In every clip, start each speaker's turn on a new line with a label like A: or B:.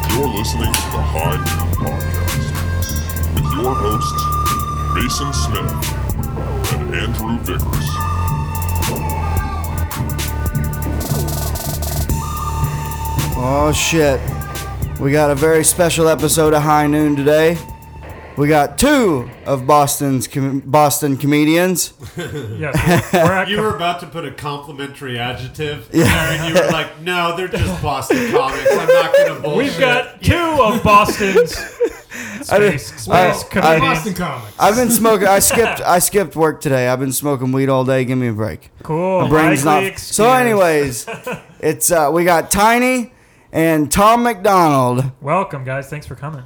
A: listening to the High Noon Podcast with your hosts, Mason Smith and Andrew Vickers.
B: Oh shit. We got a very special episode of High Noon today. We got two of Boston's com- Boston comedians.
C: Yes, we're at
D: You were about to put a complimentary adjective, and you were like, "No, they're just Boston comics. I'm not gonna bullshit."
C: We've got two of Boston's space, space
B: I- I-
C: comedians.
E: Boston comics.
B: I've been smoking I skipped I skipped work today. I've been smoking weed all day. Give me a break.
C: cool.
B: Brain's
C: likely
B: not
C: excuse.
B: So anyways, it's uh, we got Tiny and Tom McDonald.
C: welcome guys. Thanks for coming.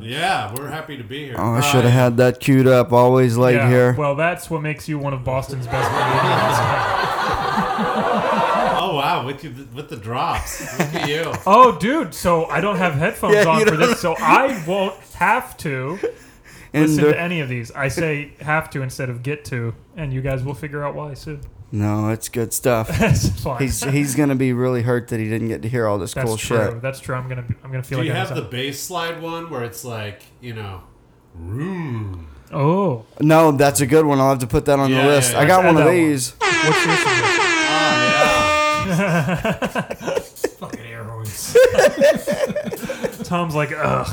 D: Yeah, we're happy to be here.
B: Oh, I
D: Uh,
B: should have had that queued up. Always late
C: Yeah,
B: here.
C: Well, that's what makes you one of Boston's best comedians.
D: Oh wow, with you, with the drops. Look at you.
C: oh, dude. So I don't have headphones
B: Yeah,
C: on
B: you
C: for
B: don't-
C: this, so I won't have to
B: And
C: listen
B: there-
C: to any of these. I say have to instead of get to, and you guys will figure out why soon.
B: no, it's good stuff.
C: That's fine.
B: He's he's gonna be really hurt that he didn't get to hear all this
C: that's
B: cool
C: true.
B: shit.
C: That's true. I'm gonna. be- I'm gonna feel
D: Do
C: like
D: you
C: I
D: have the
C: was
D: bass slide one where it's like, you know, room?
C: out. Oh,
B: No, that's a good one. I'll have to put that on
D: Yeah,
B: the
D: yeah,
B: list.
D: yeah.
B: I got
C: Let's add
B: one of
C: that one.
B: these.
C: what's your suggestion?
D: Oh yeah.
E: Fucking air horns.
C: Tom's like, ugh.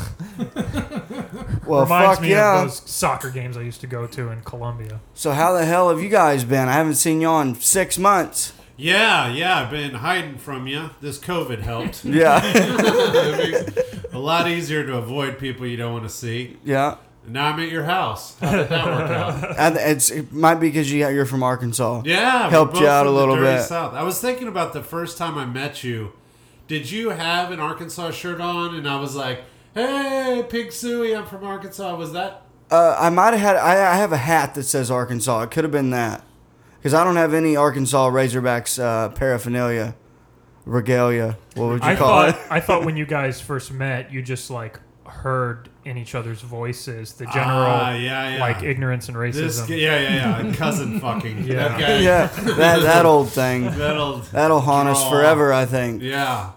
B: Well,
C: Reminds
B: fuck
C: me
B: yeah.
C: of those soccer games I used to go to in Colombia.
B: So how the hell have you guys been? I haven't seen y'all in six months.
D: Yeah, yeah, I've been hiding from you. This COVID helped.
B: Yeah,
D: It makes a lot easier to avoid people you don't want to see.
B: yeah.
D: And now I'm at your house. How did that work out?
B: And it's it might be because you you're from Arkansas.
D: Yeah, we're
B: Helped
D: both
B: you out
D: from
B: a
D: the
B: little
D: dirty
B: bit.
D: South. I was thinking about the first time I met you. Did you have an Arkansas shirt on? And I was like, "Hey, Pig Suey, I'm from Arkansas." Was that?
B: Uh, I might have had. I, I have a hat that says Arkansas. It could have been that because I don't have any Arkansas Razorbacks uh, paraphernalia, regalia. What would you
C: I
B: call
C: thought
B: it?
C: I thought when you guys first met, you just like heard in each other's voices the general
D: Ah, yeah, yeah.
C: like ignorance and
D: This?
C: racism.
D: g- Yeah, yeah, yeah. Cousin fucking.
C: Yeah.
D: That guy.
B: Yeah, that that old thing.
D: That'll.
B: That'll haunt us
D: Draw.
B: forever. I think.
D: Yeah.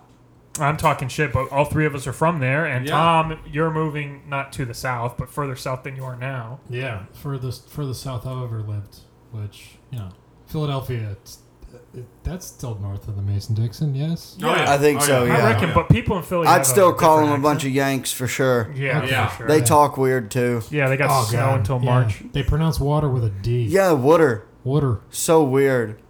D: Oh,
C: I'm talking shit, but all three of us are from there. And
D: Yeah.
C: Tom, you're moving not to the south, but further south than you are now.
E: Yeah, furthest furthest south I've ever lived, which you know, Philadelphia. It's, it, that's still north of the Mason Dixon. Yes.
D: Oh, yeah.
B: I think
D: Oh,
B: so,
D: yeah.
B: yeah.
C: I reckon,
D: Yeah.
C: but people in Philly, have
B: I'd still call them
C: different
B: a bunch
C: accent.
B: of Yanks for sure.
C: Yeah,
D: Yeah. Oh,
C: For sure.
B: They talk weird too.
C: yeah, they got snow
E: God.
C: until
E: Yeah.
C: March.
E: They pronounce water with a D.
B: Oh, Yeah, water.
E: Water.
B: So weird.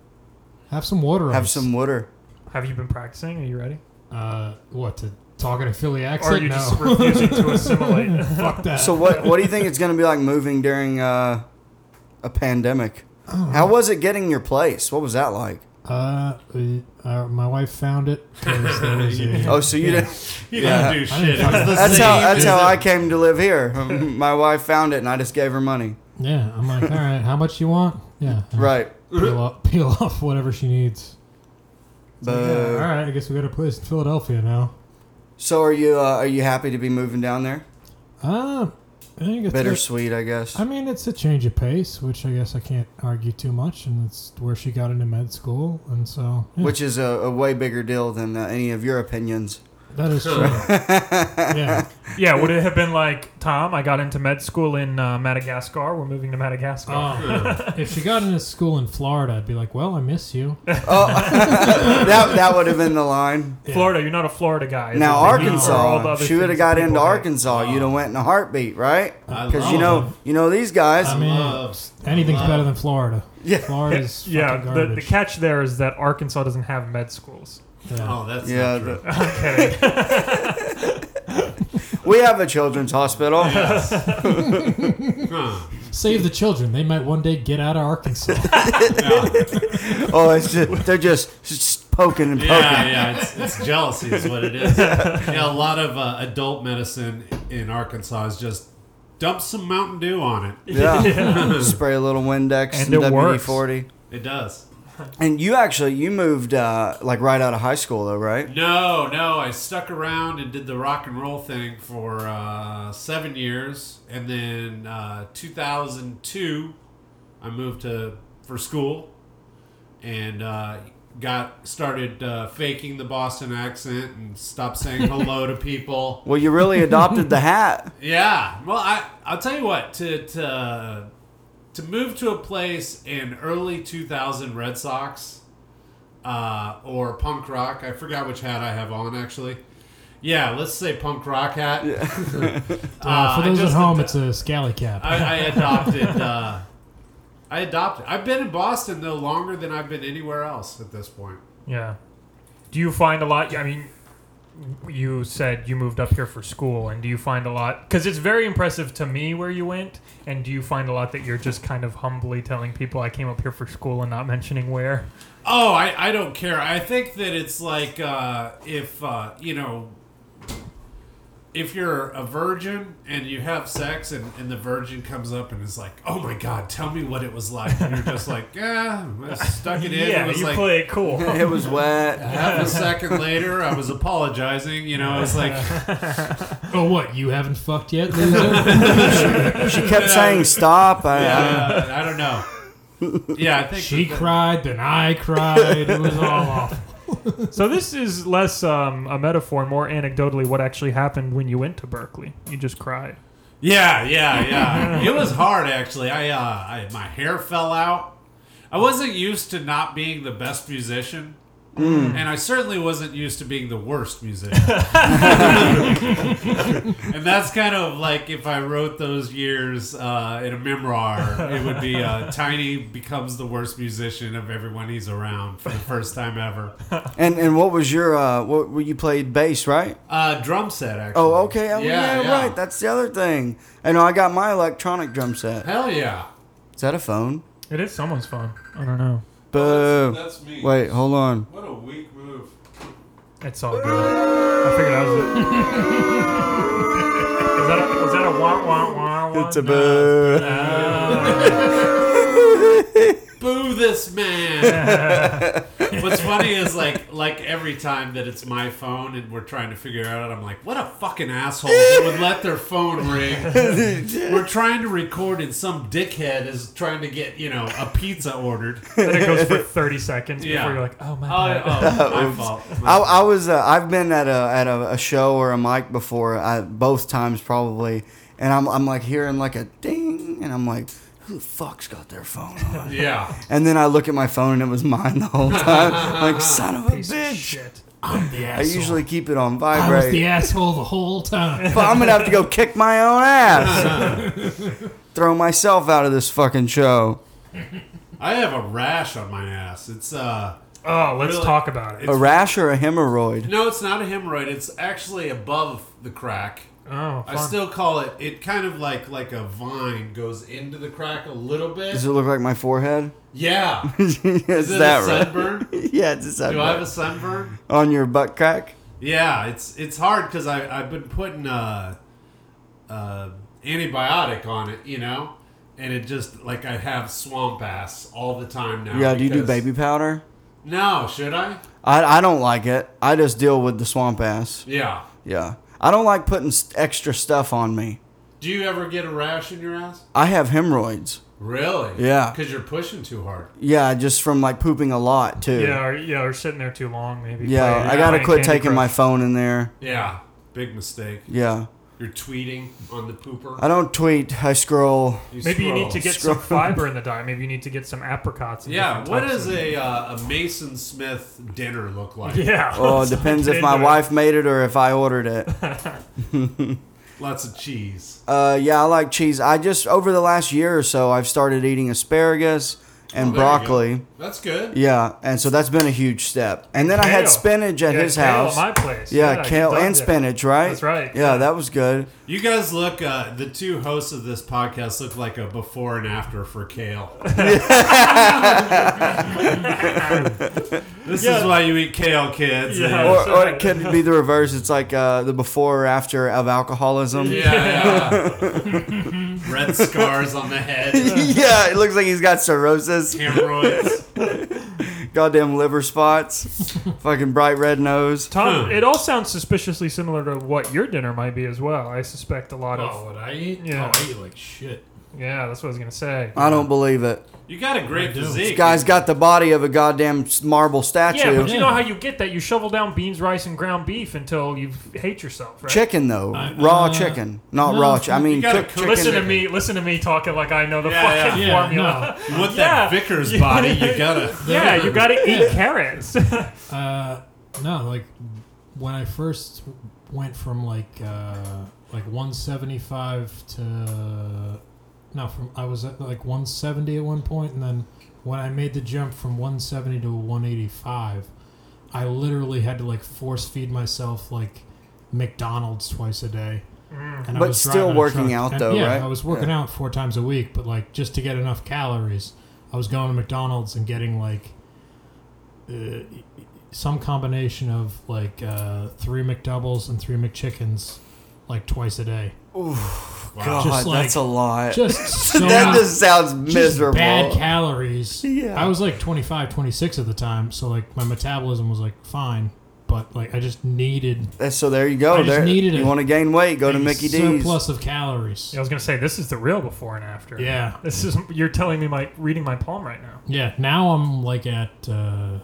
E: Have some water. on
B: Have
E: us.
B: some water.
C: Have you been practicing? Are you ready?
E: Uh, what? To talking a Philly
C: Or are
E: accent?
C: you
E: no.
C: just refusing to assimilate?
E: Fuck that.
B: So what what do you think it's going to be like moving during uh, a pandemic?
E: Oh.
B: How was it getting your place? What was that like?
E: Uh, uh, uh, my wife found it. 'cause there was a-
B: Oh, so you
E: Yeah.
B: didn't.
D: You
B: Yeah.
D: didn't do shit. It was the
B: That's
D: same
B: how that's how
D: as
B: I
D: it-
B: came to live here.
E: Uh-huh.
B: My wife found it, and I just gave her money.
E: Yeah, I'm like, all right, how much you want? Yeah, all
B: Right.
E: Peel off, peel off whatever she needs.
B: But
E: Yeah, all right, I guess we got a place in Philadelphia now.
B: so are you uh, are you happy to be moving down there?
E: Uh, I think it's
B: Bittersweet, I guess.
E: I mean, it's a change of pace, which I guess I can't argue too much, and it's where she got into med school, and so yeah,
B: Which is a, a way bigger deal than uh, any of your opinions.
E: that is true. yeah,
C: Yeah, would it have been like Tom? I got into med school in uh, Madagascar. We're moving to Madagascar.
D: Oh.
E: um, if she got into school in Florida, I'd be like, well, I miss you.
B: Oh, that that would have been the line.
C: Florida, you're not a Florida guy.
B: Now
C: Is it the heat or all the
B: Arkansas,
C: other
B: she would have
C: things
B: got
C: that
B: into
C: people hate?
B: Arkansas. You'd have went in a heartbeat, right?
D: I
B: Because you
D: love
B: know, you know these guys.
E: I mean,
D: Loves.
E: anything's
D: Love.
E: better than Florida.
B: Yeah.
E: Florida's
C: Yeah,
E: fucking
C: the, the
E: garbage.
C: catch there is that Arkansas doesn't have med schools.
E: Yeah.
D: Oh, that's
B: Yeah,
D: yeah. Not true.
B: we have a children's hospital.
D: Huh.
E: Save the children; they might one day get out of Arkansas. Uh,
B: oh, it's just, they're just s- poking and poking.
D: Yeah, yeah, it's, it's jealousy is what it is. Yeah, a lot of uh, adult medicine in Arkansas is just dump some Mountain Dew on it.
B: Yeah. Spray a little Windex
C: And
B: and,
C: it works.
B: WD-40.
D: It does.
B: And you actually you moved uh, like right out of high school though, right?
D: No, no, I stuck around and did the rock and roll thing for uh, seven years, and then uh, 2002, I moved to for school, and uh, got started uh, faking the Boston accent and stopped saying hello to people.
B: Well, you really adopted the hat.
D: Yeah. Well, I I'll tell you what to to to move to a place in early 2000 Red Sox uh, or punk rock. I forgot which hat I have on actually. Yeah, let's say punk rock hat.
E: Uh,
D: Ah, I
E: for those at
D: just-
E: home, it's a scally cap.
D: I, I adopted. Uh, I adopted. I've been in Boston though longer than I've been anywhere else at this point.
C: Yeah. Do you find a lot? I mean, you said you moved up here for school, and do you find a lot? Because it's very impressive to me where you went, and do you find a lot that you're just kind of humbly telling people I came up here for school and not mentioning where?
D: Oh, I, I don't care. I think that it's like uh, if uh, you know if you're a virgin and you have sex and, and the virgin comes up and is like, Oh my god, tell me what it was like and you're just like, Yeah, I stuck it in.
C: yeah,
D: it was
C: you
D: like
C: play it cool.
B: It was wet.
D: half a second later I was apologizing, you know, it's like
E: oh, what? You haven't fucked yet, loser?
B: She kept saying stop. I,
D: uh, I don't know. Yeah, I think
E: she
D: that-
E: cried, then I cried. It was all awful.
C: so this is less um, a metaphor, more anecdotally, what actually happened when you went to Berkeley. You just cried.
D: Yeah, yeah, yeah. it was hard actually. I, uh, I my hair fell out. I wasn't used to not being the best musician,
F: Hmm.
D: and I certainly wasn't used to being the worst musician. and that's kind of like if I wrote those years uh, in a memoir, it would be uh, Tiny becomes the worst musician of everyone he's around for the first time ever.
B: and and what was your uh? What well, you played bass, right?
D: Uh, drum set actually.
B: Oh, okay. Oh, yeah, right. That's the other thing. And I got my electronic drum set.
D: Hell yeah.
B: Is that a phone?
C: It is someone's phone. I don't know.
B: Boo.
F: That's me.
B: Wait, hold on.
F: What a weak move.
C: It's all good. I figured that was it. is that a, was that a wah wah wah wah?
B: It's a boo.
D: boo this man. What's funny is like like every time that it's my phone and we're trying to figure out, I'm like, what a fucking asshole that would let their phone ring. we're trying to record and some dickhead is trying to get you know a pizza ordered. Oh,
C: then it goes for 30 seconds
D: Yeah.
C: before you're like, oh my
D: oh,
C: god.
D: my fault.
B: I, I was uh, I've been at a at a, a show or a mic before I, both times probably, and I'm I'm like hearing like a ding, and I'm like, who the fuck's got their phone on?
D: yeah,
B: and then I look at my phone and it was mine the whole time. like son of a
C: Piece of
B: bitch.
C: shit.
B: I usually keep it on
E: I was the
B: vibrate,
E: asshole the whole time.
B: but I'm gonna have to go kick my own ass, throw myself out of this fucking show.
D: I have a rash on my ass. It's uh.
C: Oh, let's
D: Really?
C: talk about it.
B: A rash or a hemorrhoid?
D: No, it's not a hemorrhoid. It's actually above the crack.
C: Oh,
D: I
C: fun.
D: still call it. It kind of like like a vine goes into the crack a little bit.
B: Does it look like my forehead?
D: Yeah.
B: Is,
D: Is it
B: that
D: a
B: right?
D: sunburn?
B: Yeah, it's a
D: Do I have
B: sunburn.
D: a sunburn?
B: on your butt crack.
D: Yeah, it's it's hard because I've been putting uh, uh, antibiotic on it, you know, and it just like I have swamp ass all the time now.
B: Yeah, do you do
D: because-
B: baby powder?
D: No, should I?
B: I, I don't like it. I just deal with the swamp ass.
D: Yeah.
B: Yeah. I don't like putting s- extra stuff on me.
D: Do you ever get a rash in your ass?
B: I have hemorrhoids.
D: Really?
B: Yeah.
D: Because you're pushing too hard.
B: Yeah, just from like pooping a lot too.
C: yeah, or, yeah, or sitting there too long, maybe.
B: Yeah,
C: playing-
B: I gotta
C: playing
B: quit
C: Candy
B: taking my
C: Crush.
B: phone in there.
D: Yeah. Big mistake.
B: Yeah.
D: You're tweeting on the pooper.
B: I don't tweet, I scroll.
C: Maybe you need to
D: scroll.
C: get some fiber in the diet. Maybe you need to get some apricots. And
D: Yeah,
C: different
D: what
C: types
D: does
C: of-
D: a uh, a Mason Smith dinner look like?
C: Yeah.
B: Oh, it
C: let's
B: depends
C: get
B: if my
C: into it.
B: wife made it or if I ordered it.
D: Lots of cheese.
B: Uh, yeah, I like cheese. I just, over the last year or so, I've started eating asparagus and
C: Oh,
D: There you go.
B: broccoli.
D: That's good.
B: Yeah, and so that's been a huge step. And then I had
C: Kale.
B: spinach at
C: Yeah,
B: his
C: kale
B: house.
C: At my place.
B: Yeah,
C: I
B: kale
C: dug
B: and
C: it.
B: spinach, right?
C: That's right.
B: Yeah, that was good.
D: You guys look, uh, the two hosts of this podcast look like a before and after for kale. this is
C: Yeah.
D: why you eat kale, kids.
C: Yeah.
D: Yeah.
B: Or,
C: so-
B: or it could be the reverse. It's like uh, the before or after of alcoholism.
D: yeah, Red scars on the head,
B: Yeah, it looks like he's got cirrhosis,
D: hemorrhoids.
B: goddamn liver spots, fucking bright red nose.
C: Tom,
D: Hmm.
C: it all sounds suspiciously
D: Oh,
C: similar to Oh, what your dinner might be as well. I suspect a lot of.
E: what I eat?
C: Yeah.
E: Oh, I eat like shit.
C: Yeah, that's what I was gonna say.
B: I don't believe it.
D: You got a great
E: I do.
D: physique.
B: This guy's got the body of a goddamn s- marble
C: yeah,
B: statue.
C: but you know how you get that? You shovel down beans, rice, and ground beef until you hate yourself, right?
B: chicken though,
E: I-
B: raw
E: uh,
B: chicken, not
E: no,
B: raw. Ch- I
E: you
B: mean,
D: gotta
B: cooked
D: cook
B: chicken.
C: Listen to me. Listen to me talking like I know the
D: Yeah, yeah.
C: fucking
E: Yeah,
C: formula.
E: no.
D: You want
C: Yeah.
D: that Vickers body? You gotta.
C: Yeah, you got to eat carrots.
E: Uh, no, like when I first went from like uh, like 175 to no, from I was at like 170 at one point, and then when I made the jump from 170 to 185, I literally had to like force feed myself like McDonald's twice a day.
C: Mm.
E: And
B: But still
E: driving a
B: working
E: truck,
B: out,
E: and-
B: though,
E: yeah,
B: right?
E: I was working out four times a week, but like just to get enough calories, I was going to McDonald's and getting like uh, some combination of like uh, three McDoubles and three McChickens, like twice a day.
B: God,
E: Just like-
B: that's a lot.
E: Just so
B: that
E: much-
B: just sounds
E: just
B: miserable.
E: Bad calories.
B: Yeah.
E: I was like 25, 26 at the time, so like my metabolism was like fine, but like I just needed
B: That's- so there you go.
E: I just
B: there,
E: needed
B: you
E: it.
B: want to gain weight? Go to
E: a
B: Mickey D's.
E: surplus of calories.
C: I was gonna say this is the real before and after.
E: Yeah.
C: This is you're telling me my reading my palm right now.
E: Yeah, now I'm like at uh,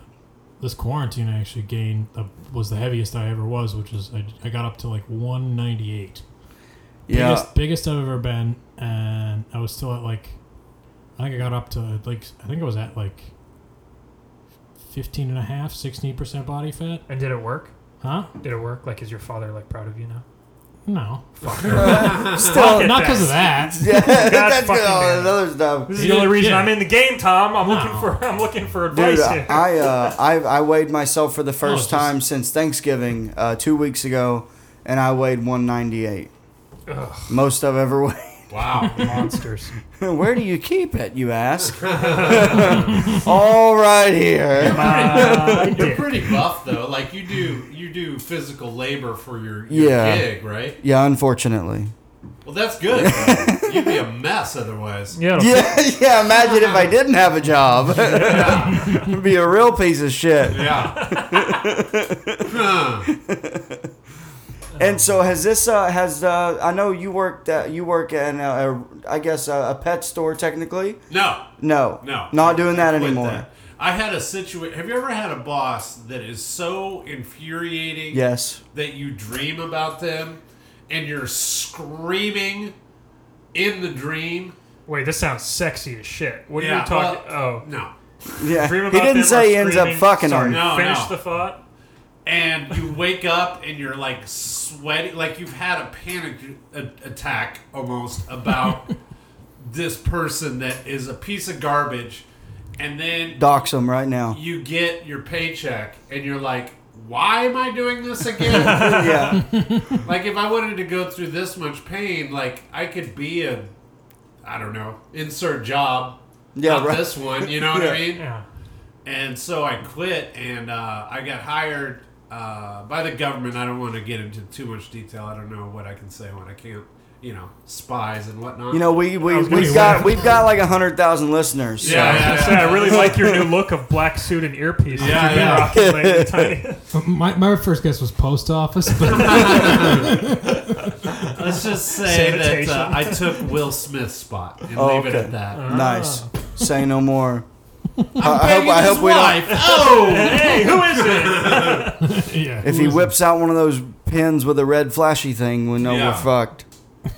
E: this quarantine. I actually gained uh, was the heaviest I ever was, which is I, I got up to like 198.
B: yeah,
E: biggest, biggest I've ever been, and I was still at like, I think I got up to like I think I was at like 15 and a half, 16 percent body fat.
C: And did it work?
E: Huh?
C: Did it work? Like, is your father like proud of you now?
E: No,
B: still.
C: Fuck
E: not because of that.
B: Yeah, that's
C: fucking
B: good. Oh,
C: damn.
B: another stuff.
C: This is the only reason I'm in the game, Tom. I'm looking
E: No.
C: for I'm looking for advice
B: Dude,
C: here.
B: I uh, I I weighed myself for the
E: Oh, it's
B: first
E: just-
B: time since Thanksgiving uh, two weeks ago, and I weighed 198. Most I've ever weighed.
D: Wow.
C: Monsters.
B: Where do you keep it, you ask? All right here.
C: Uh,
D: You're
C: dick.
D: pretty buff though. Like you do, you do physical labor for your, your
B: Yeah.
D: gig, right?
B: Yeah, unfortunately.
D: Well, that's good. though. You'd be a mess otherwise.
C: yeah, it'll-
B: Yeah, yeah, imagine if I didn't have a job. It'd be a real piece of shit.
D: Yeah. Huh.
B: And so has this uh has uh I know you worked uh, you work in uh, a, I guess uh, a pet store technically?
D: No.
B: No.
D: No.
B: Not doing that
D: Quit
B: anymore.
D: that. I had a situation. Have you ever had a boss that is so infuriating?
B: Yes.
D: that you dream about them and you're screaming in the dream.
C: Wait, this sounds sexy as shit. What are
D: Yeah,
C: you talking?
D: well,
C: oh,
D: No.
B: Yeah.
C: Dream
B: He
C: about
B: didn't
C: them
B: say
C: or
B: he ends up
C: screaming.
B: fucking
C: Sorry,
B: him.
D: No,
C: finish
D: no.
C: the thought.
D: And you wake up and you're like sweaty, like you've had a panic a- attack almost about this person that is a piece of garbage. And then
B: Dox him right now.
D: you get your paycheck and you're like, why am I doing this again?
B: Yeah.
D: like, if I wanted to go through this much pain, like, I could be a, I don't know, insert job
B: Yeah,
D: not
B: right.
D: this one. You know what
B: Yeah.
D: I mean?
C: Yeah.
D: And so I quit, and uh, I got hired uh, by the government. I don't want to get into too much detail. I don't know what I can say, what I can't. You know, spies and whatnot.
B: You know, we, we,
C: was gonna
B: we've
C: say-
B: got we've got like a hundred thousand listeners.
D: Yeah,
C: I was gonna
D: yeah,
C: say,
D: yeah.
C: I really like your new look of black suit and earpiece. that
D: Yeah,
C: you've been
D: yeah.
C: rocking lately, Tiny.
E: My, my first guess was post office, but
D: let's just say that
C: Sanitation. Uh-huh.
D: uh, I took Will Smith's spot and
B: Oh,
D: leave it
B: okay.
D: at that.
B: Nice. Ah. Say no more. I- I
D: Begging
B: hope I
D: his
B: hope we don't.
D: wife. Oh,
C: hey, who is it?
E: yeah.
B: If
E: who
B: he
E: is it?
B: whips out one of those pins with a red flashy thing, we know
D: Yeah.
B: we're fucked.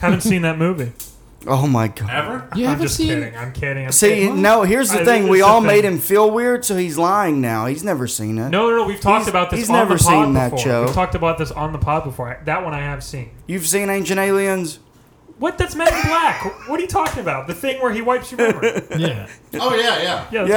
C: Haven't seen that movie.
B: Oh my god.
D: ever?
E: you
C: I'm
E: haven't
C: just
E: seen
C: kidding. I'm kidding. I'm
B: See,
C: kidding.
B: no, here's the
C: I-
B: thing. We
C: it's a
B: all made
C: thing.
B: him feel weird, so he's lying now. He's never seen it.
C: No, no, no. We've talked about this.
B: he's
C: on
B: never
C: the pod
B: seen that
C: before.
B: show.
C: We've talked about this on the pod before. I- That one I have seen.
B: You've seen Ancient Aliens?
C: What? That's Men in Black. what are you talking about? The thing where he wipes your memory.
E: yeah,
D: Oh yeah, yeah.
C: Yeah, that's Men in Black.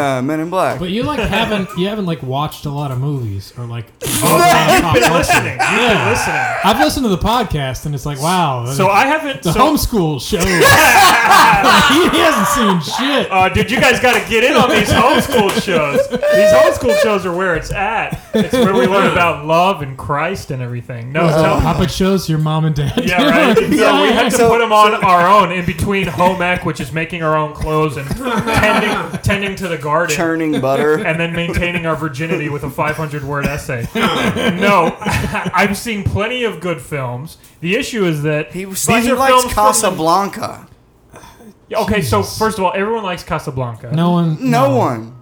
B: Yeah, yeah, Men in Black.
E: but you like haven't you haven't like watched a lot of movies or like.
C: You've been listening. You've been listening.
E: I've listened to the podcast and it's like, wow.
C: So I haven't.
E: the
C: so,
E: homeschool show. he hasn't seen shit.
C: Uh, dude, you guys got to get in on these homeschool shows. These homeschool shows are where it's at. It's where we learn about love and Christ and everything. No,
B: Uh-huh.
C: tell,
E: Puppet shows your mom and dad.
C: yeah, right. So we had to
B: So-
C: put them on our own in between home ec, which is making our own clothes and tending, tending to the garden.
B: Churning butter.
C: and then maintaining our virginity with a 500 word essay. No, I'm seeing plenty of good films. The issue is that
B: He, was
C: these
B: like, he
C: are
B: likes
C: films from the-
B: Casablanca.
C: Yeah, Okay, so
E: Jesus.
C: first of all, everyone likes Casablanca.
E: No one.
B: No one.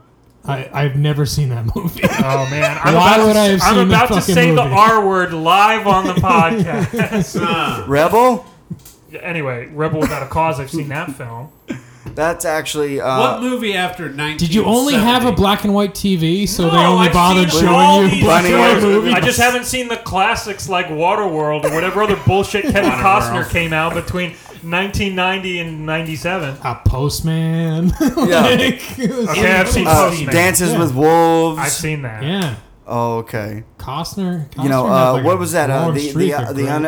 E: I, I've never seen that movie.
C: Oh man, I'm
E: Why
C: about
E: would
C: to,
E: I have
C: am
E: seen the
C: about to
E: fucking
C: say the
E: movie?
C: R word live on the podcast.
D: Nah.
B: Rebel?
C: anyway, Rebel Without a Cause. I've seen that film.
B: That's actually
D: what
B: uh,
D: movie after 1970?
E: Did you only have a black and white TV, so they
C: No,
E: only
C: Oh, I've
E: bothered
C: seen all
E: showing
C: these
E: you black and white
C: shows.
E: movies?
C: I just haven't seen the classics like Waterworld or whatever other bullshit Kevin Costner
D: Waterworld.
C: came out between 1990 and 97.
E: A postman.
B: Yeah.
E: Like, it was-
C: Okay, I've seen
B: uh,
C: Postman.
B: Dances
E: Yeah.
B: with Wolves.
C: I've seen that.
E: Yeah.
B: oh, okay.
E: Costner. Costner
B: You know,
E: had,
B: uh,
E: like, a
B: what was that? Uh,
E: long
B: the
E: streak
B: the uh,
E: of Uh,
B: the,
E: great-
B: un,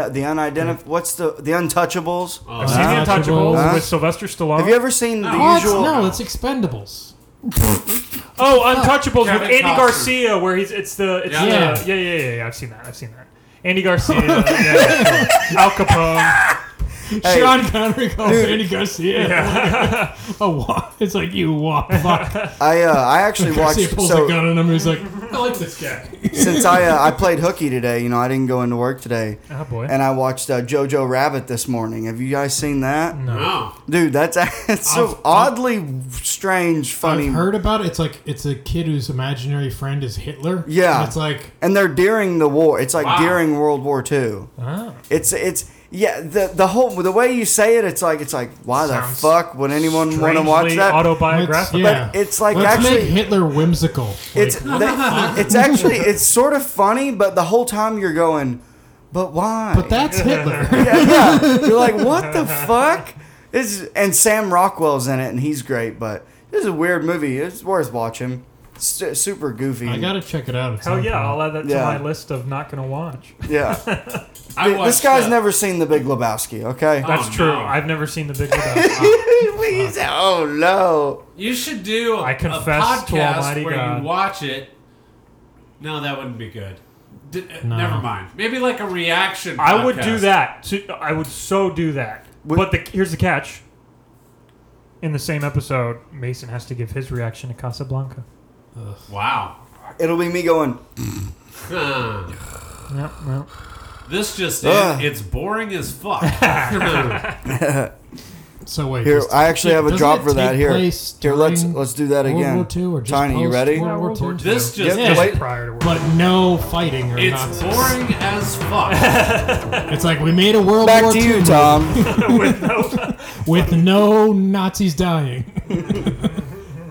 B: the unidentif- What's the the Untouchables?
D: Oh,
C: I've seen The
E: Untouchables.
C: Untouchables
B: Huh?
C: with Sylvester Stallone.
B: Have you ever seen the
E: Oh, it's-
B: usual?
E: no, it's Expendables.
C: Oh, Untouchables
D: Kevin
C: with Andy
D: Costner.
C: Garcia, where he's it's the it's
D: Yeah.
C: the- yeah.
E: Yeah.
C: yeah yeah yeah I've seen that I've seen that Andy Garcia yeah, Al Capone
B: Hey.
E: Sean Connery calls
B: Dude.
E: Andy Garcia. a wa- It's like you walk. Fuck.
B: I uh, I actually
E: Garcia
B: watched.
E: pulls a
B: So
E: gun on him. and He's like, I like this guy.
B: since I uh, I played hooky today, you know I didn't go into work today,
C: oh boy
B: and I watched uh, Jojo Rabbit this morning. Have you guys seen that?
D: No.
B: Dude, that's it's
E: I've- I've-
B: so oddly strange, funny.
E: I've heard about it. It's like it's a kid whose imaginary friend is Hitler.
B: Yeah.
E: And it's like
B: and they're during the war. It's like
D: Wow.
B: during World War II.
C: oh.
B: It's it's yeah the the whole the way you say it. It's like it's like why
C: Sounds
B: the fuck would anyone want to watch
C: Strangely
B: that?
E: let's,
C: autobiographical
E: yeah.
B: it's like
E: let's
B: actually-
E: make Hitler whimsical.
B: It's they, it's actually it's sort of funny, but the whole time you're going, but why?
E: but that's Hitler.
B: yeah, yeah. you're like what the fuck? It's, and Sam Rockwell's in it, and he's great. But this is a weird movie. It's worth watching. Su- super goofy.
E: I gotta check it out. at
C: hell
E: some
C: Oh, yeah
E: point.
C: I'll add that to
B: Yeah.
C: my list of not gonna watch
D: Oh,
B: yeah.
D: I
B: this
D: watched uh,
B: guy's
D: that.
B: never seen The Big Lebowski. Okay.
D: Oh,
C: that's true
D: no.
C: I've never seen The Big Lebowski
B: Please, oh no.
D: You should do a,
C: I
D: a
C: confess
D: podcast
C: to Almighty
D: where
C: God.
D: you watch it. No, that wouldn't be good. D- uh,
E: No.
D: Never mind. Maybe like a reaction.
C: I would do
D: podcast.
C: that to, I would so do that
B: Would-
C: but the, here's the catch in the same episode Mason has to give his reaction to Casablanca
D: Wow.
B: It'll be me going.
D: Huh.
C: yeah well
D: This just
B: Ugh.
D: in, it's boring as fuck.
E: So wait.
B: Here,
E: does-
B: I actually have a
E: doesn't
B: drop
E: it
B: for that.
E: take
B: Here,
E: place
B: here, let's
E: during
B: let's do that
E: World
B: again.
E: War II or just
B: Tiny, you
E: post-
B: ready?
E: World War II?
D: this just
B: Yeah, wait.
C: prior to
E: But no fighting or
D: it's
E: nonsense.
D: boring as fuck.
E: It's like we made a World
B: Back
E: War
B: to
E: II
B: you,
E: movie
B: Tom.
E: with no Nazis dying.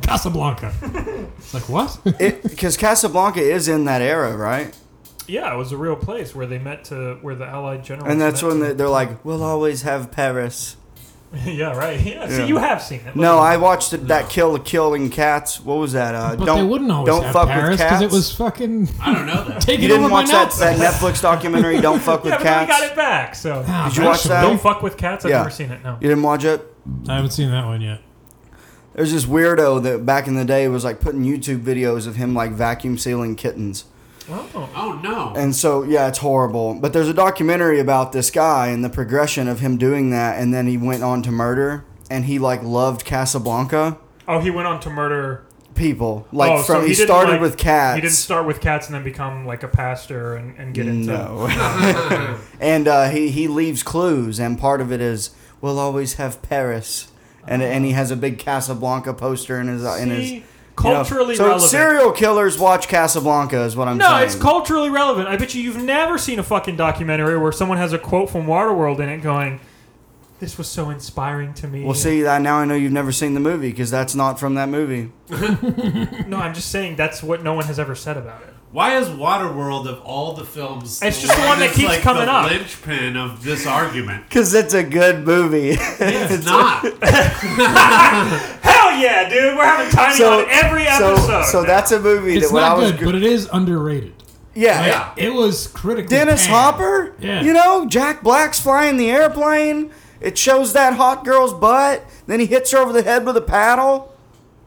E: Casablanca. It's like what?
B: Because Casablanca is in that era, right?
C: Yeah, it was a real place where they met to where the Allied generals.
B: And that's
C: met
B: when
C: to-
B: they- they're like, "We'll always have Paris."
C: yeah, right. Yeah.
B: Yeah.
C: See, you have seen it.
B: No, I watched it, that kill the killing cats. What was that? Uh,
E: But
B: don't
E: they wouldn't always
B: don't
E: have
B: fuck
E: Paris
B: with cats.
E: it was fucking
D: I don't know that.
E: taking
B: you
E: over
B: didn't
E: my
B: watch that,
E: notes.
B: that Netflix documentary. Don't fuck with
C: yeah, but we got
B: cats.
C: it back. So
E: Ah,
B: Did you watch
E: actually,
B: that?
C: don't fuck with cats. I've
B: Yeah.
C: never seen it. No.
B: You didn't watch it.
E: I haven't seen that one yet.
B: There's this weirdo that back in the day was like putting YouTube videos of him like vacuum sealing kittens.
C: Oh.
D: Oh no.
B: And so, yeah, it's horrible. But there's a documentary about this guy and the progression of him doing that, and then he went on to murder, and he like loved Casablanca
C: Oh, he went on to murder.
B: people. Like
C: oh,
B: from
C: so
B: he,
C: didn't,
B: started
C: like-
B: with cats.
C: He didn't start with cats and then become like a pastor and, and get into.
B: no. and uh, he he leaves clues, and part of it is we'll always have Paris, and and he has a big Casablanca poster in his in his.
C: See,
B: you know.
C: culturally
B: so
C: relevant.
B: serial killers watch Casablanca is what I'm
C: no,
B: saying.
C: it's culturally relevant. I bet you you've never seen a fucking documentary where someone has a quote from Waterworld in it going, "This was so inspiring to me."
B: Well, see, I, now I know you've never seen the movie because that's not from that movie.
C: no, I'm just saying that's what no one has ever said about it.
D: Why is Waterworld of all the films?
C: It's just the one that
D: it's
C: keeps
D: like
C: coming
D: the
C: up.
D: Linchpin of this argument.
B: Because it's a good movie.
D: It's not.
C: Hell yeah, dude! We're having tiny
B: so
C: on every
B: so-
C: episode.
B: So, that's a movie
E: It's
B: that when I
E: not
B: was
E: good,
B: gr-
E: but it is underrated.
B: yeah,
D: Yeah.
E: It was critical.
B: Dennis Hopper.
E: Yeah.
B: You know Jack Black's flying the airplane. It shows that hot girl's butt. Then he hits her over the head with a paddle.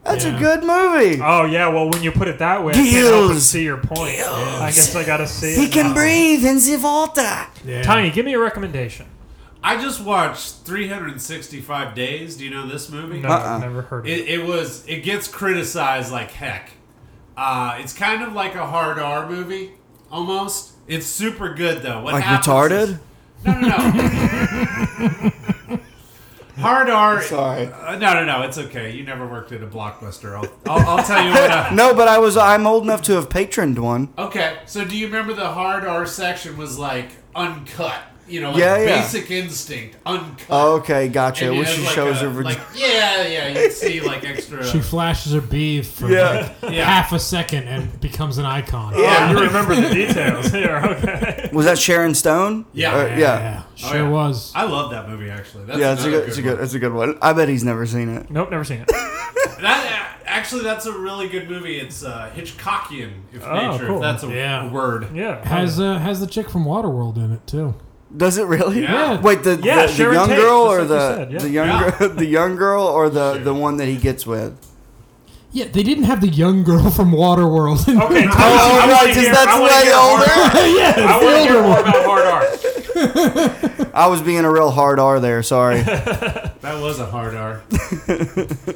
B: That's
E: Yeah.
B: a good movie.
C: Oh yeah, well when you put it that way, I can't help but
B: Gills.
C: see your point. I guess I gotta see.
B: he
C: it
B: can
C: now.
B: breathe in the water.
E: Yeah.
C: Tiny, give me a recommendation.
D: I just watched 365 Days. Do you know this movie?
C: No,
B: Uh-uh.
C: I've never heard of it.
D: It, it was. It gets criticized like heck. Uh, it's kind of like a hard R movie, almost. It's super good though. What
B: Like
D: happens
B: retarded?
D: is- no, no, no. Hard R.
B: Sorry.
D: Uh, no, no, no. It's okay. You never worked at a blockbuster. I'll, I'll, I'll tell you what. I,
B: No, but I was I'm old enough to have patroned one.
D: okay, so do you remember the hard R section was like uncut? You know, like
B: Yeah, yeah.
D: Basic Instinct, uncut.
B: Okay, gotcha.
D: Oh. And it
B: Well,
D: has,
B: Oh, she
D: like,
B: shows
D: a-
B: her virgin.
D: Like, yeah, yeah. You see like extra.
E: She flashes her beef for
B: Yeah.
E: like
D: Yeah.
E: half a second and becomes an icon.
D: Yeah.
C: Oh, you remember the details here. Okay.
B: was that Sharon Stone?
D: Yeah.
B: Or- yeah.
E: Sure
D: Oh, yeah.
E: was.
D: I love that movie actually. That's
B: Yeah, it's a
D: another
B: good, it's a
D: one.
B: good, it's a good one. I bet he's never seen it.
C: Nope, never seen it.
D: That actually, that's a really good movie. It's uh, Hitchcockian, if
C: Oh,
D: nature,
C: cool.
D: if that's a
E: Yeah.
D: word.
C: Yeah.
E: Has uh, has the chick from Waterworld in it too?
B: Does it really?
D: Yeah.
B: Wait, the, the,
C: Yeah,
B: the
C: Sharon
B: young
C: Tate,
B: girl
C: just
B: or
C: like
B: the
C: you said, yeah.
B: the young
D: Yeah.
B: girl, the young girl or the the one that he gets with?
E: Yeah, they didn't have the young girl from Waterworld. in
C: Okay.
E: it.
C: I wanna- I
B: Oh,
C: wanna
B: right, 'cause
C: hear-
B: that's
C: I wanna
B: way
C: hear more-
B: older.
E: yeah,
C: I
E: the
C: want to
E: older
C: hear more
E: one.
C: about hard art.
B: I was being a real hard R there. Sorry.
D: That was a hard R.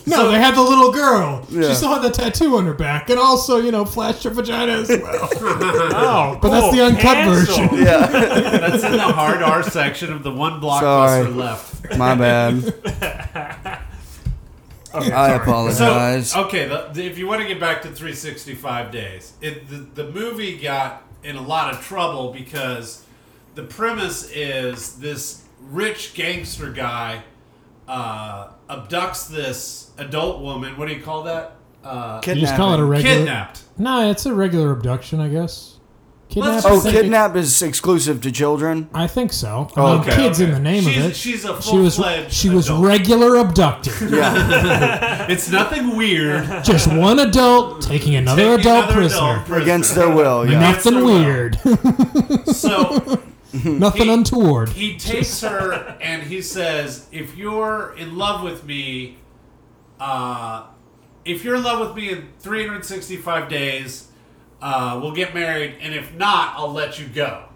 E: No, they had the little girl.
B: Yeah.
E: She still had the tattoo on her back, and also, you know, flashed her vagina as well.
C: Oh,
E: But that's
C: cool.
E: the uncut
C: Cancel.
E: version.
B: yeah,
D: That's in the hard R section of the one blockbuster
B: Sorry.
D: left.
B: my bad.
C: Okay,
B: I
C: sorry.
D: So,
B: apologize.
D: okay, the, the- if you want to get back to 365 days, it, the, the movie got in a lot of trouble because the premise is this rich gangster guy uh, abducts this adult woman. What do you call that? Uh,
E: You just call it a
B: Kidnapping.
E: regular.
D: kidnapped.
E: No, it's a regular abduction, I guess. Kidnap.
D: Let's
E: I
B: Oh,
E: think-
B: kidnap is exclusive to children.
E: I think so. I mean,
B: okay,
E: kids
D: okay.
E: in the name
D: She's-
E: of it.
D: she's a
E: She was
D: full-fledged
E: she was
D: adult.
E: regular abducted.
B: Yeah,
D: It's nothing weird.
E: Just one adult taking another
D: Take
E: adult
D: another
E: prisoner.
B: against their will. Yeah.
D: Against
E: Nothing
D: her will.
E: weird.
D: So
E: Nothing
D: He-
E: untoward.
D: he takes her and he says, "If you're in love with me, uh, if you're in love with me in 365 days, uh, we'll get married, and if not, I'll let you go."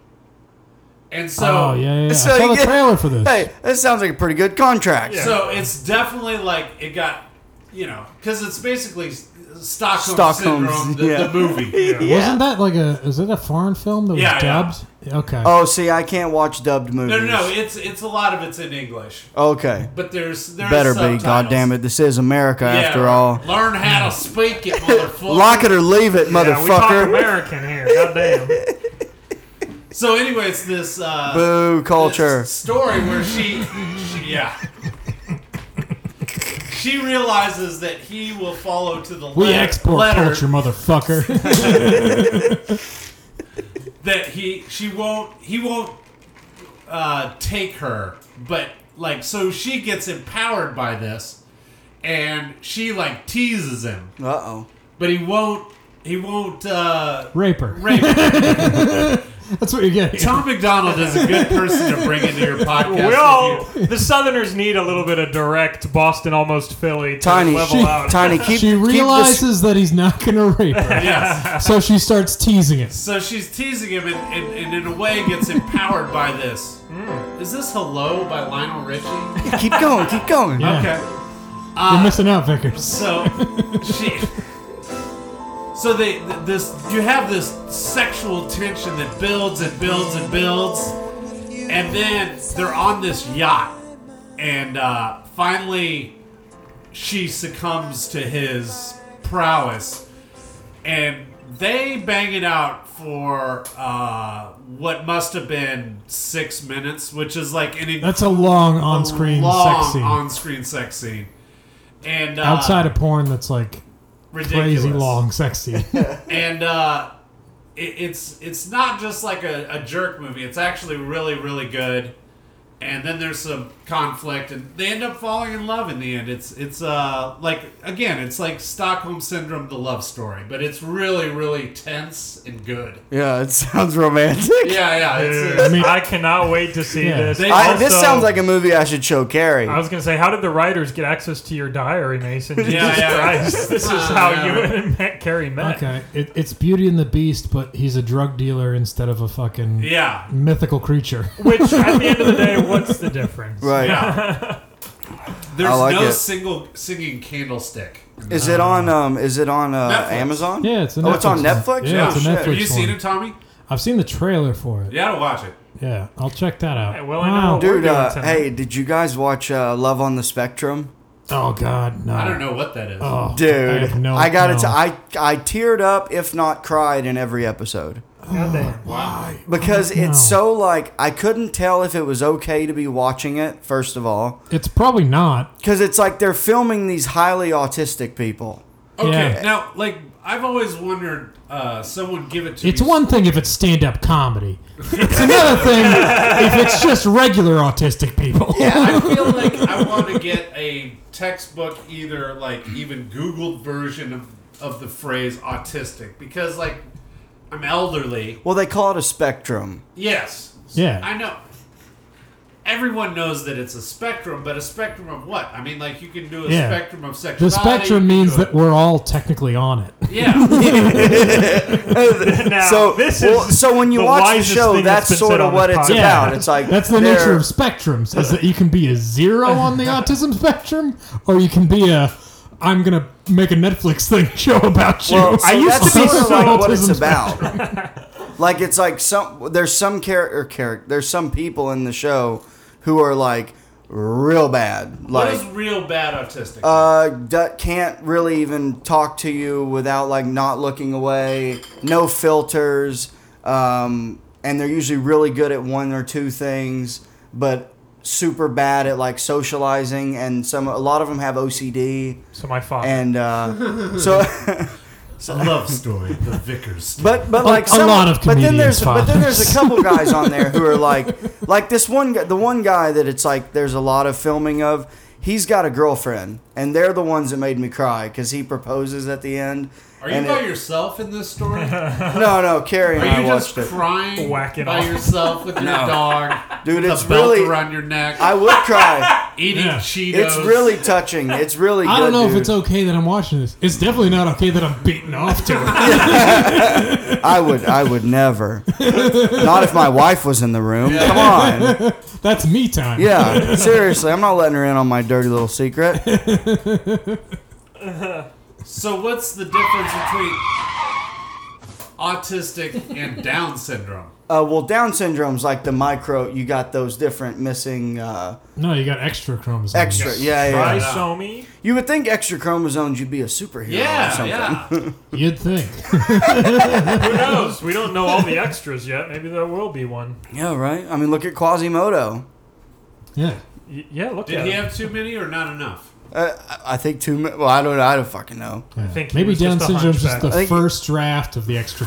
D: And so,
E: oh yeah, yeah. yeah.
B: So
E: I saw
B: you
E: the
B: get-
E: trailer for this.
B: Hey, that sounds like a pretty good contract.
D: so it's definitely like it got, you know, because it's basically S- Stockholm,
B: Stockholm,
D: syndrome, the,
B: yeah.
D: the movie.
E: Wasn't that like a? Is it a foreign film that was
D: Yeah, yeah.
E: dubbed? Okay.
B: Oh, see, I can't watch dubbed movies.
D: No, no, no. It's it's a lot of it's in English,
B: Okay.
D: but there's there's
B: Better be.
D: subtitles.
B: God damn it. This is America after all.
D: Learn how to speak it, motherfucker.
B: Lock it or leave it,
C: Yeah, we talk
B: motherfucker.
C: American here. Goddamn.
D: So, anyway, it's this uh,
B: Boo
D: this
B: culture.
D: story where she, she, yeah, she realizes that he will follow to the
E: we
D: letter,
E: export
D: letter
E: culture, motherfucker.
D: that he she won't he won't uh, take her, but like so she gets empowered by this, and she like teases him,
B: Uh oh.
D: but he won't he won't uh,
E: Raper.
D: rape. her.
E: That's what you're getting.
D: Tom McDonald is a good person to bring into your podcast.
C: we
D: if
C: all
D: you-
C: the Southerners need a little bit of direct Boston, almost Philly to
B: Tiny.
C: level
B: she-
C: out.
B: Tiny, keep,
E: she
B: keep this.
E: realizes that he's not gonna rape her,
D: yes.
E: so she starts teasing it.
D: So she's teasing him and, and, and in a way gets empowered by this. Is this Hello by Lionel Richie?
B: Keep going, keep going.
E: Yeah.
D: Okay.
E: You're missing out, Vickers.
D: So she So they th- this you have this sexual tension that builds and builds and builds and then they're on this yacht and uh, finally she succumbs to his prowess and they bang it out for uh, what must have been six minutes, which is like an
E: That's a long on-screen
D: long
E: sex scene.
D: on-screen sex scene. And uh,
E: Outside of porn, that's like
D: ridiculous.
E: crazy long sex scene.
D: And uh, it, it's it's not just like a, a jerk movie. It's actually really really good. And then there's some conflict, and they end up falling in love in the end. It's it's uh like again, it's like Stockholm syndrome, the love story, but it's really really tense and good.
B: Yeah, it sounds romantic.
D: Yeah, yeah.
C: Dude,
D: It's,
C: I,
D: it's,
E: mean-
C: cannot wait to see
E: Yeah.
C: this.
D: They-
B: I, this
C: Also,
B: sounds like a movie I should show Carrie.
C: I was gonna say, how did the writers get access to your diary, Mason? Jesus
D: yeah.
C: Christ, this is
D: Uh,
C: how
D: yeah.
C: you and Matt Carey met.
E: Okay, it, it's Beauty and the Beast, but he's a drug dealer instead of a fucking
D: yeah.
E: mythical creature.
C: Which, at the end of the day, what's the difference?
B: right.
D: Yeah. There's
B: I like
D: no
B: it.
D: single singing candlestick.
B: Is it on um is it on uh,
D: Netflix.
B: Amazon?
E: Yeah, it's a
B: Oh, it's on
E: one.
B: Netflix?
E: Yeah,
B: Oh,
E: it's a
B: shit.
E: Netflix
D: Have you seen
E: one.
D: it, Tommy?
E: I've seen the trailer for it.
D: You gotta watch it.
E: Yeah, I'll check that out.
C: Hey, well, I know.
E: Wow.
C: We're
B: Dude,
C: doing
B: uh,
C: tonight.
B: hey, did you guys watch uh, Love on the Spectrum?
E: Oh God, no.
D: I don't know what that is.
E: Oh,
B: Dude,
E: I, have no,
B: I gotta
E: no.
B: t- I I teared up, if not cried, in every episode
C: Goddamn.
E: Why?
B: because
E: No.
B: it's so like I couldn't tell if it was okay to be watching it. First of all,
E: It's probably not.
B: because it's like they're filming these highly autistic people.
D: okay,
E: yeah.
D: now like I've always wondered, uh, someone give it to
E: It's
D: me.
E: one thing if it's stand-up comedy. It's another thing if it's just regular autistic people.
D: I feel like I want to get a textbook, either like even Googled version of, of the phrase autistic, because like I'm elderly.
B: Well, they call it a spectrum.
D: Yes.
E: Yeah.
D: I know. Everyone knows that it's a spectrum, but a spectrum of what? I mean, like you can do a
E: Yeah.
D: spectrum of sexuality.
E: The
D: you
E: spectrum
D: can
E: means
D: do
E: that we're all technically on it.
D: it- Yeah.
C: Now,
B: so
C: this
B: well,
C: is
B: so when you
C: the
B: watch the
C: wisest
B: show,
C: thing that's
B: that's
C: been
B: sort
C: said
B: of
C: on
B: what
C: this
B: it's
C: podcast.
B: about. It's like
E: That's the nature
B: they're-
E: of spectrums, is that you can be a zero on the autism spectrum, or you can be a I'm gonna make a Netflix thing show about you.
B: Well, I
C: Oh, I used
B: that's
C: to be
B: sort of
C: so
B: like what it's
E: autism
B: about. like it's like some there's some character character there's some people in the show who are like real bad,
D: what is
B: like
D: real bad autistic?
B: uh d- can't really even talk to you without like not looking away, no filters, um, and they're usually really good at one or two things, but super bad at like socializing, and some a lot of them have OCD,
C: so my father.
B: and uh, so.
D: it's a love story, the Vickers.
B: But but
E: A-
B: like
E: a
B: some,
E: lot of
B: but then
E: comedians'
B: there's but then there's a
E: fathers.
B: couple guys on there who are like like this one guy the one guy that it's like there's a lot of filming of he's got a girlfriend and they're the ones that made me cry because he proposes at the end.
D: Are you
B: and
D: by
B: it-
D: yourself in this story?
B: No no Carrie and
D: Are
B: I
D: you just
B: watched it.
D: crying
C: Whacking
D: by
C: off.
D: yourself with your dog?
B: Dude,
D: with
B: it's
D: a belt
B: really-
D: around your neck.
B: I would cry.
D: eating
E: Yeah.
D: Cheetos.
B: It's really touching. It's really.
E: I don't
B: good,
E: know if
B: dude.
E: it's okay that I'm watching this. It's definitely not okay that I'm beating off to it.
B: I would. I would never. Not if my wife was in the room. Come on.
E: That's me time.
B: Yeah, seriously, I'm not letting her in on my dirty little secret.
D: So what's the difference between autistic and Down syndrome?
B: Uh, well, Down syndrome's like the micro. You got those different missing uh,
E: No, you got extra chromosomes.
B: extra. Yeah, yeah. yeah.
C: Trisomy.
B: You would think extra chromosomes, you'd be a superhero or
D: Yeah,
B: something.
D: yeah.
E: You'd think.
C: Who knows? We don't know all the extras yet. Maybe there will be one.
B: Yeah, right. I mean, look at Quasimodo.
E: Yeah.
C: Y- yeah, look
D: Did
C: at
D: he
C: him.
D: have too many or not enough?
B: Uh, I- I think two. mi- Well, I don't. know. I don't fucking know.
E: yeah.
C: think he
E: Maybe
C: was
E: Down
C: just a
E: syndrome's just
C: hunchback.
E: the
B: I think-
E: first draft of the extra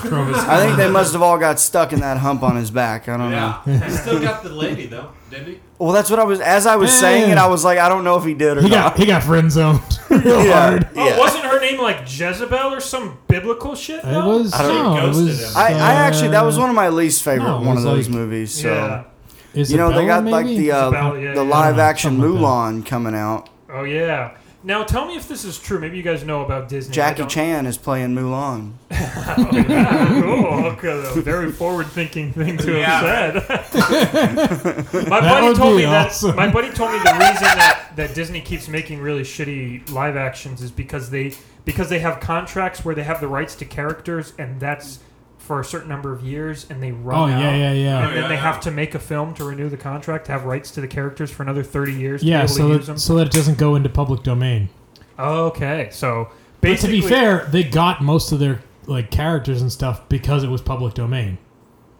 E: chromosomes.
B: I think they must have all got stuck in that hump on his back. I don't know.
D: Yeah. he still got the lady though, didn't he?
B: Well, that's what I was. As I was saying it, I was like, I don't know if he did or
E: He
B: not.
E: got he got friend zoned real
B: Yeah,
E: hard.
C: Oh,
B: yeah.
C: wasn't her name like Jezebel or some biblical shit?
E: It
C: though?
E: was.
B: don't-
E: no, it
D: Ghosted
E: was.
D: him.
B: I, I actually that was
E: uh,
B: one of my least favorite
E: No, it
B: one of
E: was
B: those
E: like-
B: movies. So
C: Yeah.
B: you know they
E: Isabella,
B: got like
E: maybe?
B: the uh,
C: Isabella, yeah, yeah,
B: the
C: yeah.
B: live action
E: Something like that.
B: Mulan coming out.
C: Oh yeah. Now tell me if this is true. Maybe you guys know about Disney. I
B: Jackie
C: don't-
B: Chan is playing Mulan.
C: Oh, okay. A very forward-thinking thing to have said. my
E: That
C: buddy
E: would
C: told me
E: be
C: that.
E: awesome.
C: My buddy told me the reason that, that Disney keeps making really shitty live actions is because they because they have contracts where they have the rights to characters, and that's for a certain number of years, and they run.
E: Oh
C: out.
E: yeah, yeah, yeah.
C: And then they have to make a film to renew the contract, to have rights to the characters for another thirty years. To be
E: Yeah,
C: able to
E: so
C: use them.
E: that, so that it doesn't go into public domain.
C: okay, so
E: But to
C: basically,
E: be fair, they got most of their like characters and stuff because it was public domain.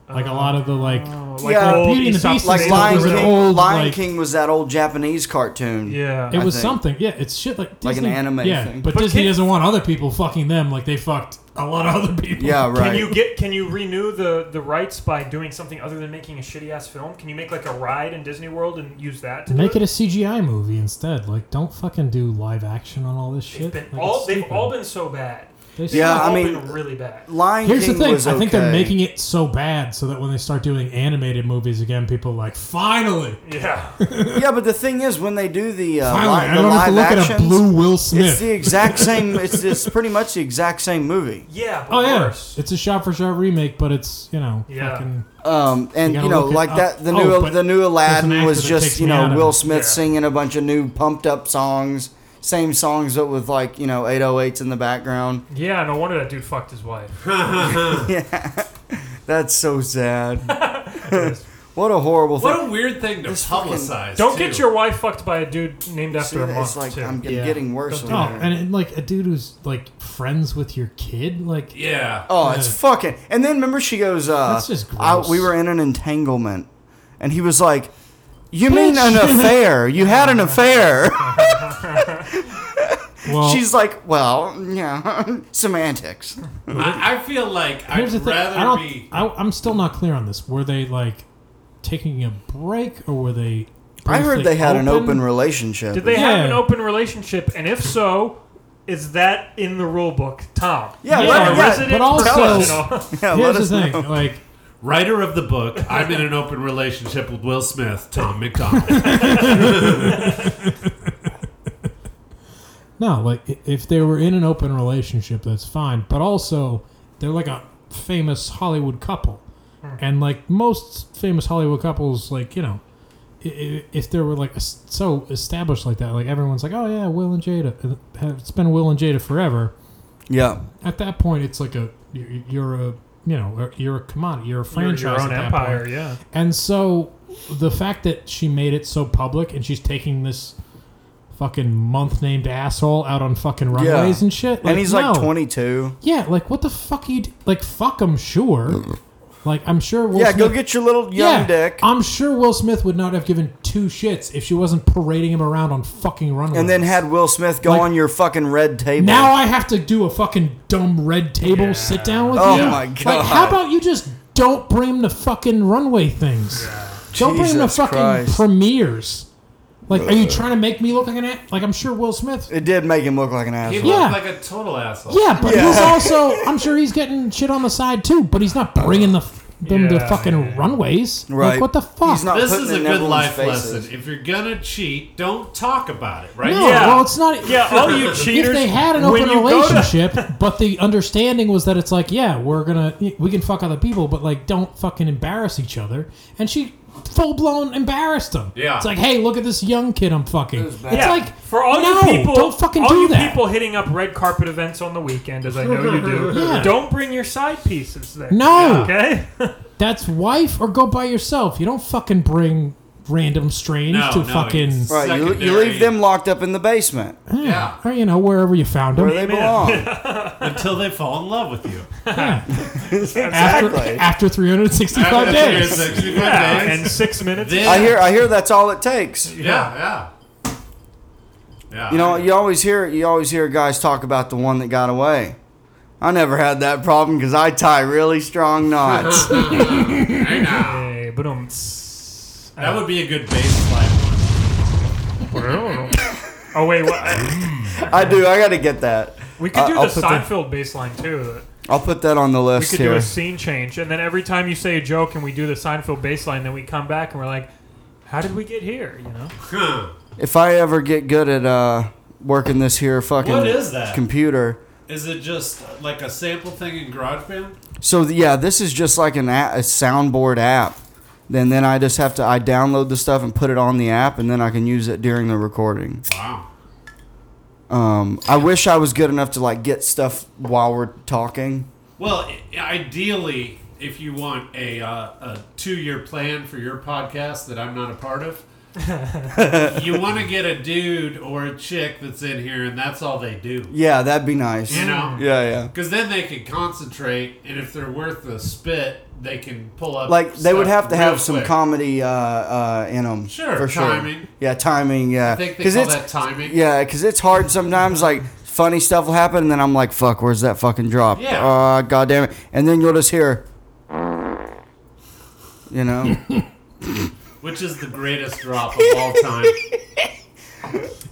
E: Like a lot of the like
C: Oh,
B: Yeah.
C: old
E: Beauty and the
C: Aesop
E: Beast
B: like
E: It
C: fables
B: Lion
E: was
C: and
E: an
B: King.
E: old,
B: Lion
E: like-
B: King was that old Japanese cartoon.
C: Yeah.
E: it
B: I
E: was
B: think.
E: something. Yeah, it's shit like
B: Like an
E: Disney-
B: anime
E: Yeah,
B: thing.
E: but,
C: But
E: Disney
C: can-
E: doesn't want other people fucking them like they fucked a lot of other people.
B: Yeah, right.
C: Can you get? Can you renew the the rights by doing something other than making a shitty ass film? Can you make like a ride in Disney World and use that to do
E: Make it a CGI movie instead. Like, don't fucking do live action on all this
C: They've
E: shit.
C: been
E: Like,
C: all
E: it's
C: they've
E: stupid.
C: all been so bad.
E: They
C: They've
B: Yeah,
E: suck.
B: I
C: all
B: mean-
C: been really bad.
B: Lion
E: Here's the
B: King
E: thing.
B: was okay.
E: I think they're making it so bad so that when they start doing animated movies again, people are like, finally,
C: Yeah,
B: Yeah, but the thing is, when they do the uh,
E: finally,
B: li-
E: I
B: the
E: don't have to
B: live
E: look at a
B: actions,
E: blue Will
B: it's
E: Smith.
B: the exact same. It's it's pretty much the exact same movie.
C: yeah. But
E: oh yeah,
C: worse.
E: it's a shot for shot remake, but it's you know
C: Yeah.
E: fucking
B: Um, and
E: You
B: you,
E: gotta
B: know,
E: look it
B: like
E: up.
B: that, the
E: Oh,
B: new
E: but
B: the new Aladdin
E: actor
B: was
E: that
B: just
E: takes
B: you
E: me out
B: know
E: of
B: Will
E: it.
B: Smith
C: Yeah.
B: singing a bunch of new pumped up songs, same songs but with like you know 808s in the background.
C: yeah. No wonder that dude fucked his wife.
B: That's so sad. What a horrible thing.
D: What a weird thing to
B: This fucking-
D: publicize.
C: Don't
D: too.
C: get your wife fucked by a dude named
B: See,
C: after a month.
B: it's like
C: too.
B: I'm I'm
E: Yeah.
B: getting worse.
E: Oh,
B: over here.
E: and, and like a dude who's like friends with your kid, like
D: Yeah.
B: Oh, it's
E: Yeah.
B: fucking. And then remember, she goes, uh,
E: That's just gross.
B: I- we were in an entanglement, and he was like, "You
E: Bitch.
B: mean an affair? You had an affair?"
E: well,
B: She's like, "Well, yeah, semantics."
D: I, I feel like I'd
E: here's the thing. I
D: rather
E: don't.
D: be.
E: I, I'm still not clear on this. Were they like taking a break, or were they?
B: I heard
E: briefly
B: they had an open relationship.
C: Did they have
E: Yeah.
C: an open relationship? And if so, is that in the rule book, Tom?
B: Yeah,
C: You
E: let-
C: are a
E: yeah,
C: resident
E: but also-
C: professional.
B: yeah, let
E: Here's
B: us
E: the
B: know.
E: thing, like
D: Writer of the book, I'm in an open relationship with Will Smith, Tom McDonald.
E: no, like i- if they were in an open relationship, that's fine. But also, they're like a famous Hollywood couple,
C: Hmm.
E: and like most famous Hollywood couples, like you know, i- i- if they were like es- so established like that, like everyone's like, oh yeah, Will and Jada, it's been Will and Jada forever.
B: Yeah,
E: at that point it's like a you're, you're a you know you're a commodity you're
C: You're
E: a franchise
C: your own
E: at that
C: empire,
E: point.
C: yeah.
E: and so the fact that she made it so public and she's taking this fucking month named asshole out on fucking runways and shit
B: and he's like
E: no.
B: 22.
E: yeah like what the fuck you d- like fuck i'm sure like i'm sure Will
B: yeah,
E: Smith,
B: go get your little young
E: yeah,
B: dick.
E: i'm sure will smith would not have given two shits if she wasn't parading him around on fucking runways
B: and then had Will Smith go
E: Like-
B: on your fucking red table.
E: Now I have to do a fucking dumb red table
C: Yeah.
E: sit down with
B: Oh
E: you.
B: my
E: Like, how
B: God.
E: about you just don't bring him to fucking runway things? Don't bring him to
B: Jesus
E: fucking
B: Christ.
E: premieres. Like, are you trying to make me look like an ass? Like, I'm sure Will Smith.
B: it did make him look like an
D: He
B: asshole.
D: looked
E: Yeah.
D: like a total asshole.
E: Yeah, but
B: Yeah.
E: he's also. I'm sure he's getting shit on the side too. But he's not bringing the f- them to
C: Yeah,
E: fucking
C: yeah.
E: runways.
B: Right.
E: Like, what the fuck?
B: He's not
D: This
B: putting
D: is
B: it
D: a
B: in
D: good
B: everyone's
D: life
B: faces.
D: lesson. If you're gonna cheat, don't talk about it, right?
E: no,
C: Yeah.
E: well, it's not.
C: Yeah, all you cheaters.
E: if they had an
C: when
E: open
C: you go to-
E: relationship, but the understanding was that it's like, yeah, we're gonna we can fuck other people, but like don't fucking embarrass each other. And she full blown embarrassed him.
D: Yeah.
E: it's like, hey, look at this young kid I'm fucking. It's
B: bad.
C: yeah.
E: like
C: for all
E: no,
C: you people,
E: don't fucking
C: all
E: do
C: you
E: that.
C: people hitting up red carpet events on the weekend, as I know you do,
E: Yeah.
C: don't bring your side pieces there.
E: No,
C: Okay.
E: that's wife or go by yourself. You don't fucking bring random strange
D: No,
E: to
D: no,
E: fucking
D: it's-
B: Right, you, you
D: Secondary.
B: leave them locked up in the basement
D: Yeah.
E: or you know wherever you found them.
B: where they belong.
D: Until they fall in love with you.
E: after,
B: Exactly.
E: after 365
D: After
E: days.
D: 365
C: yeah.
D: days.
C: And six minutes.
D: Then-
B: I hear, I hear that's all it takes.
D: Yeah, yeah. Yeah.
B: You know, you always hear you always hear guys talk about the one that got away. I never had that problem because I tie really strong knots.
D: Hey, now.
C: Hey, boom. uh,
D: That would be a good baseline.
C: Oh wait, what?
B: I do. I got to get that.
C: we could
B: I-
C: do
B: I'll
C: the
B: put the-
C: Seinfeld baseline too.
B: I'll put that on the
C: We
B: list
C: could do
B: here.
C: a scene change, and then every time you say a joke and we do the Seinfeld baseline, then we come back and we're like, "How did we get here?" You know?
D: Huh.
B: If I ever get good at uh, working this here fucking
D: What is that?
B: computer,
D: Is it just uh, like a sample thing in GarageBand?
B: so th- yeah, this is just like an a a soundboard app. Then then I just have to I download the stuff and put it on the app, and then I can use it during the recording.
D: Wow.
B: Um, I wish I was good enough to like get stuff while we're talking.
D: Well, i- ideally, if you want a, uh, a two year plan for your podcast that I'm not a part of, you want to get a dude or a chick that's in here and that's all they do.
B: Yeah, that'd be nice.
D: You know?
B: Yeah, yeah.
D: Because then they can concentrate, and if they're worth the spit, they can pull up.
B: Like they would
D: stuff
B: have to
D: real
B: have some
D: quick.
B: comedy uh, uh, in them.
D: Sure,
B: for sure.
D: timing.
B: Yeah, timing. Yeah,
D: I think they
B: 'Cause
D: call
B: it's
D: that timing.
B: yeah, because it's hard sometimes. Like funny stuff will happen, and then I'm like, "Fuck, where's that fucking drop?
D: Yeah.
B: Uh, God damn it! And then you'll just hear, you know,
D: which is the greatest drop of all time.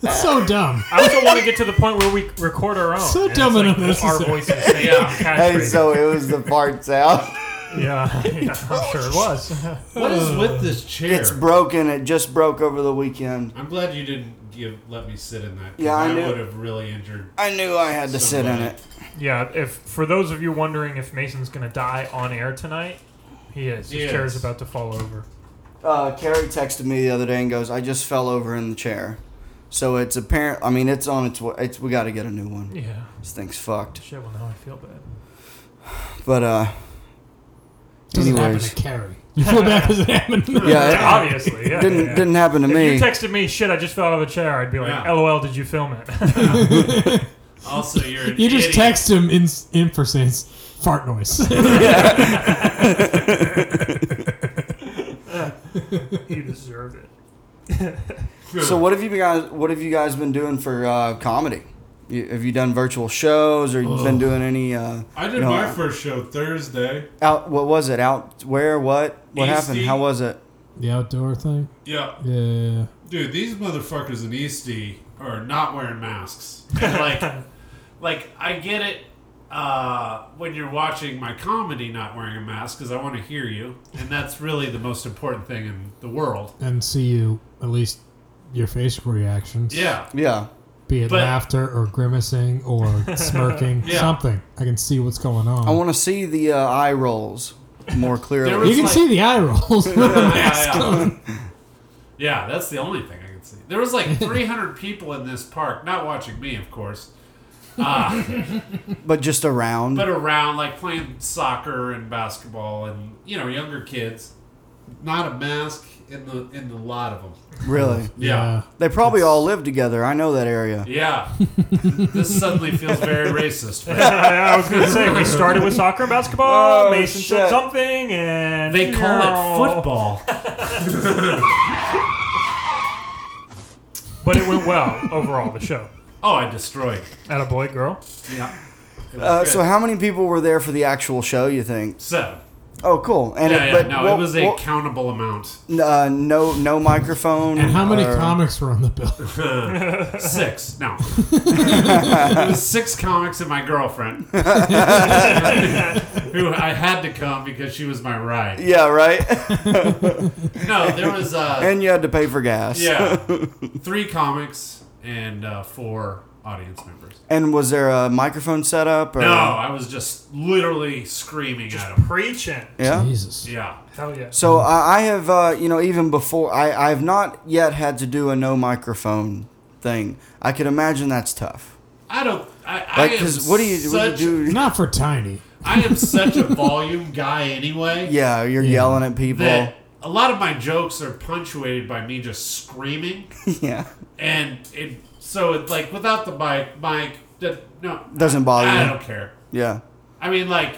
E: It's so dumb.
C: I also want to get to the point where we record our own.
E: So
C: and it's
E: dumb and
C: like, Our
E: unnecessary.
C: voices. say
D: Yeah.
B: hey,
C: catchphrases.
B: so it was the fart sound.
C: yeah, yeah, I'm sure it was.
D: What is with this chair?
B: it's broken. It just broke over the weekend.
D: I'm glad you didn't give let me sit in that. 'cause
B: Yeah, I
D: I
B: knew-
D: would have really injured.
B: I knew I had to sit in
D: Somebody.
B: it.
C: Yeah, if for those of you wondering if Mason's gonna die on air tonight, he is. His
D: He
C: chair
D: is.
C: is about to fall over.
B: Uh, Carrie texted me the other day and goes, "I just fell over in the chair." So it's apparent. I mean, it's on its way. It's, we got to get a new one.
C: Yeah.
B: This thing's fucked.
C: Shit. Well, now I feel bad.
B: But uh,
E: Doesn't happen
B: Anyways.
E: to Carrie. You feel bad because it happened.
B: Yeah, it
C: Obviously, yeah.
B: Uh, didn't
C: yeah.
B: didn't happen to
C: If
B: me.
C: you texted me, shit, I just fell out of a chair, I'd be like,
D: Yeah.
C: LOL, did you film it?
D: Also, you're an
E: You just
D: idiot.
E: text him in in for saying fart noise.
C: you deserved it.
B: so what have you guys what have you guys been doing for uh, comedy? You, have you done virtual shows or you been doing any? Uh,
D: I did
B: you know,
D: my first show Thursday.
B: out. What was it? Out where? What? What
D: East
B: happened?
D: East.
B: How was it?
E: the outdoor thing.
D: Yeah,
E: Yeah.
D: dude, these motherfuckers in Eastie are not wearing masks. And like, like I get it uh, when you're watching my comedy not wearing a mask because I want to hear you, and that's really the most important thing in the world.
E: And see you at least your facial reactions.
D: Yeah,
B: Yeah.
E: Be it
D: But-
E: laughter or grimacing or smirking,
D: Yeah.
E: something. I can see what's going on.
B: I want to see the uh, eye rolls more
D: There
B: clearly.
E: you
D: was-
E: can
D: like-
E: see the eye rolls. with the mask
D: yeah.
E: on.
D: yeah, that's the only thing I can see. There was like 300 people in this park, not watching me, of course, uh,
B: but just around.
D: but around like playing soccer and basketball, and you know, younger kids. Not a mask in the in the lot of them.
B: really.
D: yeah.
B: They probably all live together. I know that area.
D: Yeah. this suddenly feels very racist. but
C: I, I was going to say, we started with soccer and basketball.
B: Oh,
C: Mason said
B: shit.
C: something, and.
D: They call
C: No.
D: it football.
C: But it went well overall, the show.
D: Oh, I destroyed.
C: At a boy, girl.
D: Yeah. It was
B: Uh,
D: good.
B: so how many people were there for the actual show? You think?
D: Seven.
B: Oh, cool. And
D: Yeah,
B: it,
D: yeah,
B: but
D: no,
B: what-
D: it was a
B: what-
D: countable amount.
B: uh, no no microphone.
E: And how many
B: or-
E: comics were on the bill?
D: Six. No. it was six comics and my girlfriend. who I had to come because she was my ride.
B: Yeah, right.
D: No, there was uh
B: and you had to pay for gas.
D: yeah. Three comics and uh, four audience members.
B: And was there a microphone set up? Or,
D: No, I was just literally screaming at them.
C: Preaching.
B: Yeah.
E: Jesus.
D: Yeah.
C: Hell yeah.
B: So I, I have, uh, you know, even before I, I have not yet had to do a no microphone thing. I could imagine that's tough.
D: I don't. I,
B: Like,
D: I am
B: because what do you what
D: such,
B: do you do?
E: Not for tiny.
D: I am such a volume guy anyway.
B: Yeah, you're yelling at people.
D: That a lot of my jokes are punctuated by me just screaming,
B: yeah,
D: and it so it's like without the mic, mic that no
B: Doesn't bother
D: I,
B: you.
D: don't care.
B: yeah,
D: I mean, like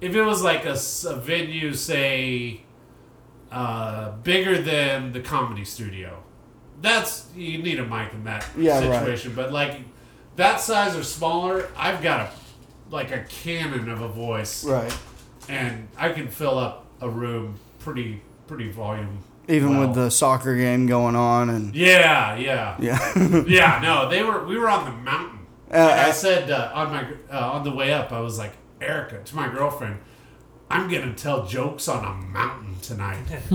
D: if it was like a, s- a venue, say, uh, bigger than the comedy studio, that's you need a mic in that
B: Yeah, right.
D: situation. But like that size or smaller, I've got a like a cannon of a voice,
B: right.
D: and I can fill up a room pretty pretty volume.
B: Even
D: well.
B: with the soccer game going on and
D: Yeah, yeah,
B: yeah,
D: yeah. No, they were we were on the mountain.
B: Uh,
D: and I
B: I-
D: said uh, on my uh, on the way up, I was like Erica to my girlfriend, I'm gonna tell jokes on a mountain tonight,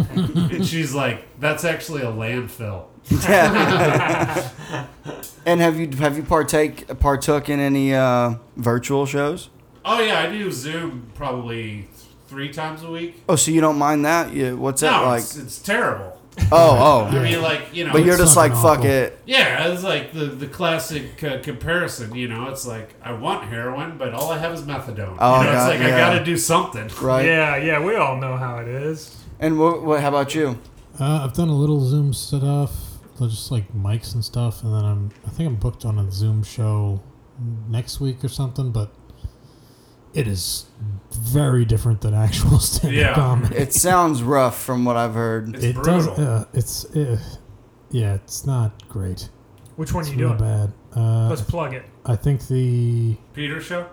D: and she's like, that's actually a landfill.
B: and have you have you partake partook in any uh, virtual shows?
D: Oh yeah, I do Zoom probably three times a week.
B: Oh, so you don't mind that? You, what's that
D: No,
B: like?
D: it's, it's terrible.
B: Oh,
D: I
B: oh.
D: mean, like you know,
B: But you're
E: It's
B: just like
E: fucking
B: fuck
E: awful.
B: it.
D: Yeah, it's like the the classic uh, comparison. You know, it's like I want heroin, but all I have is methadone.
B: Oh,
D: you know,
B: God,
D: it's like I
B: yeah.
D: got to do something.
B: Right.
C: Yeah, yeah, we all know how it is.
B: And what, what? How about you?
E: Uh, I've done a little Zoom stuff, just like mics and stuff, and then I'm I think I'm booked on a Zoom show next week or something, but it is very different than actual stand-up
D: Yeah.
E: comedy.
B: It sounds rough from what I've heard.
D: It's
E: it
D: brutal.
E: does. Uh, it's uh, yeah, it's not great.
C: Which one
E: It's
C: are you
E: real
C: doing?
E: bad. Uh,
C: Let's plug it.
E: I think the
D: Peter show.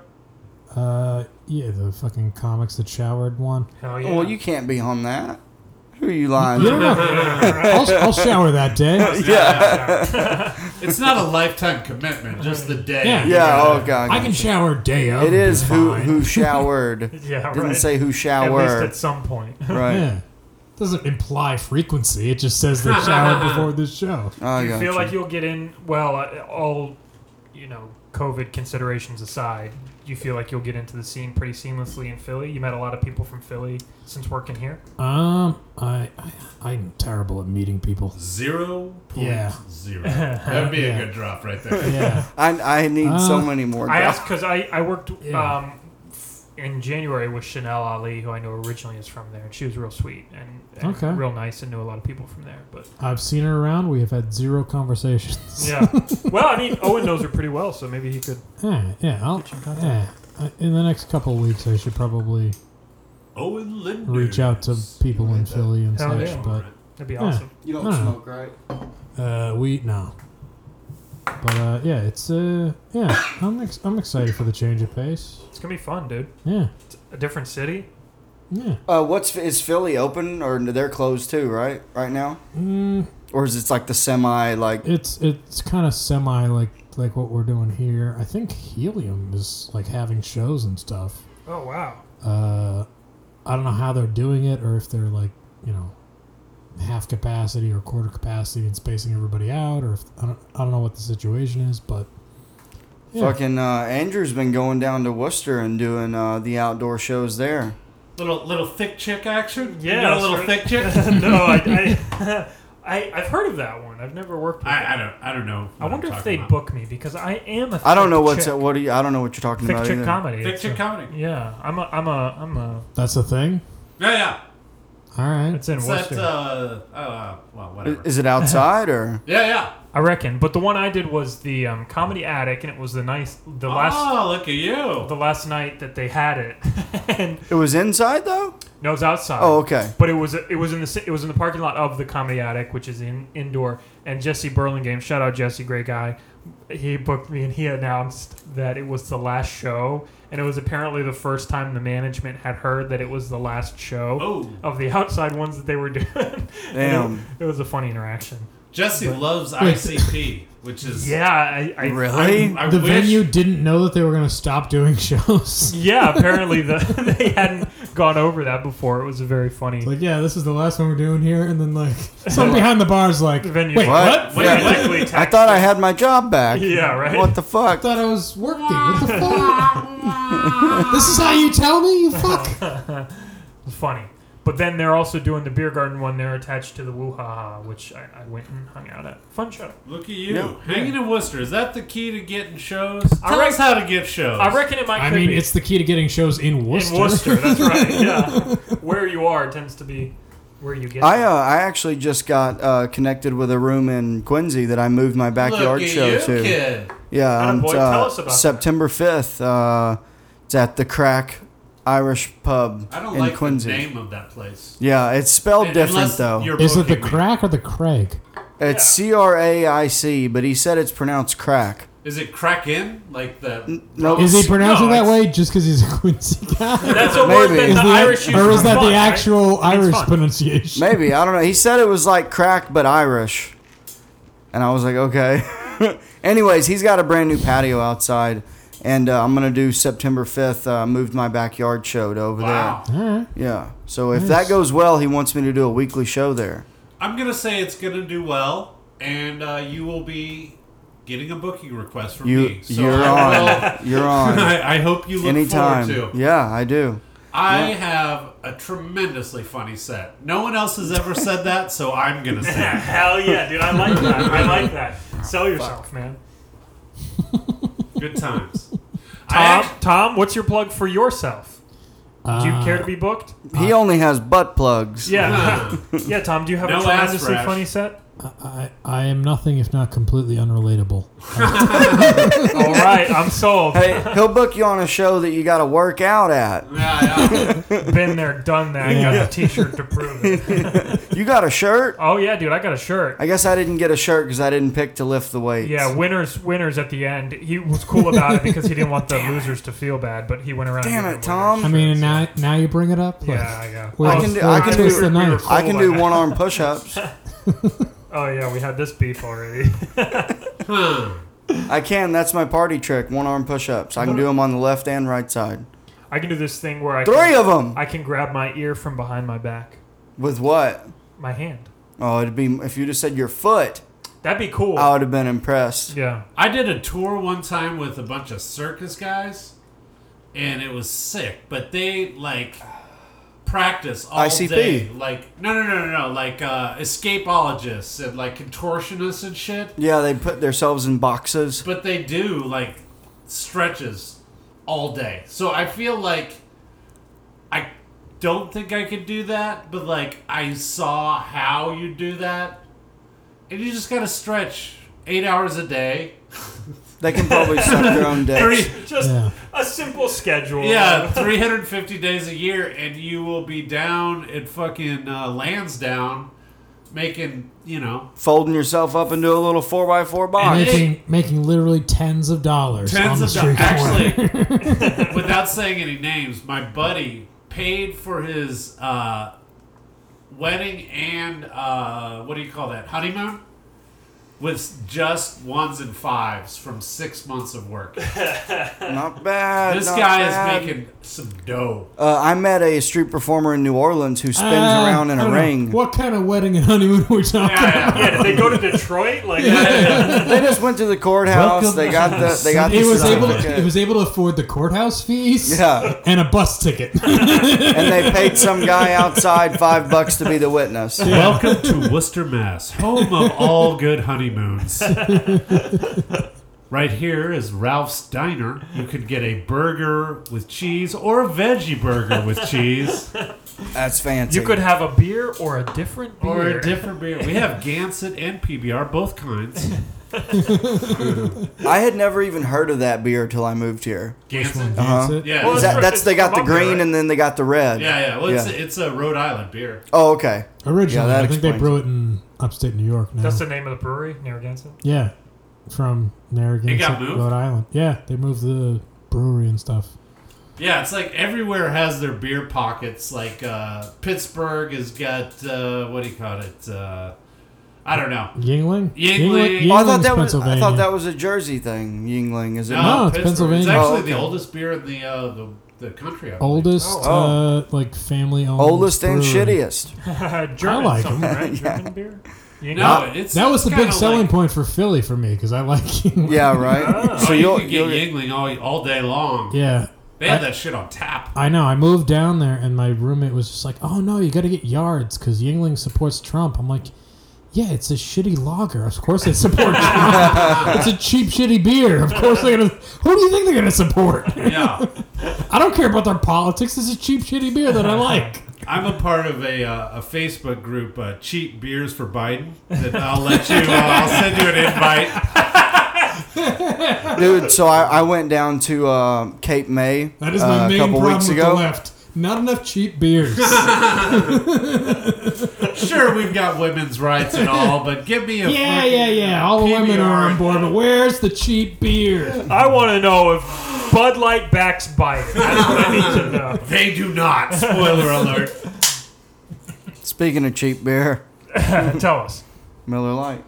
E: uh, yeah the fucking comics that showered one.
C: Hell yeah.
B: Oh, Well, you can't be on that. Who are you lying?
E: You
B: to?
E: don't know. I'll, I'll shower that day.
D: It's not a lifetime commitment, just the day.
E: Yeah.
B: Yeah. Oh god.
E: I can shower day of.
B: It is
E: It's
B: who
E: fine.
B: who showered.
C: yeah,
B: Didn't
C: right.
B: say who
C: At least
B: showered.
C: at some point.
B: Right.
E: Yeah. Doesn't imply frequency. It just says they showered before this show.
B: Oh,
C: Do you
B: gotcha.
C: feel like you'll get in? Well, uh, all you know, COVID considerations aside, do you feel like you'll get into the scene pretty seamlessly in Philly? You met a lot of people from Philly since working here.
E: Um, I, I I'm terrible at meeting people.
D: Zero point
E: Yeah.
D: zero. That would be
E: Yeah.
D: a good drop right there.
E: Yeah.
B: I I need so
E: Uh,
B: many more.
C: I
B: guys.
C: asked because I I worked
E: Yeah.
C: um, f- in January was Chanel Ali, who I know originally is from there. and She was real sweet and, and
E: Okay.
C: real nice and knew a lot of people from there. But
E: I've seen her around. We have had zero conversations.
C: yeah, well, I mean, Owen knows her pretty well, so maybe he could.
E: yeah, yeah. I'll, yeah. I- In the next couple of weeks, I should probably
D: Owen Linder.
E: reach out to people in Philly and
C: Hell
E: such.
C: yeah.
E: But
C: That'd be
E: Yeah.
C: awesome.
B: You don't
E: Huh.
B: smoke, right?
E: uh, we no. But uh, yeah, it's uh, yeah. I'm ex- I'm excited for the change of pace.
C: It's gonna be fun, dude.
E: Yeah,
C: It's a different city.
E: yeah.
B: Uh, what's is Philly open or they're closed too? Right, right now,
E: Mm,
B: or is it like the semi like?
E: it's it's kind of semi like like what we're doing here. I think Helium is like having shows and stuff.
C: Oh wow.
E: uh, I don't know how they're doing it or if they're like, you know, half capacity or quarter capacity and spacing everybody out or if I don't, I don't know what the situation is, but yeah.
B: Fucking uh, Andrew's been going down to Worcester and doing uh, the outdoor shows there.
D: Little little thick chick action.
C: Yeah,
D: you got a little
C: sure.
D: thick chick.
C: no, I, I, I I've heard of that one. I've never worked. With
D: I, I
C: it.
D: don't I don't know.
C: I
D: what
C: wonder
D: I'm
C: if
D: talking
C: they
D: about.
C: book me because I am a.
B: I don't know
C: thick
B: what's
C: chick.
B: what do you, I don't know what you're talking
C: thick
B: about
C: chick
B: either.
C: comedy.
D: thick
C: It's
D: chick
C: a-
D: comedy.
C: Yeah, I'm a, I'm a, I'm a.
E: that's the thing.
D: Yeah, yeah.
E: All right.
C: It's in
D: Is
C: Worcester,
D: that uh, uh, uh well whatever.
B: Is it outside or?
D: yeah, yeah.
C: I reckon. But the one I did was the um, comedy attic, and it was the nice, the last,
D: oh, look at you.
C: the last night that they had it, and
B: It was inside though.
C: no, it was outside.
B: Oh, okay.
C: But it was it was in the ci- it was in the parking lot of the comedy attic, which is in indoor. And Jesse Burlingame, shout out Jesse, great guy. He booked me, and he announced that it was the last show, and it was apparently the first time the management had heard that it was the last show
D: Oh.
C: of the outside ones that they were doing. And it-
B: Damn.
C: it, was a funny interaction.
D: Jesse loves ICP, which is
C: Yeah, I, I
B: Really?
D: I
E: the
D: wish-
E: venue didn't know that they were going to stop doing shows.
C: Yeah, apparently the, they hadn't gone over that before. It was a very funny.
E: like, yeah, this is the last one we're doing here. And then, like, someone behind the bar is like,
C: The
E: wait,
C: venue.
E: what?
B: What?
E: I
C: Wait,
B: Yeah.
C: quickly
B: I
C: text-
B: thought I had my job back.
C: Yeah, right.
B: What the fuck?
E: thought I was working. What the fuck? this is how you tell me? You fuck.
C: funny. But then they're also doing the beer garden one. They're attached to the Woo-Ha-Ha, which I, I went and hung out at. Fun show.
D: Look at you
B: Yeah.
D: hanging in Worcester. Is that the key to getting shows?
C: I
D: Tell
C: rec-
D: us how to get shows.
C: I reckon it might.
E: I
C: could
E: mean,
C: be.
E: it's the key to getting shows in Worcester.
C: in Worcester. That's right. Yeah, where you are tends to be where you get.
B: I uh,
C: them.
B: I actually just got uh, connected with a room in Quincy that I moved my backyard
D: Look at
B: show
D: you,
B: to.
D: Kid.
B: Yeah, on
C: Attaboy,
B: uh,
C: tell us about that.
B: September fifth. Uh, it's at the Crack Irish Pub
D: I don't
B: in
D: like
B: Quincy.
D: the name of that place.
B: Yeah, it's spelled different
D: Unless
B: though.
D: you're
E: Is it the
D: booking me.
E: crack or the Craig?
B: It's C R A I C, but he said it's pronounced crack.
D: Is it Kraken? Like the
B: No,
E: Is he pronouncing
C: Oh, no,
E: that
C: it's-
E: way just because he's a Quincy guy?
C: that's a word
B: maybe.
C: that
B: Is
C: the,
E: Is the-
C: Irish use
E: or is
C: for
E: that
C: fun,
E: the
C: right?
E: actual
C: It's
E: Irish
C: fun.
E: pronunciation?
B: maybe I don't know. He said it was like crack but Irish, and I was like, okay. Anyways, he's got a brand new patio outside, and uh, I'm gonna do September fifth. Uh, moved my backyard show to over
D: wow.
E: All right.
B: there. Yeah. So if
E: Nice.
B: that goes well, he wants me to do a weekly show there.
D: I'm gonna say it's gonna do well, and uh, you will be getting a booking request from
B: You,
D: me. So
B: you're
D: I will-
B: on. You're on.
D: I, I hope you look
B: Anytime.
D: forward to.
B: Yeah, I do.
D: I have a tremendously funny set. No one else has ever said that, so I'm gonna say. it.
C: Hell yeah, dude! I like that. I like that. Sell yourself, man.
D: Good times. I
C: Tom,
D: act-
C: Tom, what's your plug for yourself? Do you
E: Uh,
C: care to be booked?
B: He only has butt plugs.
C: Yeah, yeah, Tom. Do you have
D: No
C: a
D: ass
C: tremendously
D: rash.
C: funny set?
E: I, I am nothing if not completely unrelatable.
C: All right, I'm sold.
B: Hey, he'll book you on a show that you got to work out at.
D: Yeah, yeah.
C: Been there, done that. Got the T-shirt to prove it.
B: You got a shirt?
C: Oh yeah, dude, I got a shirt.
B: I guess I didn't get a shirt because I didn't pick to lift the weights.
C: Yeah, winners, winners at the end. He was cool about it because he didn't want the losers to feel bad, but he went around. and
B: Damn
C: gave
B: it,
C: them
B: Tom.
E: I
C: winners.
E: mean, and now now you bring it up. Like,
C: Yeah, yeah.
E: We're,
B: I can do-
E: we're
B: I can do-
E: twist the
C: we were- we
E: knife.
C: were-
B: I can do one arm push ups.
C: Oh yeah, we had this beef already.
D: Huh.
B: I can. That's my party trick one arm push ups. I can do them on the left and right side.
C: I can do this thing where I
B: Three
C: can,
B: of them!
C: I can grab my ear from behind my back,
B: With what?
C: my hand.
B: Oh, it'd be if you just said your foot,
C: That'd be cool.
B: I would have been impressed.
C: yeah.
D: I did a tour one time with a bunch of circus guys, and it was sick. But they like practice all
B: ICP.
D: day. Like no, no, no, no, no. Like uh, escapologists and like contortionists and shit.
B: Yeah, they put themselves in boxes.
D: But they do like stretches all day. So I feel like don't think I could do that, but like I saw how you do that, and you just gotta stretch eight hours a day.
B: They can probably suck their own
D: Three,
B: dicks.
C: Just
E: Yeah.
C: a simple schedule.
D: yeah, 350 days a year, and you will be down at fucking uh, Lansdowne making, you know,
B: Folding yourself up into a little 4x4 box.
E: Making, making literally tens of dollars on
D: tens
E: the
D: of
E: street
D: dollars.
E: corner.
D: Actually, without saying any names, my buddy paid for his uh, wedding and uh, what do you call that honeymoon with just ones and fives from six months of work.
B: Not bad.
D: This
B: not
D: guy
B: bad.
D: is making some dough.
B: Uh, I met a street performer in New Orleans who spins
E: Uh,
B: around in
E: I
B: a
E: don't know.
B: ring.
E: What kind of wedding and honeymoon are we talking about?
D: Yeah, yeah.
C: Yeah, did they go to Detroit? Like,
B: They just went to the courthouse.
E: Welcome
B: they got the. They got the.
E: It was able.
B: certificate.
E: it was able to afford the courthouse fees.
B: Yeah.
E: And a bus ticket.
B: and they paid some guy outside five bucks to be the witness.
D: Welcome to Worcester, Mass, home of all good honeymoons. Right here is Ralph's Diner. You could get a burger with cheese or a veggie burger with cheese
B: That's fancy.
C: you could have a beer or a different beer.
D: or a different beer. We have Gansett and PBR, both kinds.
B: I had never even heard of that beer till I moved here.
D: Gansett?
E: Uh-huh.
D: Yeah.
C: Well,
B: Is
D: it's-
B: that,
C: right.
B: that's they got the
C: Columbia,
B: green
C: right?
B: and then they got the red.
D: yeah, yeah. Well, it's,
B: Yeah.
D: it's a Rhode Island beer.
B: Oh, okay.
E: Originally,
B: that
E: I think they
B: explains
E: brew it in upstate New York now.
C: That's the name of the brewery, Narragansett.
E: yeah, from Narragansett,
D: moved?
E: Rhode Island. Yeah, they moved the brewery and stuff.
D: Yeah, it's like everywhere has their beer pockets. Like uh, Pittsburgh has got, uh, what do you call it? Uh, I don't know.
E: Yingling.
D: Yingling.
B: Oh, I thought that was. I
E: Pennsylvania.
B: thought that was a Jersey thing. Yingling is it?
E: No.
B: not?
E: it's
D: Pittsburgh. It's
E: Pennsylvania.
D: actually
B: Oh, okay.
D: the oldest beer in the uh, the, the country. I believe.
E: oldest,
B: Oh.
E: uh, like family owned.
B: Oldest and
E: brewery.
B: shittiest.
C: German,
E: like 'em.
C: something, right? German beer. You
D: No,
C: know?
D: it's
E: That was the
D: kinda
E: big selling
D: like-
E: point for Philly for me because I like Yingling.
B: Yeah, right.
D: Oh,
B: So
D: you
B: you'll,
D: can get
B: you'll
D: Yingling all, all day long.
E: Yeah.
D: They had that shit on tap.
E: I know. I moved down there, and my roommate was just like, "Oh no, you got to get yards because Yingling supports Trump." I'm like, "Yeah, it's a shitty lager. Of course they support Trump. it's a cheap, shitty beer. Of course they're gonna. Who do you think they're gonna support?
D: Yeah,
E: I don't care about their politics. It's a cheap, shitty beer that I like.
D: I'm a part of a, uh, a Facebook group, uh, cheap beers for Biden. That I'll let you. Uh, I'll send you an invite.
B: dude. So I, I went down to uh, Cape May
E: That is
B: uh,
E: my
B: a
E: main
B: couple
E: problem
B: weeks
E: with
B: ago.
E: the left. Not enough cheap beers.
D: Sure, we've got women's rights and all, but give me a
E: yeah,
D: fucking- uh,
E: yeah, yeah. All the women are on board, but where's the cheap beer?
C: I want to know if Bud Light backs Biden. That's what I need to know.
D: They do not. Spoiler alert.
B: Speaking of cheap beer,
C: Uh, Tell us.
B: Miller Lite.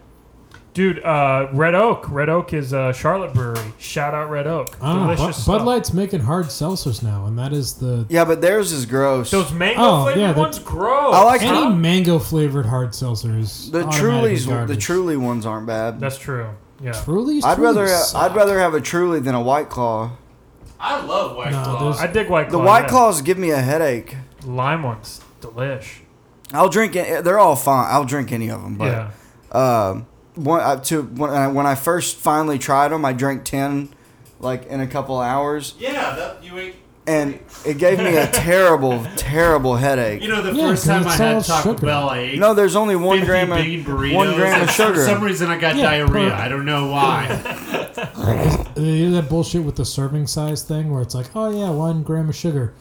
C: Dude, uh, Red Oak. Red Oak is a Charlotte brewery. Shout out Red Oak.
E: I don't know.
C: Delicious
E: Bud,
C: stuff.
E: Bud Light's making hard seltzers now, and that is the
B: Yeah, but theirs is gross.
C: Those mango
E: Oh,
C: flavored
E: yeah, that-
C: ones grow.
B: I like-
E: Any
B: Huh?
E: mango flavored hard seltzer is
B: the
E: automatically
B: Truly's, the
E: garbage.
B: Truly ones aren't bad.
C: That's true. Yeah.
E: Truly's.
B: I'd rather
E: Truly's
B: ha-
E: suck.
B: I'd rather have a Truly than a White Claw.
D: I love White
E: No,
D: Claw.
E: there's-
C: I dig White
B: The
C: Claw.
B: White
C: yeah.
B: Claws give me a headache.
C: Lime ones. Delish.
B: I'll drink it. They're all fine. I'll drink any of them. But
C: yeah.
B: um, one uh, to when I, when I first finally tried them, I drank ten, like in a couple hours,
D: Yeah, that, you ate.
B: and it gave me a terrible, terrible headache.
D: You know, the
E: Yeah,
D: first
E: 'cause
D: time I
E: it's
D: had
E: all
D: Taco
E: sugar.
D: Bell, I ate
B: no, there's only one
D: 50
B: gram
D: bean
B: of
D: burritos.
B: one gram of
D: For some
B: sugar.
D: reason, I got
E: Yeah,
D: diarrhea.
E: perfect.
D: I don't know why.
E: They do that bullshit with the serving size thing, where it's like, oh yeah, one gram of sugar,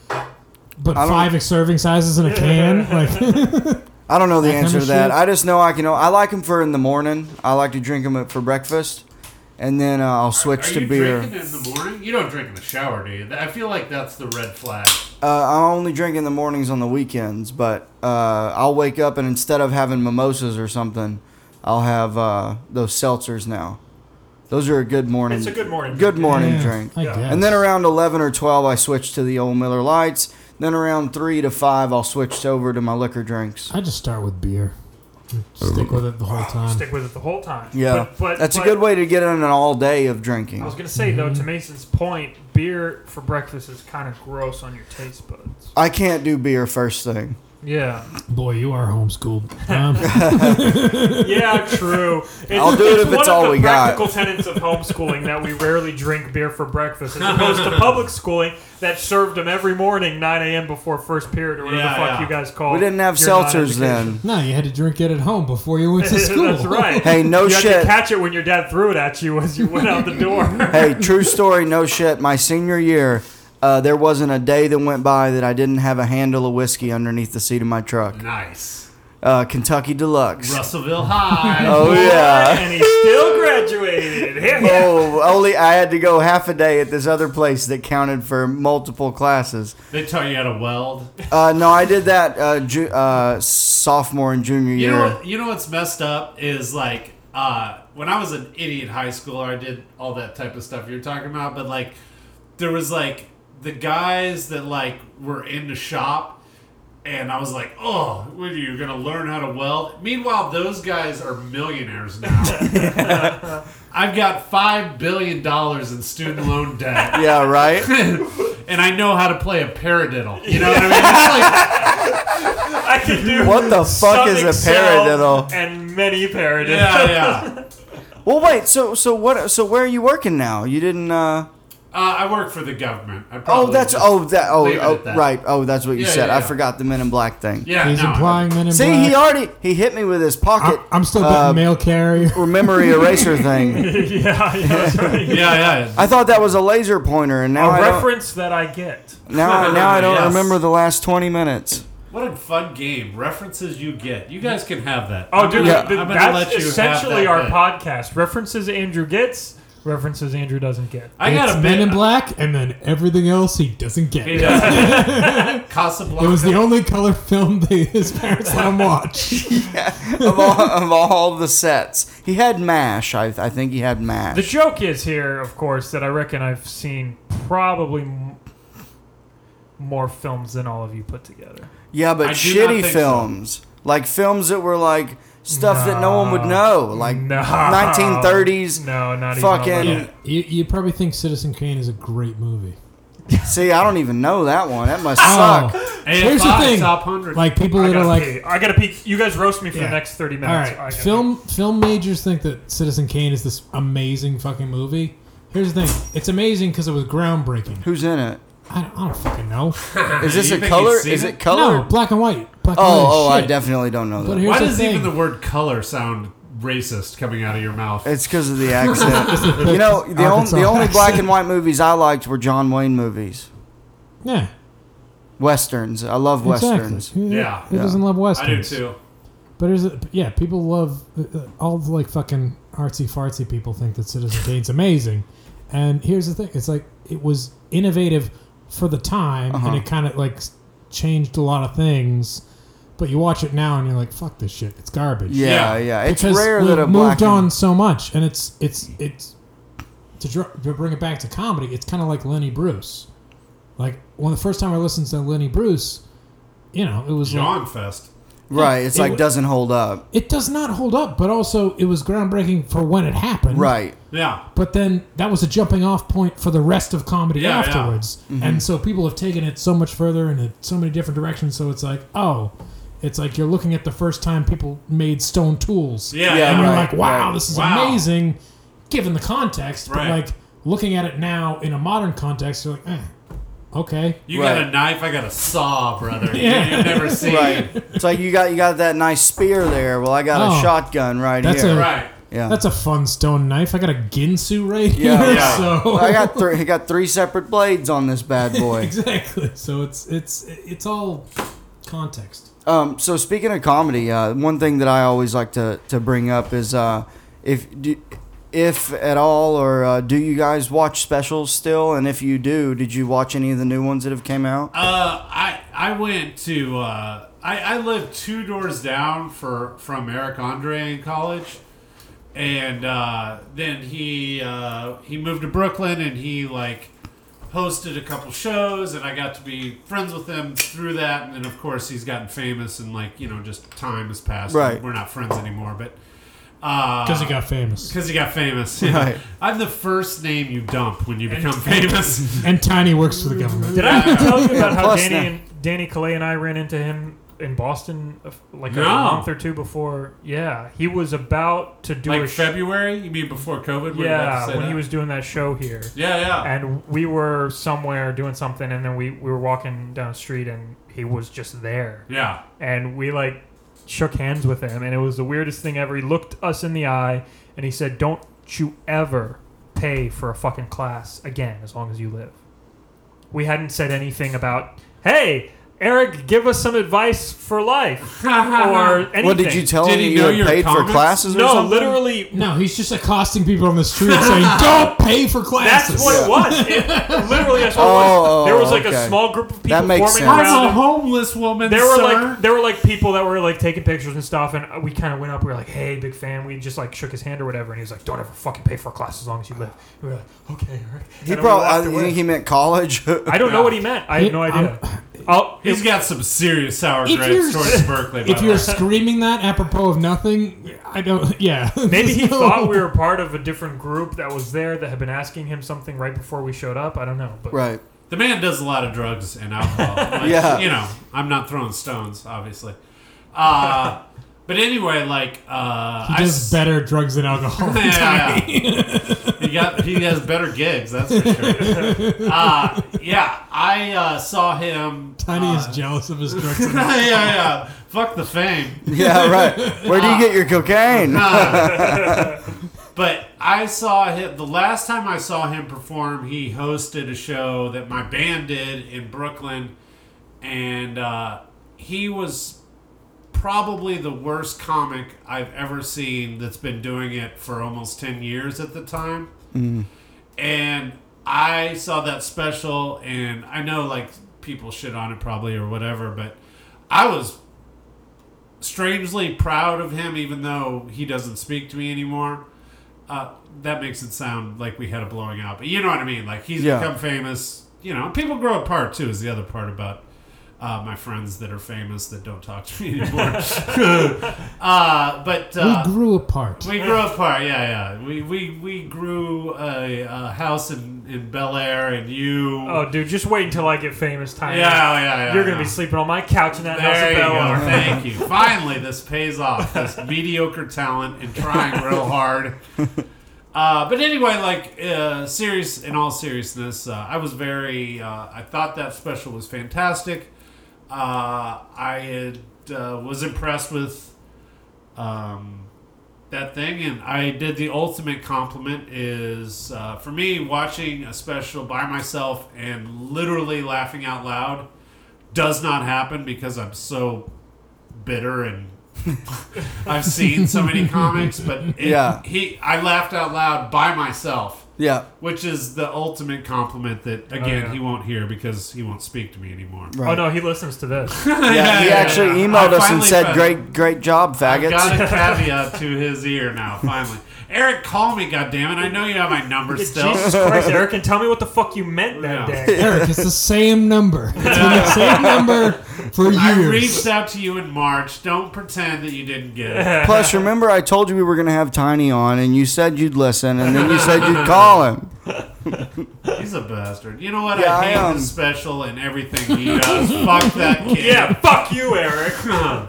E: but
B: I don't-
E: five serving sizes in a can. Like,
B: I don't know the
E: That kind
B: answer to
E: of
B: that.
E: shit?
B: I just know I can. I like them for in the morning. I like to drink them for breakfast, and then uh, I'll switch
D: Are
B: to
D: you
B: beer.
D: drinking in the morning? You don't drink in the shower, do you? I feel like that's the red flag.
B: Uh, I only drink in the mornings on the weekends, but uh, I'll wake up and instead of having mimosas or something, I'll have uh, those seltzers now. Those are a good morning.
C: It's a good morning
B: Good
C: drink,
B: morning
E: yeah,
B: drink.
E: I
C: Yeah.
E: guess.
B: And then around eleven or twelve, I switch to the old Miller Lights. Then around three to five, I'll switch over to my liquor drinks.
E: I just start with beer, stick with it the whole time.
C: Stick with it the whole time.
B: Yeah,
C: But, but,
B: that's
C: but-
B: a good way to get in an all day of drinking.
C: I was gonna say though, to Mason's point, beer for breakfast is kind of gross on your taste buds.
B: I can't do beer first thing.
C: Yeah.
E: Boy, you are homeschooled. Um,
C: Yeah, true. It's,
B: I'll do it if
C: one
B: it's
C: of
B: all
C: the
B: we got.
C: practical tenets of homeschooling that we rarely drink beer for breakfast, as opposed to public schooling that served them every morning, 9 a.m. before first period or whatever
D: Yeah,
C: the fuck
D: yeah.
C: you guys call.
B: We didn't have
C: your non-education.
B: seltzers then.
E: no, you had to drink it at home before you went to school.
C: That's right.
B: Hey, no
C: you had
B: shit.
C: to catch it when your dad threw it at you as you went out the door.
B: Hey, true story, no shit. My senior year, uh, there wasn't a day that went by that I didn't have a handle of whiskey underneath the seat of my truck.
D: Nice.
B: Uh, Kentucky Deluxe.
D: Russellville High.
B: Oh yeah.
C: and he still graduated. Hit me.
B: Oh, only I had to go half a day at this other place that counted for multiple classes.
D: They taught you how to weld.
B: Uh, no, I did that uh, ju- uh, sophomore and junior
D: You
B: year.
D: know, what, you know what's messed up is like uh, when I was an idiot high schooler, I did all that type of stuff you're talking about. But like, there was like the guys that like were in the shop, and I was like, "Oh, what are you gonna learn how to weld?" Meanwhile, those guys are millionaires now. I've got five billion dollars in student loan debt.
B: yeah, right.
D: and I know how to play a paradiddle. You know what I mean? It's like,
C: I can do
B: What the fuck
C: some
B: is a
C: Excel
B: paradiddle?
C: And many paradiddle.
D: yeah, yeah.
B: Well, wait. So, so what? So, where are you working now? You didn't. Uh,
D: Uh, I work for the government. I
B: oh,
D: probably
B: that's
D: just-
B: oh that oh,
D: leave it
B: oh
D: at that.
B: right. Oh, that's what you
D: Yeah,
B: said.
D: yeah,
B: I
D: yeah.
B: forgot the Men in Black thing.
D: Yeah,
E: He's
D: no,
E: implying men in
B: See,
E: black.
B: he already he hit me with his pocket
E: I'm, I'm still getting
B: uh,
E: mail carrier.
B: or memory eraser thing.
C: yeah, yeah. that's right.
D: Yeah, yeah.
B: I thought that was a laser pointer, and now
C: A
B: I don't,
C: reference that I get.
B: now now I don't
D: Yes.
B: remember the last twenty minutes.
D: What a fun game. References you get. You guys can have that.
C: Oh,
D: I'm
C: dude,
D: gonna-
C: th-
D: I'm gonna
C: that's
D: let you have
C: essentially
D: that
C: our
D: bit.
C: podcast. References Andrew gets, references Andrew doesn't get.
D: I
E: it's
D: got a
E: Men in
D: bit.
E: Black, and then everything else he doesn't get.
D: He does. Casablanca.
E: It was the only color film they, his parents let him watch.
B: of all of all the sets. He had Mash. I, I think he had Mash.
C: The joke is here, of course, that I reckon I've seen probably m- more films than all of you put together.
B: yeah, but
D: I do not
B: shitty
D: think so.
B: films, like films that were like stuff that no one would
C: No.
B: know, like
C: No.
B: 1930s.
C: No, not even.
B: Fucking
C: a
D: Yeah.
C: little.
E: You, you probably think Citizen Kane is a great movie.
B: see, I don't even know that one. That must suck.
E: Oh,
D: AFI,
E: here's the thing.
D: Top 100.
E: Like people
C: I
E: that are
C: gotta
E: like,
C: pee. I gotta pee. You guys roast me for
E: Yeah.
C: the next thirty minutes.
E: all
C: I
E: right,
C: gotta
E: film film majors think that Citizen Kane is this amazing fucking movie. Here's the thing. It's amazing because it was groundbreaking.
B: Who's in it?
E: I don't, I don't fucking know.
B: Is this
D: Uh, You
B: a
D: think
B: color?
D: you've seen
B: Is
D: it?
B: it color?
E: No, black and white. Black and
B: Oh, oh,
E: white
B: I
E: is shit.
B: definitely don't know
E: But
B: that.
E: here's
D: Why
E: the
D: does
E: thing.
D: even the word color sound racist coming out of your mouth?
B: It's because of the accent. you know, the only
E: Arkansas
B: the only black
E: accent.
B: and white movies I liked were John Wayne movies,
E: yeah,
B: westerns. I love westerns.
E: Exactly. Who-
D: Yeah.
E: who
B: Yeah.
E: doesn't love
D: I do
E: westerns?
D: too.
E: But is it, yeah, people love uh, uh, all the like fucking artsy fartsy people think that Citizen Kane's amazing, and here's the thing: it's like it was innovative for the time,
B: Uh-huh.
E: and it kind of like s- changed a lot of things. But you watch it now, and you're like, "Fuck this shit! It's garbage."
B: Yeah, yeah.
D: Yeah.
B: It's
E: because
B: rare
E: we've
B: that a black
E: moved
B: and-
E: on so much, and it's it's it's to, dr- to bring it back to comedy. It's kind of like Lenny Bruce. Like when the first time I listened to Lenny Bruce, you know, it was like
D: Yawn fest.
B: Right, it's
E: It
B: like
E: wa- Mm.
B: doesn't hold up.
E: it does not hold up, but also it was groundbreaking for when it happened.
B: Right.
D: Yeah.
E: But then that was a jumping off point for the rest of comedy
D: Yeah, yeah.
E: afterwards.
B: Mm-hmm.
E: And so people have taken it so much further and in so many different directions. So it's like, oh, it's like you're looking at the first time people made stone tools.
D: Yeah.
B: Yeah,
E: And
D: yeah.
E: you're
B: right,
E: like, wow,
B: right.
E: this is
D: Wow.
E: amazing given the context. But
D: Right.
E: like looking at it now in a modern context, you're like, eh, okay.
D: You
B: Right.
D: got a knife, I got a saw, brother.
E: Yeah.
D: You, have never seen.
B: Right. it's like you got you got that nice spear there. Well, I got a
E: Oh.
B: shotgun right
E: That's
B: here.
E: a-
D: Right.
B: yeah.
E: That's a fun stone knife. I got a Ginsu right
B: Yeah.
E: here.
D: Yeah.
E: So
B: I got three I got three separate blades on this bad boy.
E: exactly. So it's it's it's all context.
B: Um, so speaking of comedy, uh, one thing that I always like to, to bring up is uh, if do, if at all or uh, do you guys watch specials still? And if you do, did you watch any of the new ones that have came out?
D: Uh, I I went to uh, I I lived two doors down for from Eric Andre in college, and uh, then he uh, he moved to Brooklyn and he like hosted a couple shows and I got to be friends with him through that and then of course he's gotten famous and like you know just time has passed and
B: Right.
D: we're not friends anymore but uh
E: Because it got famous.
D: because he got famous yeah.
B: Right.
D: I'm the first name you dump when you become famous
E: And Tiny works for the government.
C: Did I ever tell you about how
B: Plus
C: Danny
B: now-
C: and Danny Calais and I ran into him in Boston uh, like
D: No.
C: a month or two before. Yeah, he was about to do
D: like
C: a sh-
D: February? You mean before COVID? Were you about to
C: Yeah,
D: say
C: when
D: that?
C: he was doing that show here.
D: Yeah, yeah.
C: And we were somewhere doing something, and then we, we were walking down the street, and he was just there.
D: Yeah.
C: And we like shook hands with him, and it was the weirdest thing ever. He looked us in the eye, and he said, "Don't you ever pay for a fucking class again, as long as you live." We hadn't said anything about, "Hey, Eric, give us some advice for life," or anything.
B: What did you tell
D: Did
B: him?
D: he
B: You
D: know
B: had
D: your
B: paid for
D: comments?
B: classes or
C: No,
B: something?
C: literally,
E: No, he's just accosting people on the street saying, "Don't pay for classes."
C: That's what it was. It, literally, that's what
B: Oh,
C: it was. There was like
B: okay.
C: a small group of people
B: That makes
C: forming
B: sense.
D: I'm
C: around
D: a
C: him.
D: homeless woman.
C: There were
D: sir.
C: like there were like people that were like taking pictures and stuff, and we kind of went up. We were like, "Hey, big fan." We just like shook his hand or whatever, and he was like, "Don't ever fucking pay for a class as long as you live." We were like, "Okay, all right."
B: He
C: And then we walked
B: probably. I
C: away.
B: think uh, he meant college.
C: I don't know what he meant. I have no idea. Oh,
D: He's got some serious sour
E: If
D: grapes
E: you're-
D: towards Berkeley. by
E: If
D: the
E: you're
D: way.
E: screaming that apropos of nothing, I don't. Yeah,
C: Maybe he
E: There's no-
C: thought we were part of a different group that was there that had been asking him something right before we showed up. I don't know, but
B: right.
D: the man does a lot of drugs and alcohol. Like,
B: Yeah.
D: You know, I'm not throwing stones, obviously. Uh, but anyway, like uh,
E: He
D: I
E: does
D: s-
E: better drugs than alcohol.
D: Yeah. he got he has better gigs, that's for sure. Uh, yeah, I uh, saw him.
E: Tiny
D: uh,
E: is jealous of his drugs.
D: yeah, yeah. Fuck the fame.
B: Yeah. Right. Where do you get your cocaine?
D: Uh, but I saw him the last time I saw him perform. He hosted a show that my band did in Brooklyn, and uh, he was probably the worst comic I've ever seen. That's been doing it for almost ten years at the time, and I saw that special, and I know like people shit on it probably or whatever, but I was strangely proud of him, even though he doesn't speak to me anymore. Uh, that makes it sound like we had a blowing out, but you know what I mean. Like he's
B: Yeah.
D: become famous. You know, people grow apart too. Is the other part about uh, my friends that are famous that don't talk to me anymore. uh, but uh,
E: we grew apart.
D: we grew apart, yeah, yeah. We we, we grew a, a house in, in Bel Air, and you.
C: oh, dude, just wait until I get famous,
D: yeah,
C: Tiny.
D: yeah, yeah.
C: You're gonna
D: yeah.
C: be sleeping on my couch in that
D: There
C: house
D: you go.
C: of Bel Air.
D: Thank you. Finally, this pays off. This mediocre talent and trying real hard. Uh, but anyway, like uh, serious in all seriousness, uh, I was very. Uh, I thought that special was fantastic. Uh, I had, uh, was impressed with um, that thing, and I did the ultimate compliment is uh, for me watching a special by myself and literally laughing out loud does not happen because I'm so bitter and I've seen so many comics, but it,
B: Yeah.
D: he I laughed out loud by myself,
B: Yeah.
D: which is the ultimate compliment that again
C: yeah.
D: he won't hear because he won't speak to me anymore.
B: Right.
C: Oh no, he listens to this.
B: Yeah, he
D: yeah,
B: actually
D: yeah.
B: emailed
D: I
B: us and
D: finally
B: said,
D: found-
B: "Great, great job, faggots."
D: Got a caveat to his ear now, finally. Eric, call me, goddammit. I know you have my number still.
C: Jesus Christ, Eric, and tell me what the fuck you meant that
D: Yeah.
C: day.
E: Eric, it's the same number. It's been the same number for
D: I
E: years.
D: reached out to you in March. Don't pretend that you didn't get it.
B: Plus, remember I told you we were gonna have Tiny on, and you said you'd listen, and then you said you'd call him.
D: He's a bastard. You know what?
B: Yeah, I
D: I
B: um,
D: hate
B: am.
D: his special and everything he does. Fuck that kid.
C: Yeah, fuck you, Eric.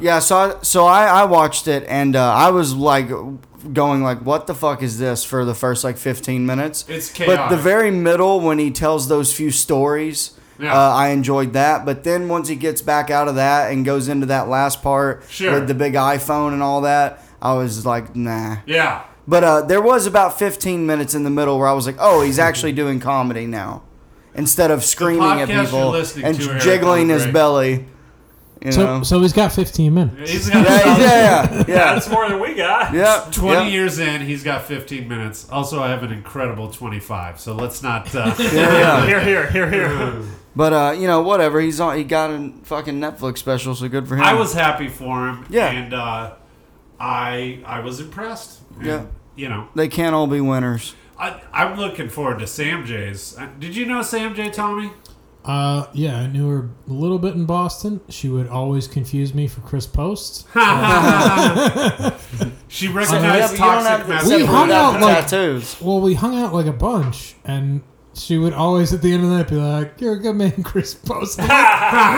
B: Yeah, so I, so I, I watched it and uh, I was like going like what the fuck is this for the first like 15 minutes.
D: It's
B: But the
D: chaotic.
B: very middle when he tells those few stories,
D: Yeah.
B: uh, I enjoyed that. But then once he gets back out of that and goes into that last part
D: Sure.
B: with the big iPhone and all that, I was like nah.
D: Yeah.
B: But uh, there was about 15 minutes in the middle where I was like, oh, he's actually doing comedy now. Instead of screaming at
D: podcast you're
B: people
D: listening
B: and
D: to, Eric,
B: jiggling
D: was
B: his
D: great.
B: belly. You
E: So,
B: know?
E: so he's got 15 minutes.
D: He's got
B: yeah, yeah, yeah, yeah.
C: That's more than we got.
B: Yep,
D: 20
B: yep.
D: years in, he's got 15 minutes. Also, I have an incredible 25, so let's not. Uh,
B: Yeah, yeah.
C: Here, here, here, here.
B: But uh, you know, whatever. He's on. He got a fucking Netflix special, so good for him.
D: I was happy for him.
B: Yeah.
D: And uh, I I was impressed. And,
B: Yeah.
D: You know,
B: They can't all be winners.
D: I, I'm looking forward to Sam J's. Uh, Did you know Sam J, Tommy?
E: Uh, yeah, I knew her a little bit in Boston. She would always confuse me for Chris Post.
D: She
B: Yeah, but
D: recognized
B: you don't have to
D: toxic
E: We
B: separate
E: hung
B: out
D: masculinity.
E: out
B: the
E: like-
B: tattoos.
E: Well, we hung out like a bunch, and she would always at the end of the night be like, "You're a good man, Chris Post." we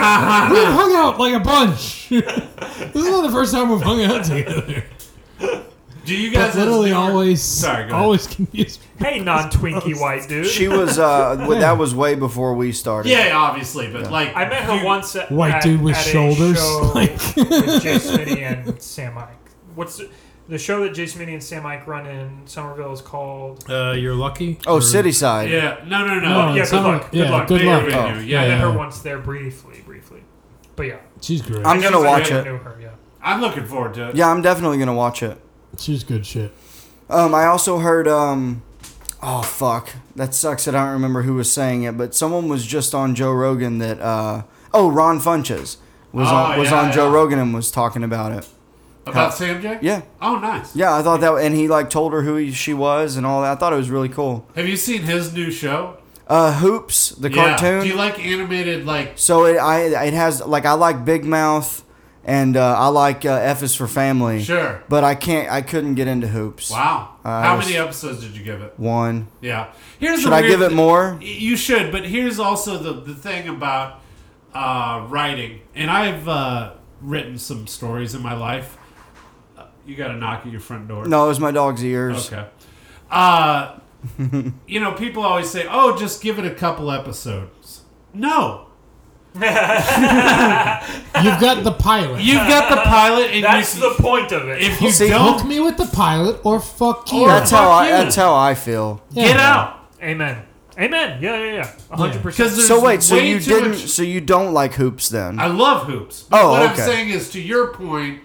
E: hung out like a bunch. this is not the first time we've hung out together.
D: Do you
E: But
D: guys
E: literally
D: have-
E: always,
D: Sorry, go ahead.
E: always confused.
C: Hey, non-twinkie white dude.
B: She was. Uh, well, that was way before we started.
D: Yeah, obviously, but like
C: I met her
D: you-
C: once at
E: White
C: at-
E: dude with
C: at a
E: shoulders,
C: show
E: like-
C: with Jay Smitty and Sam Ike. What's the, the show that Jay Smitty and Sam Ike run in Somerville is called?
F: Uh, you're lucky.
B: Oh,
F: Or-
B: City Side.
D: Oh, Yeah, no, no,
E: No,
D: no.
C: yeah,
E: it's
C: good
E: not-
C: luck, good
E: yeah,
C: luck.
E: good
D: Big
E: luck.
D: venue,
B: Oh,
D: yeah.
C: I met
E: yeah.
C: her once there briefly, briefly. But yeah,
E: She's great.
B: I'm gonna
C: She's
B: watch
C: great. I
B: it.
C: Knew her, yeah.
D: I'm looking forward to it.
B: Yeah, I'm definitely gonna watch it.
E: She's good shit.
B: Um, I also heard. Um, oh fuck, that sucks. That I don't remember who was saying it, but someone was just on Joe Rogan that. Uh, oh, Ron Funches was
D: Oh,
B: on was
D: yeah,
B: on Joe
D: yeah.
B: Rogan and was talking about it.
D: About Sam J?
B: Yeah,
D: Oh, nice.
B: yeah. I thought that, and he like told her who he, she was and all that. I thought it was really cool.
D: Have you seen his new show?
B: Uh, Hoops, the cartoon.
D: Do you like animated like
B: so it I it has like I like Big Mouth, and uh, I like uh, F is for Family.
D: Sure.
B: But I can't. I couldn't get into Hoops.
D: Wow.
B: Uh,
D: How
B: it's-
D: many episodes did you give it?
B: One.
D: Yeah. Here's
B: Should
D: the
B: I
D: weird
B: give it
D: thi-
B: more?
D: You should, but here's also the, the thing about uh, writing. And I've uh, written some stories in my life. Uh, You got to knock at your front door.
B: No, it was my dog's ears.
D: Okay. Uh, you know, people always say, "Oh, just give it a couple episodes." No,
E: You've got the pilot.
D: you've got the pilot, and
C: That's
D: you,
C: the point of it.
D: if you
B: See,
E: Hook
D: don't
E: me with the pilot or fuck you.
D: Or-
B: That's how I.
D: Fuck you.
B: That's how I feel.
D: get
E: Yeah.
D: out,
C: Oh, Amen. Amen. Yeah, yeah, yeah. A hundred
E: Yeah.
C: percent.
D: because
B: So wait, so
D: way
B: you
D: too
B: didn't,
D: much-
B: so you don't like hoops then?
D: I love hoops. But
B: Oh,
D: what I'm
B: okay.
D: saying is, to your point,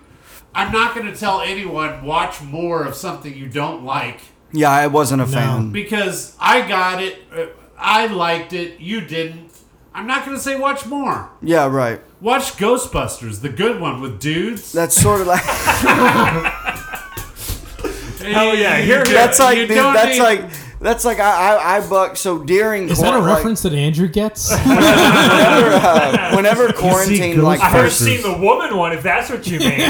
D: I'm not going to tell anyone watch more of something you don't like
B: yeah, I wasn't a fan.
D: because I got it, uh, I liked it, you didn't. I'm not going to say watch more.
B: Yeah, right.
D: Watch Ghostbusters, the good one with dudes.
B: That's sort of like
D: Hell
C: yeah, here-
B: that's like the,
D: don't
B: that's
D: need-
B: like that's like I I, I buck so during
E: Is that a
B: quar- like,
E: reference that Andrew gets?
B: whenever, uh, whenever quarantine like
C: I haven't
B: first,
C: seen the woman one. If that's what you mean.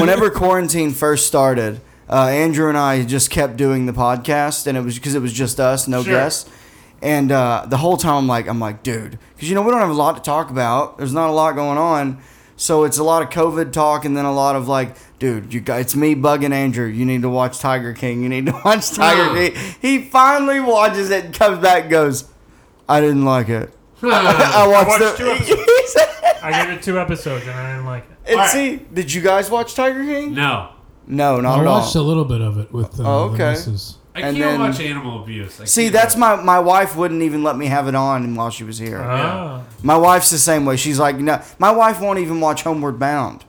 B: whenever quarantine first started, uh, Andrew and I just kept doing the podcast, and it was because it was just us, no
D: Sure.
B: guests. And uh, the whole time, I'm like, I'm like, dude, because you know we don't have a lot to talk about. There's not a lot going on, so it's a lot of COVID talk, and then a lot of like, dude, you got, it's me bugging Andrew. You need to watch Tiger King. You need to watch Tiger
D: Yeah.
B: King. He finally watches it, and comes back, and goes, I didn't like it.
D: Huh.
B: I watched,
C: watched two
B: the.
C: episodes.
B: He said-
C: I gave it two episodes and I didn't like it.
B: and
D: Alright.
B: see, did you guys watch Tiger King?
D: no.
B: No, not
E: I
B: at all.
E: watched a little bit of it with uh,
B: Oh,
E: the
B: okay.
E: missus.
D: I
B: And
D: can't
B: then-
D: watch animal abuse. I
B: See,
D: can't.
B: that's my my wife wouldn't even let me have it on while she was here.
D: Yeah.
C: Oh.
B: my wife's the same way. She's like, no, my wife won't even watch Homeward Bound.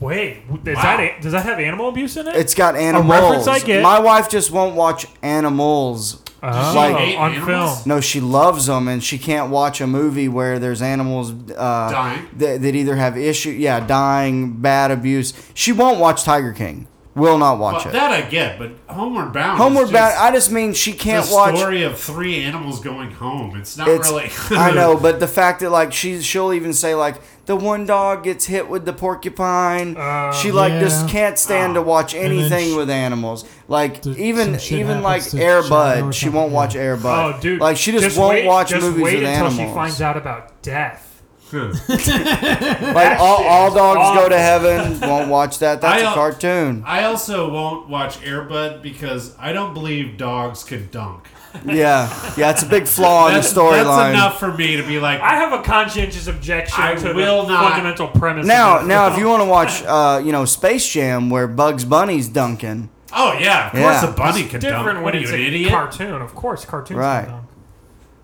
C: Wait, is
D: Wow.
C: that a, does that have animal abuse in it?
B: It's got
C: reference
B: animals.
C: I get.
B: My wife just won't watch animals.
C: oh,
B: like-
D: Hate
C: on
D: animals?
C: film.
B: No, she loves them, and she can't watch a movie where there's animals uh,
D: Dying?
B: that, that either have issue, yeah, dying, bad abuse. She won't watch Tiger King. Will not
D: Well,
B: watch it.
D: that I get, but Homeward Bound.
B: Homeward
D: is
B: Bound.
D: just
B: I just mean she can't
D: the
B: watch.
D: story of three animals going home. It's not
B: It's,
D: really.
B: I know, but the fact that like she she'll even say like the one dog gets hit with the porcupine.
C: Uh, Ah.
B: she like just
E: yeah.
B: can't stand to watch
E: then
B: anything
E: sh-
B: with animals. Like
E: th-
B: even
E: some shit
B: even
E: happens
B: like
E: to
B: Air
E: Shadow or
B: Bud, she
E: something,
B: won't
E: yeah.
B: watch Air Bud.
C: Oh, dude!
B: like she just, won't
C: wait,
B: watch
C: just
B: movies
C: wait
B: with
C: until
B: animals.
C: she finds out about death.
B: like all,
C: shit
B: all
C: is
B: dogs go to
C: awful.
B: heaven. Won't watch that. That's
D: I,
B: a
D: uh,
B: cartoon.
D: I also won't watch Airbud because I don't believe dogs can dunk.
B: Yeah, yeah, it's a big flaw in the
D: That's, that's
B: storyline.
D: enough for me to be like,
C: I have a conscientious objection
D: I
C: to
D: will
C: the
D: not.
C: fundamental premise.
B: Now,
C: of
B: now, if you want to watch, uh, you know, Space Jam, where Bugs Bunny's dunking,
D: oh yeah, of
B: Yeah.
D: course a bunny can
C: different
D: dunk. What
C: when
D: are you,
C: it's
D: an
C: a
D: idiot?
C: cartoon, of course, cartoons.
B: Right.
C: are dumb.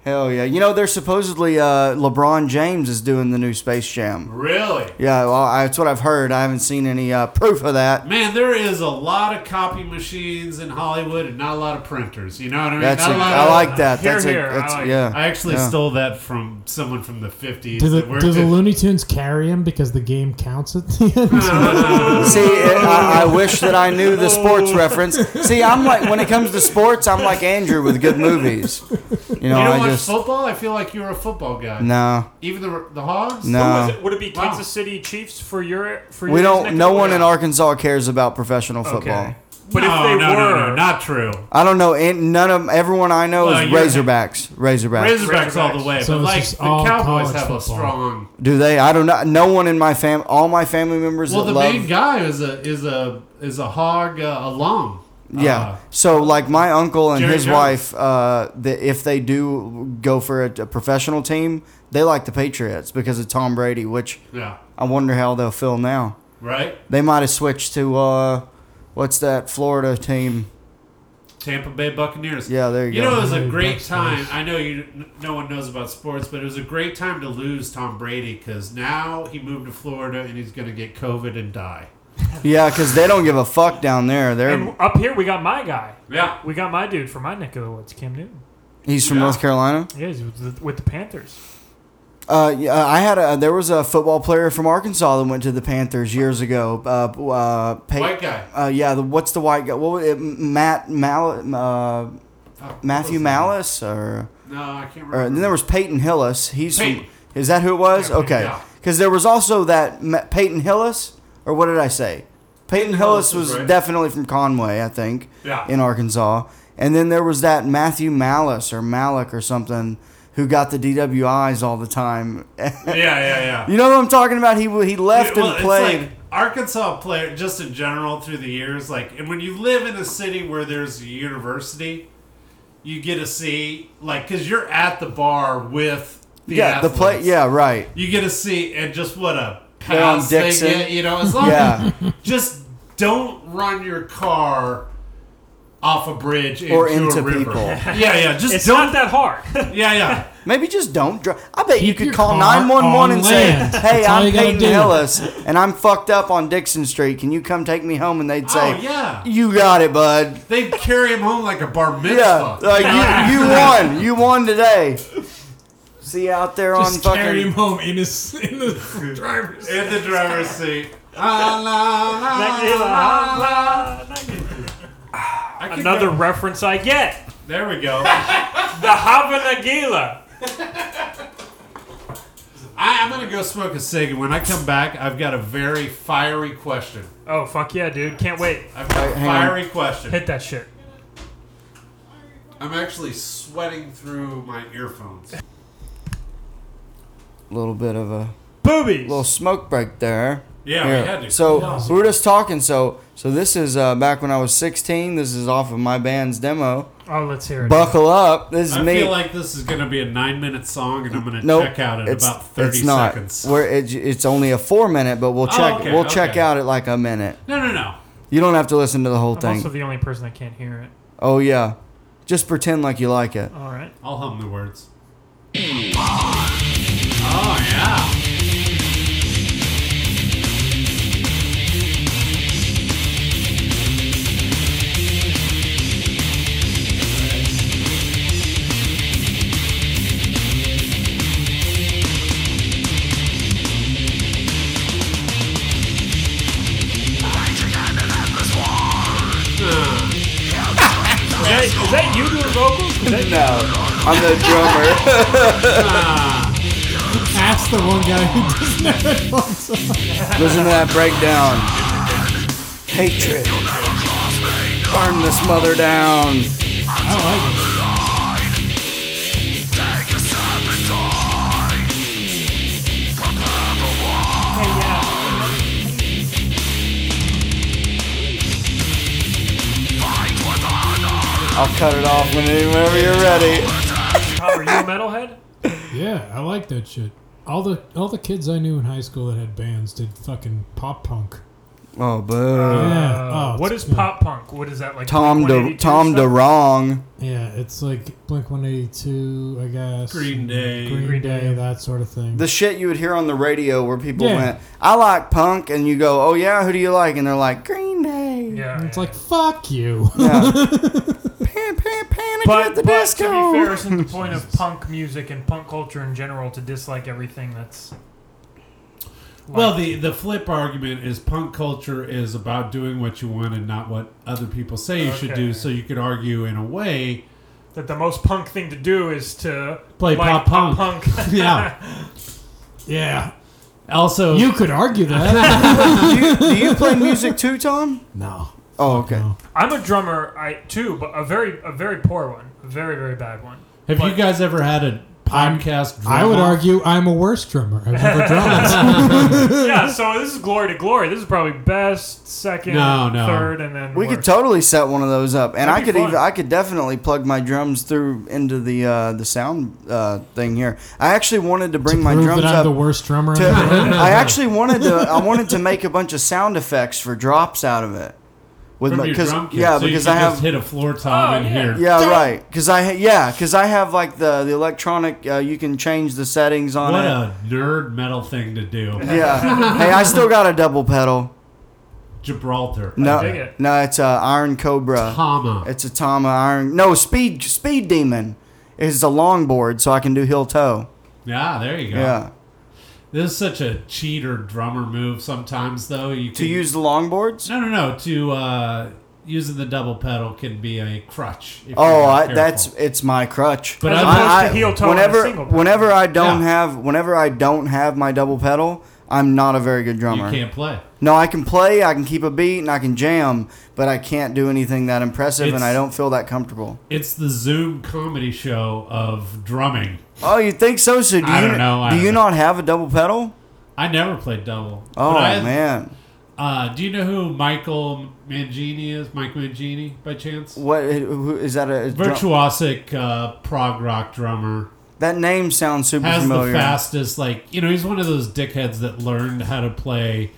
B: Hell yeah! You know they're supposedly uh, LeBron James is doing the new Space Jam.
D: really?
B: Yeah, well, I, that's what I've heard. I haven't seen any uh, proof of that.
D: Man, there is a lot of copy machines in Hollywood and not a lot of printers. You know what I mean?
B: That's
D: not
B: a,
D: a lot
B: I
D: of-
B: like that.
C: Here,
B: That's a,
C: here, I
B: that's
C: like-
B: yeah.
D: I actually
B: Yeah.
D: stole that from someone from the 50s.
E: Do the,
D: that worked
E: do the
D: at-
E: Looney Tunes carry him because the game counts at the end?
B: See, it, I, I wish that I knew the sports reference. See, I'm like when it comes to sports, I'm like Andrew with good movies. You know,
D: you don't
B: I
D: watch
B: just
D: football? I feel like you're a football guy.
B: no,
D: Even the the Hogs?
C: Who
B: no.
C: was it? Would it be
D: Wow.
C: Kansas City Chiefs for your for your?
B: Um, we
C: neck
B: don't.
C: of
B: No
C: the
B: one in
C: woods?
B: Arkansas cares about professional
C: Okay.
B: football.
C: But
D: no,
C: if they
D: no,
C: were,
D: no, no, not true.
B: I don't know. an- None of everyone I know
D: Well,
B: is
D: you're-
B: Razorbacks. Razorbacks.
D: Razorbacks all the way,
E: So
D: but
E: it's
D: like
E: just
D: the
E: all
D: Cowboys
E: college
D: have a
E: football.
D: strong.
B: Do they? I don't know. No one in my fam. All my family members
D: Well,
B: that
D: the
B: love.
D: main guy is a is a is a hog uh, along.
B: yeah.
D: Uh,
B: so like my uncle and
D: Jerry
B: his
D: Jones.
B: wife, uh, the, if they do go for a, a professional team, they like the Patriots because of Tom Brady. Which
D: yeah.
B: I wonder how they'll feel now.
D: Right.
B: They might have switched to uh, what's that Florida team?
D: Tampa Bay Buccaneers.
B: Yeah, there you,
D: You
B: go.
D: know, it was a
E: Hey,
D: great
E: Bucs,
D: time.
E: nice.
D: I know you. n- No one knows about sports, but it was a great time to lose Tom Brady because now he moved to Florida and he's going to get COVID and die.
B: yeah, because they don't give a fuck down there. They're
C: and up here we got my guy.
D: Yeah.
C: We got my dude from my neck of the woods, Cam Newton.
B: he's from
D: Yeah.
B: North Carolina.
C: Yeah, he's with the, with the Panthers.
B: Uh, yeah, I had a there was a football player from Arkansas that went to the Panthers years ago. Uh, uh, Pey-
D: White guy.
B: Uh, yeah, the, what's the white guy? What was it? Matt Mal- uh,
D: Fuck,
B: Matthew
D: what was his name?
B: Malice or,
D: No, I can't
B: or
D: remember.
B: and then there was Peyton Hillis. He's from-
D: Peyton.
B: is that who it was?
C: Yeah, Peyton,
B: Okay,
D: yeah.
B: because there was also that Ma- Peyton Hillis or what did I say? Peyton, Hillis
D: Hillis was
B: was
D: right.
B: definitely from Conway, I think,
D: Yeah.
B: in Arkansas. And then there was that Matthew Malice or Malik or something who got the DWIs all the time.
D: yeah, yeah, yeah.
B: you know what I'm talking about? He w- he left
D: Well,
B: and
D: it's
B: played.
D: like Arkansas player, just in general through the years, like, and when you live in a city where there's a university, you get to see, like, because you're at the bar with the
B: yeah, the play.
D: athletes.
B: Yeah, right.
D: you get to see, and just what a
B: They're on
D: pass they
B: Dixon.
D: get, you know, as long
B: Yeah.
D: as just don't run your car off a bridge
B: Or into
D: a river.
B: people.
D: Yeah, yeah, just
C: It's
D: don't.
C: not that hard.
D: yeah, yeah.
B: Maybe just don't drive. I bet you
E: Keep
B: could
E: your
B: call
E: car
B: 911
E: on
B: and
E: land.
B: say, "Hey,
E: That's all
B: I'm
E: you gotta
B: Peyton
E: do."
B: Hillis, and I'm fucked up on Dixon Street. Can you come take me home?" And they'd say,
D: Oh, yeah.
B: you got it, bud."
D: They'd carry him home like a bar
B: Yeah,
D: mitzvah.
B: like you, you won. You won today. See you out there on
E: Just carry
B: fucking.
E: him home in his in the driver's. seat.
D: In the driver's seat. La, la, la, la, la. I could
C: Another
D: go-
C: reference I get.
D: There we go.
C: The Havana Gila.
D: I, I'm gonna go smoke a cig, and when I come back, I've got a very fiery question.
C: Oh fuck yeah, dude! Can't wait.
D: I've got a
B: Wait, hang on.
D: fiery question.
C: Hit that shit.
D: I'm actually sweating through my earphones.
B: Little bit of a
C: Boobies.
B: little smoke break there.
D: Yeah,
B: Here.
D: we had to.
B: So we were just talking. So so this is uh, back when I was 16. This is off of my band's demo.
C: oh, let's hear it.
B: Buckle up. This is
D: I
B: me.
D: feel like this is gonna be a nine-minute song, and I'm gonna
B: Nope,
D: check out at about 30 seconds. Oh,
B: We're, it, it's only a four minute, but we'll check.
D: okay,
B: we'll check
D: okay.
B: out at like a minute.
D: No, no, no.
B: You don't have to listen to the whole
C: I'm
B: thing.
C: also the only person that can't hear it.
B: oh yeah, just pretend like you like it.
C: All right.
D: I'll hum the words. Oh yeah.
C: Is that, is that you doing vocals? Is that
B: No, I'm the drummer.
E: That's the one guy who doesn't have headphones.
B: listen to that breakdown. Hatred. Burn this mother down.
E: I
B: I'll cut it off whenever you're ready.
C: Tom, are you a metalhead?
E: like it. Yeah, I like that shit. All the all the kids I knew in high school that had bands did fucking pop punk.
B: Oh boo.
E: Yeah.
C: Uh,
E: oh,
C: what is
E: yeah.
C: pop punk? What is that like?
B: Tom de
C: 182
B: Tom
C: stuff?
B: DeRong.
E: Yeah, it's like Blink 182, I guess.
D: Green Day.
E: Green,
C: Green
E: Day,
C: Day.
E: that sort of thing.
B: the shit you would hear on the radio where people
E: Yeah.
B: went, I like punk, and you go, oh yeah, who do you like? And they're like, Green Day.
C: Yeah.
E: And it's
C: yeah.
E: like, fuck you.
B: Yeah. pan, pan, panic at
C: But,
B: the
C: but
B: disco.
C: to be fair, isn't the point of punk music and punk culture in general to dislike everything that's
D: Well, the the flip argument is punk culture is about doing what you want and not what other people say you should
C: Okay.
D: do. So you could argue in a way.
C: that the most punk thing to do is to
D: Play
C: like
D: pop punk.
C: punk.
D: Yeah.
E: yeah.
D: Also,
E: You could argue that.
B: do, you, do you play music too, Tom?
E: no.
B: Oh,
E: Fuck
B: okay.
E: no.
C: I'm a drummer, I too, but a very a very poor one, a very very bad one.
D: Have
C: But-
D: you guys ever had a podcast?
E: I would
D: drum-off?
E: argue I'm a worse drummer. I've never drummed.
C: yeah, so this is glory to glory. This is probably best, second,
D: No, no.
C: third, and then
B: We could
C: worst.
B: totally set one of those up, and
C: That'd
B: I
C: be
B: could
C: fun.
B: even I could definitely plug my drums through into the uh, the sound uh, thing here. I actually wanted to bring my
E: Prove
B: drums
E: that I'm
B: up.
E: the worst drummer.
B: to,
E: in the world.
B: I actually wanted to I wanted to make a bunch of sound effects for drops out of it with
D: From
B: my
D: your
B: because
D: drum kit,
B: yeah
D: so you
B: because
D: can
B: I
D: just
B: have
D: hit a floor tom
C: Oh,
D: in
C: yeah.
D: here.
B: yeah right because I ha- yeah because I have like the the electronic uh, you can change the settings on
D: What
B: it
D: a nerd metal thing to do.
B: yeah hey I still got a double pedal
D: Gibraltar.
B: no
C: dig it.
B: no it's a Iron Cobra
D: Tama.
B: It's a Tama Iron. No, Speed Speed Demon is the longboard, so I can do heel toe.
D: Yeah, there you go.
B: Yeah.
D: This is such a cheater drummer move sometimes, though. You
B: To
D: can-
B: use the longboards?
D: No, no, no. To uh, using the double pedal can be a crutch. if you're
B: Oh,
D: not
B: I,
D: careful.
B: that's it's my crutch.
D: But
C: As
D: I-
C: opposed
B: I,
C: to heel toe on a
B: whenever
C: single pedal.
B: whenever I don't
D: Yeah.
B: have whenever I don't have my double pedal, I'm not a very good
D: you
B: drummer.
D: can't play.
B: No, I can play, I can keep a beat, and I can jam, but I can't do anything that impressive, and I
D: It's-
B: don't feel that comfortable.
D: It's the Zoom comedy show of drumming.
B: Oh, you think so? So do
D: I
B: you
D: don't know, I
B: do you
D: don't-
B: not have a double pedal?
D: I never played double.
B: Oh
D: But I-
B: man,
D: Uh, do you know who Michael Mangini is? Mike Mangini, by chance?
B: what who, is that? A, a drum-
D: Virtuosic uh, prog rock drummer.
B: that name sounds super
D: Has
B: familiar.
D: the fastest, like, you know, he's one of those dickheads that learned how to play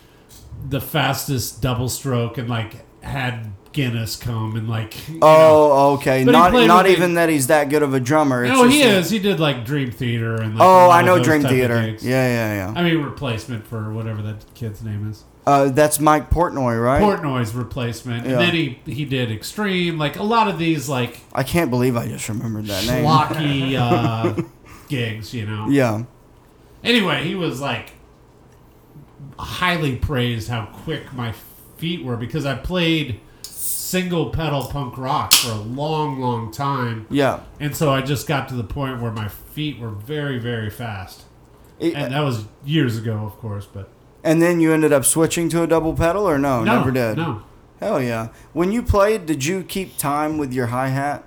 D: the fastest double stroke and, like, had Guinness come and, like. you know.
B: Oh, okay.
D: But he
B: not
D: played
B: not
D: with the-
B: even that he's that good of a drummer. it's
D: No,
B: just
D: he
B: that-
D: is. He did, like, Dream Theater and. Like, a
B: Oh,
D: lot
B: I
D: of
B: know
D: those
B: Dream
D: type of
B: Theater. Yeah,
D: gigs.
B: yeah, yeah.
D: I mean, replacement for whatever that kid's name is.
B: Uh, that's Mike Portnoy, right?
D: Portnoy's replacement.
B: Yeah.
D: And then he, he did Extreme. Like, a lot of these, like,
B: I can't believe I just remembered that name.
D: schlocky uh, gigs, you know.
B: Yeah.
D: Anyway, he was like highly praised how quick my feet were because I played single pedal punk rock for a long, long time,
B: Yeah.
D: and so I just got to the point where my feet were very, very fast.
B: It-
D: And
B: and,
D: that was years ago, of course, but
B: then you ended up switching to a double pedal or no?
D: no,
B: Oh, never did.
D: No,
B: Hell yeah. When you played, did you keep time with your hi hat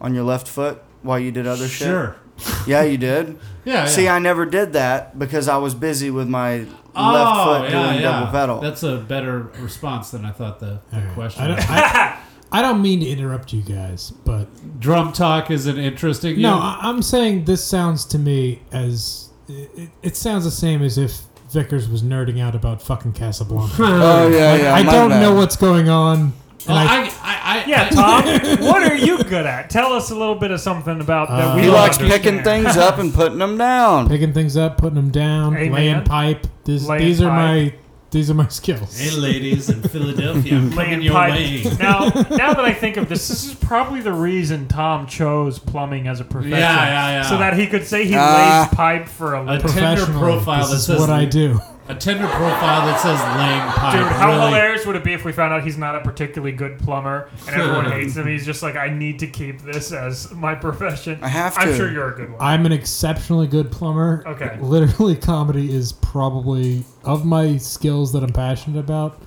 B: on your left foot while you did other
D: sure,
B: shit? Yeah, you did.
D: yeah.
B: See,
D: yeah.
B: I never did that because I was busy with my
D: Oh,
B: left foot
D: yeah,
B: doing
D: yeah.
B: double pedal.
D: That's a better response than I thought the, the question.
E: I don't, I, I don't mean to interrupt you guys, but
D: Drum talk isn't interesting.
E: no,
D: you?
E: I, I'm saying this sounds to me as it, it sounds the same as if Vickers was nerding out about fucking Casablanca.
B: oh yeah, yeah.
E: I
B: my
E: don't
B: bad.
E: know what's going on.
D: Well,
E: and I-
D: I, I, I,
C: Yeah,
D: I-
C: Tom, what are you good at? Tell us a little bit of something about that.
E: Uh,
C: we
B: He
E: Yeah,
C: don't
B: likes
C: understand.
B: picking things up and putting them down.
E: picking things up, putting them down,
C: Hey,
E: laying
C: man.
E: pipe. This,
C: Laying
E: these are
C: pipe.
E: my these are my skills.
D: Hey, ladies in Philadelphia, I'm coming
C: Laying
D: your
C: pipe.
D: way.
C: Now, now that I think of this, this is probably the reason Tom chose plumbing as a profession.
D: Yeah, yeah, yeah.
C: So that he could say he
B: Ah.
C: lays pipe for a
D: A
C: living.
D: Tinder
E: Professionally,
D: profile that
E: this
D: says
E: is what I do.
D: A Tinder profile that says laying pipe.
C: Dude, how
D: really-
C: hilarious would it be if we found out he's not a particularly good plumber and everyone hates him? He's just like, I need to keep this as my profession.
B: I have
C: I'm
B: to.
C: sure you're a good one.
E: I'm an exceptionally good plumber.
C: Okay.
E: Literally, comedy is probably of my skills that I'm passionate about.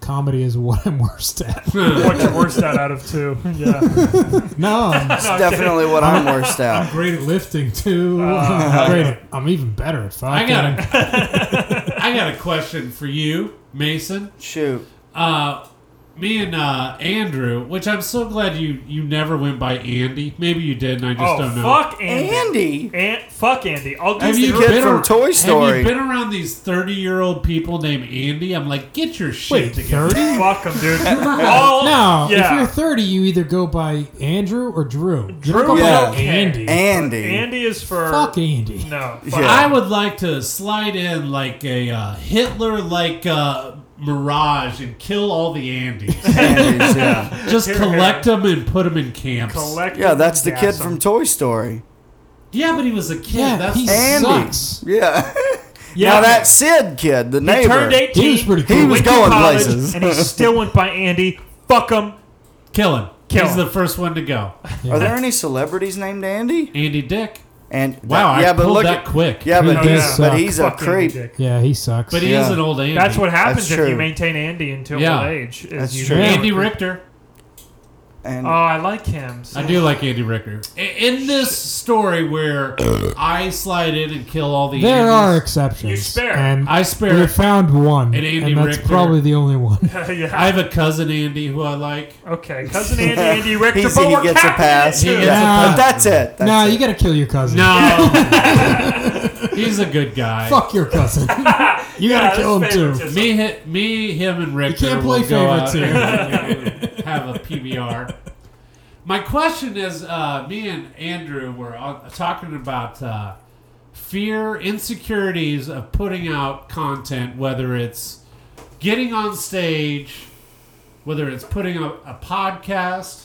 E: Comedy is what I'm worst at.
D: Hmm.
C: what you're worst at out of two. Yeah. No,
E: No, I'm
C: I'm
B: Definitely what I'm worst at.
E: great at lifting too.
C: Uh,
E: I'm great at, I'm even better at fucking.
D: I got a, I got a question for you, Mason.
B: Shoot.
D: Uh, me and uh, Andrew, which I'm so glad you you never went by Andy. Maybe you did, and I just
C: Oh,
D: don't know.
C: fuck Andy.
B: Andy.
C: An- fuck Andy. I'll do
D: Have
C: the
D: you
B: kid
D: been
B: from
D: ar-
B: Toy Story.
D: Have you been around these thirty-year-old people named Andy? I'm like, get your shit
E: Wait,
D: together.
E: thirty?
C: fuck him, dude. All,
E: No, if
C: yeah.
E: you're 30, you either go by Andrew or Drew. You
C: Drew
E: don't go
C: is
E: by
B: Yeah.
C: okay.
E: Andy.
B: Andy.
C: Andy is for
E: Fuck Andy.
C: no.
B: Yeah.
C: fuck.
D: I would like to slide in like a uh, Hitler like uh, Mirage and kill all the Andys.
B: Andy's, yeah.
D: Just
C: Here,
D: collect them and put them in camps.
C: Collect
B: yeah,
C: him
B: that's the
C: and
B: kid
C: gas
B: from
C: him.
B: Toy Story.
D: Yeah, but he was a kid.
E: Yeah,
D: That's
E: he
B: Andy.
E: sucks.
B: Yeah.
C: Yeah.
B: now that Sid kid, the
C: He
B: neighbor.
C: turned 18.
E: He was pretty
B: He
E: cool.
B: was
C: went to
B: going
C: college,
B: places.
C: and he still went by Andy. Fuck him.
D: kill him.
C: Kill
D: He's
C: him.
D: the first one to go.
B: Are there any celebrities named Andy?
D: Andy Dick.
B: And
D: Wow,
B: that- yeah,
D: I
B: but
D: pulled
B: look
D: that
B: at-
D: quick.
B: yeah,
E: Dude,
B: but
E: that
B: he's, but
E: sucked.
B: he's a
C: Oh, Fuck Andy
B: creep.
C: Dick.
E: Yeah, he sucks.
D: But he is
B: Yeah.
D: an old Andy.
C: That's what happens
B: That's
C: if
B: true.
C: you maintain Andy until
D: Yeah.
C: old age. is
B: That's
C: you
B: true.
C: never-
D: Andy Richter.
B: And
C: Oh, I like him. so-
D: I do like Andy Richter. I- In this story where I slide in and kill all the
E: there are
D: Andys,
E: exceptions.
C: You spare.
E: And
D: I
E: we
D: spare.
E: found one,
D: And Andy
E: and that's
D: Richter.
E: probably the only one.
C: yeah.
D: I have a cousin Andy who I like.
C: okay, cousin Andy, Andy Richter.
B: he's,
C: but
B: he
C: we're
B: gets a
C: counting
B: pass.
C: it, too.
D: He gets a
E: Yeah.
B: But that's it. That's
E: nah,
B: it.
E: you gotta kill your cousin.
D: No, he's a good guy.
E: Fuck your cousin. you
C: Yeah,
E: gotta
C: that's
E: kill him too.
C: favoritism.
D: Me, hi- me, him, and Richter.
E: can't play
D: will go out
E: favorites
D: and Have a PBR. My question is, uh, me and Andrew were on- talking about uh, fear, insecurities of putting out content, whether it's getting on stage, whether it's putting up a podcast.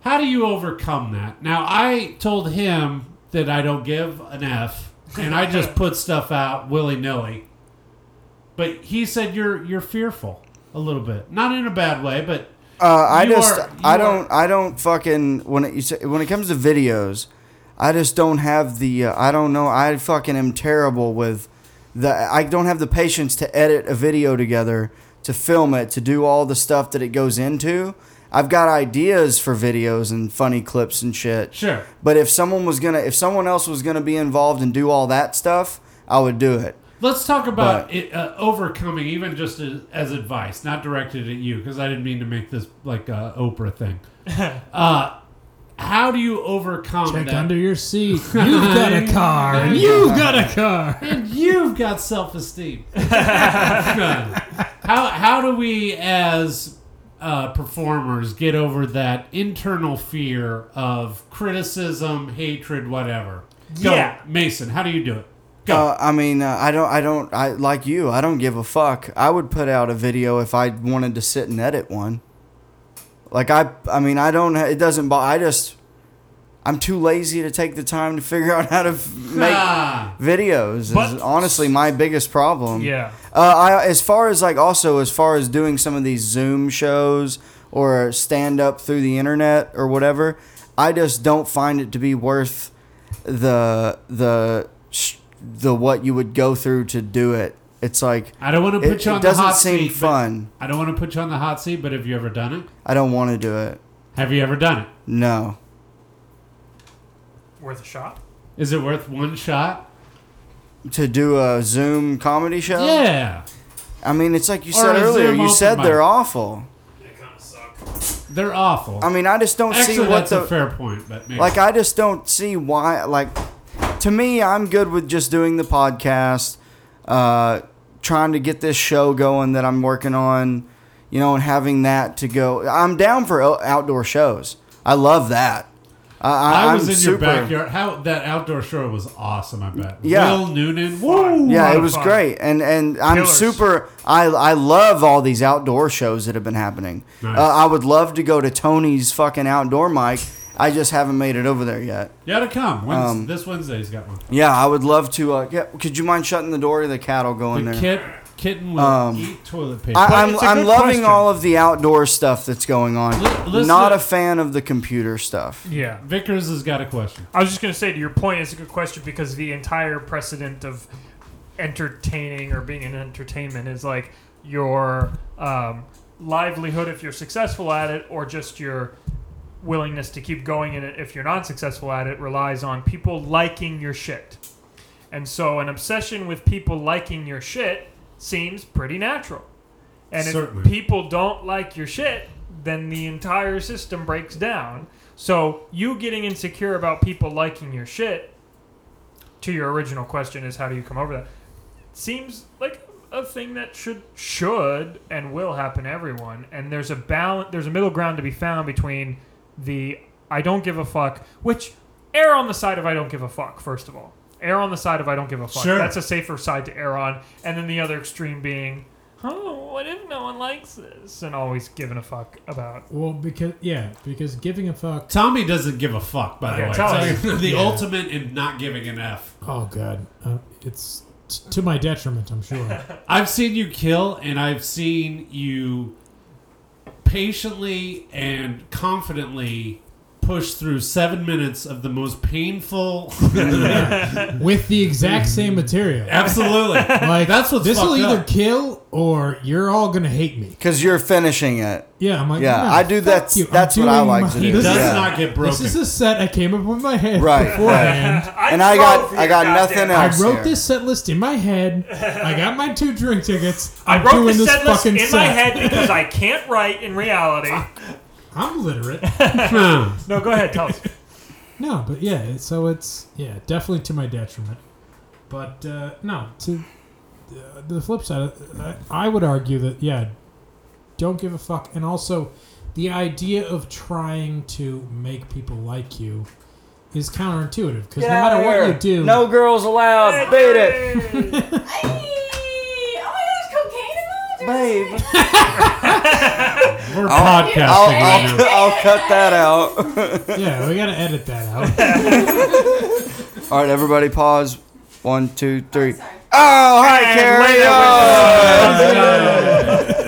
D: How do you overcome that? Now, I told him that I don't give an F, and I just put stuff out willy nilly. But he said you're you're fearful a little bit, not in a bad way, but
B: Uh, I
D: You
B: just
D: are-
B: I
D: you
B: don't I don't fucking when it you say, when it comes to videos, I just don't have the uh, I don't know I fucking am terrible with the I don't have the patience to edit a video together to film it to do all the stuff that it goes into. I've got ideas for videos and funny clips and shit.
D: sure.
B: But if someone was gonna if someone else was gonna be involved and do all that stuff, I would do it.
D: Let's talk about it, uh, overcoming, even just as, as advice, not directed at you, because I didn't mean to make this like a Oprah thing. uh, how do you overcome
E: Check
D: that?
E: under your seat. You've got a car. and You've got a car.
D: And you've got self esteem. how how do we as uh, performers get over that internal fear of criticism, hatred, whatever? Go,
C: Yeah.
D: Mason, how do you do it? Go.
B: Uh, I mean, uh, I don't, I don't, I like you. I don't give a fuck. I would put out a video if I wanted to sit and edit one. Like I, I mean, I don't. It doesn't. bo- I just, I'm too lazy to take the time to figure out how to f- make
D: Ah,
B: videos. Is
C: But-
B: honestly my biggest problem.
C: Yeah.
B: Uh, I, as far as like also as far as doing some of these Zoom shows or stand up through the internet or whatever, I just don't find it to be worth the the sh- the what you would go through to do it. It's like
D: I don't want to put
B: it,
D: you
B: it
D: on the
B: doesn't
D: hot
B: seem
D: seat. but-
B: fun.
D: I don't want to put you on the hot seat, but have you ever done it?
B: I don't want to do it.
D: Have you ever done it?
B: No.
C: Worth a shot.
D: Is it worth one shot?
B: To do a Zoom comedy show?
D: Yeah,
B: I mean, it's like you
D: Or
B: said
D: a
B: earlier.
D: Zoom
B: You
D: open
B: said
D: mic.
B: they're awful.
D: they're awful.
B: I mean, I just don't
D: Actually,
B: see what
D: that's
B: the
D: a fair point, but maybe.
B: Like I just don't see why. Like to me, I'm good with just doing the podcast, uh, trying to get this show going that I'm working on, you know, and having that to go. I'm down for o- outdoor shows. I love that. I, I,
D: I
B: I'm
D: was in
B: super,
D: your backyard. How that outdoor show was awesome. I bet.
B: Yeah.
D: Will Noonan. Woo.
B: Yeah,
C: lot
B: it
C: of
B: was
C: fun.
B: great, and and I'm
C: Killers.
B: super. I I love all these outdoor shows that have been happening.
D: Nice.
B: Uh, I would love to go to Tony's fucking outdoor mic. I just haven't made it over there yet.
D: You gotta come. Wednes-
B: Um,
D: this Wednesday, he's got one.
B: Yeah, I would love to. Uh, yeah, could you mind shutting the door to the cattle going
D: The
B: there?
D: kit, kitten will
B: Um,
D: eat toilet paper.
B: I, I'm,
C: it's a
B: I'm
C: good
B: loving
C: question.
B: all of the outdoor stuff that's going on.
D: Li- listen-
B: Not a fan of the computer stuff.
C: Yeah.
D: Vickers has got a question.
C: I was just gonna say to your point, it's a good question because the entire precedent of entertaining or being in entertainment is like your um, livelihood if you're successful at it, or just your willingness to keep going in it if you're not successful at it relies on people liking your shit. And so, an obsession with people liking your shit seems pretty natural. And
D: Certainly.
C: if people don't like your shit, then the entire system breaks down. So, you getting insecure about people liking your shit, to your original question, is how do you come over that? Seems like a thing that should should and will happen to everyone. And there's a balance, there's a middle ground to be found between the I don't give a fuck, which err on the side of I don't give a fuck. First of all, err on the side of I don't give a fuck.
D: Sure.
C: That's a safer side to err on. And then the other extreme being, oh, what if no one likes this? And always giving a fuck about.
E: Well, because yeah, because giving a fuck.
D: Tommy doesn't give a fuck, by the
C: Yeah,
D: way.
C: tell
D: It's
C: us.
D: like the
E: Yeah.
D: ultimate in not giving an F.
E: Oh god, uh, it's t- to my detriment, I'm sure.
D: I've seen you kill, and I've seen you patiently and confidently push through seven minutes of the most painful.
E: with the exact same material.
D: Absolutely.
E: Like
D: That's what's
E: this will
D: fucked
E: either
D: up.
E: kill or you're all gonna hate me.
B: Because you're finishing it.
E: Yeah, I'm like
B: Yeah,
E: "No,
B: I do-
E: fuck
B: that's-
E: you. I'm
B: that's what I
E: doing
B: like
E: my-
B: to
D: He
B: do,
D: does
E: This,
B: yeah.
D: not get
E: this
D: broken.
E: is a set I came up with my head
B: Right, right.
E: beforehand.
B: And I got-
C: drove
B: I got
C: here,
B: nothing
C: goddamn.
E: I
B: Yes,
E: wrote
B: sir.
E: this set list in my head. I got my two drink tickets.
C: I
E: I'm
C: wrote
E: doing
C: the
E: this
C: set list
E: fucking
C: in
E: set.
C: my head because I can't write in reality.
E: I'm literate.
C: No, go ahead, tell us.
E: No, but yeah, it- so it's yeah, definitely to my detriment. But uh, no, to uh, the flip side, I, I would argue that yeah, don't give a fuck, and also the idea of trying to make people like you is counterintuitive because no matter what you do,
B: No girls allowed. Beat it.
C: it.
F: Ay, oh my gosh, cocaine involved?
B: Babe.
D: We're
B: I'll-
D: podcasting
B: I'll,
D: right
B: I'll,
D: now.
B: I'll cut that out.
E: yeah, we gotta edit that out.
B: All right, everybody, pause. One, two, three.
F: Sorry.
B: Oh, hi,
C: And
B: Carrie.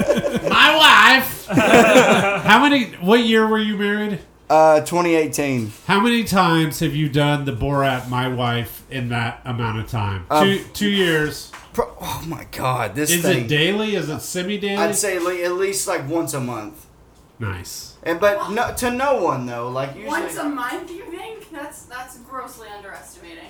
C: later,
B: Oh.
D: My wife. How many? What year were you married?
B: Uh, 2018.
D: How many times have you done the Borat "My Wife" in that amount of time?
B: Um,
D: two, two years.
B: Pro- oh my God, this
D: Is
B: thing.
D: it daily? Is it semi-daily?
B: I'd say le- at least like once a month.
D: nice.
B: And but no, to no one though, like usually.
F: Once a month, you think? That's that's grossly underestimating.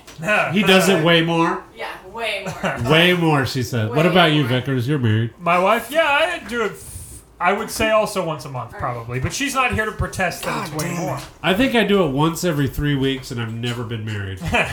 D: He does it way more.
F: Yeah, way more.
D: Way more, she said. what
F: Way
D: about you,
F: more.
D: Vickers? You're married.
C: My wife, yeah, I do it. f- I would say also once a month, probably, but she's not here to protest that it's way
B: damn
C: more.
D: I think I do it once every three weeks, and I've never been married.
B: Are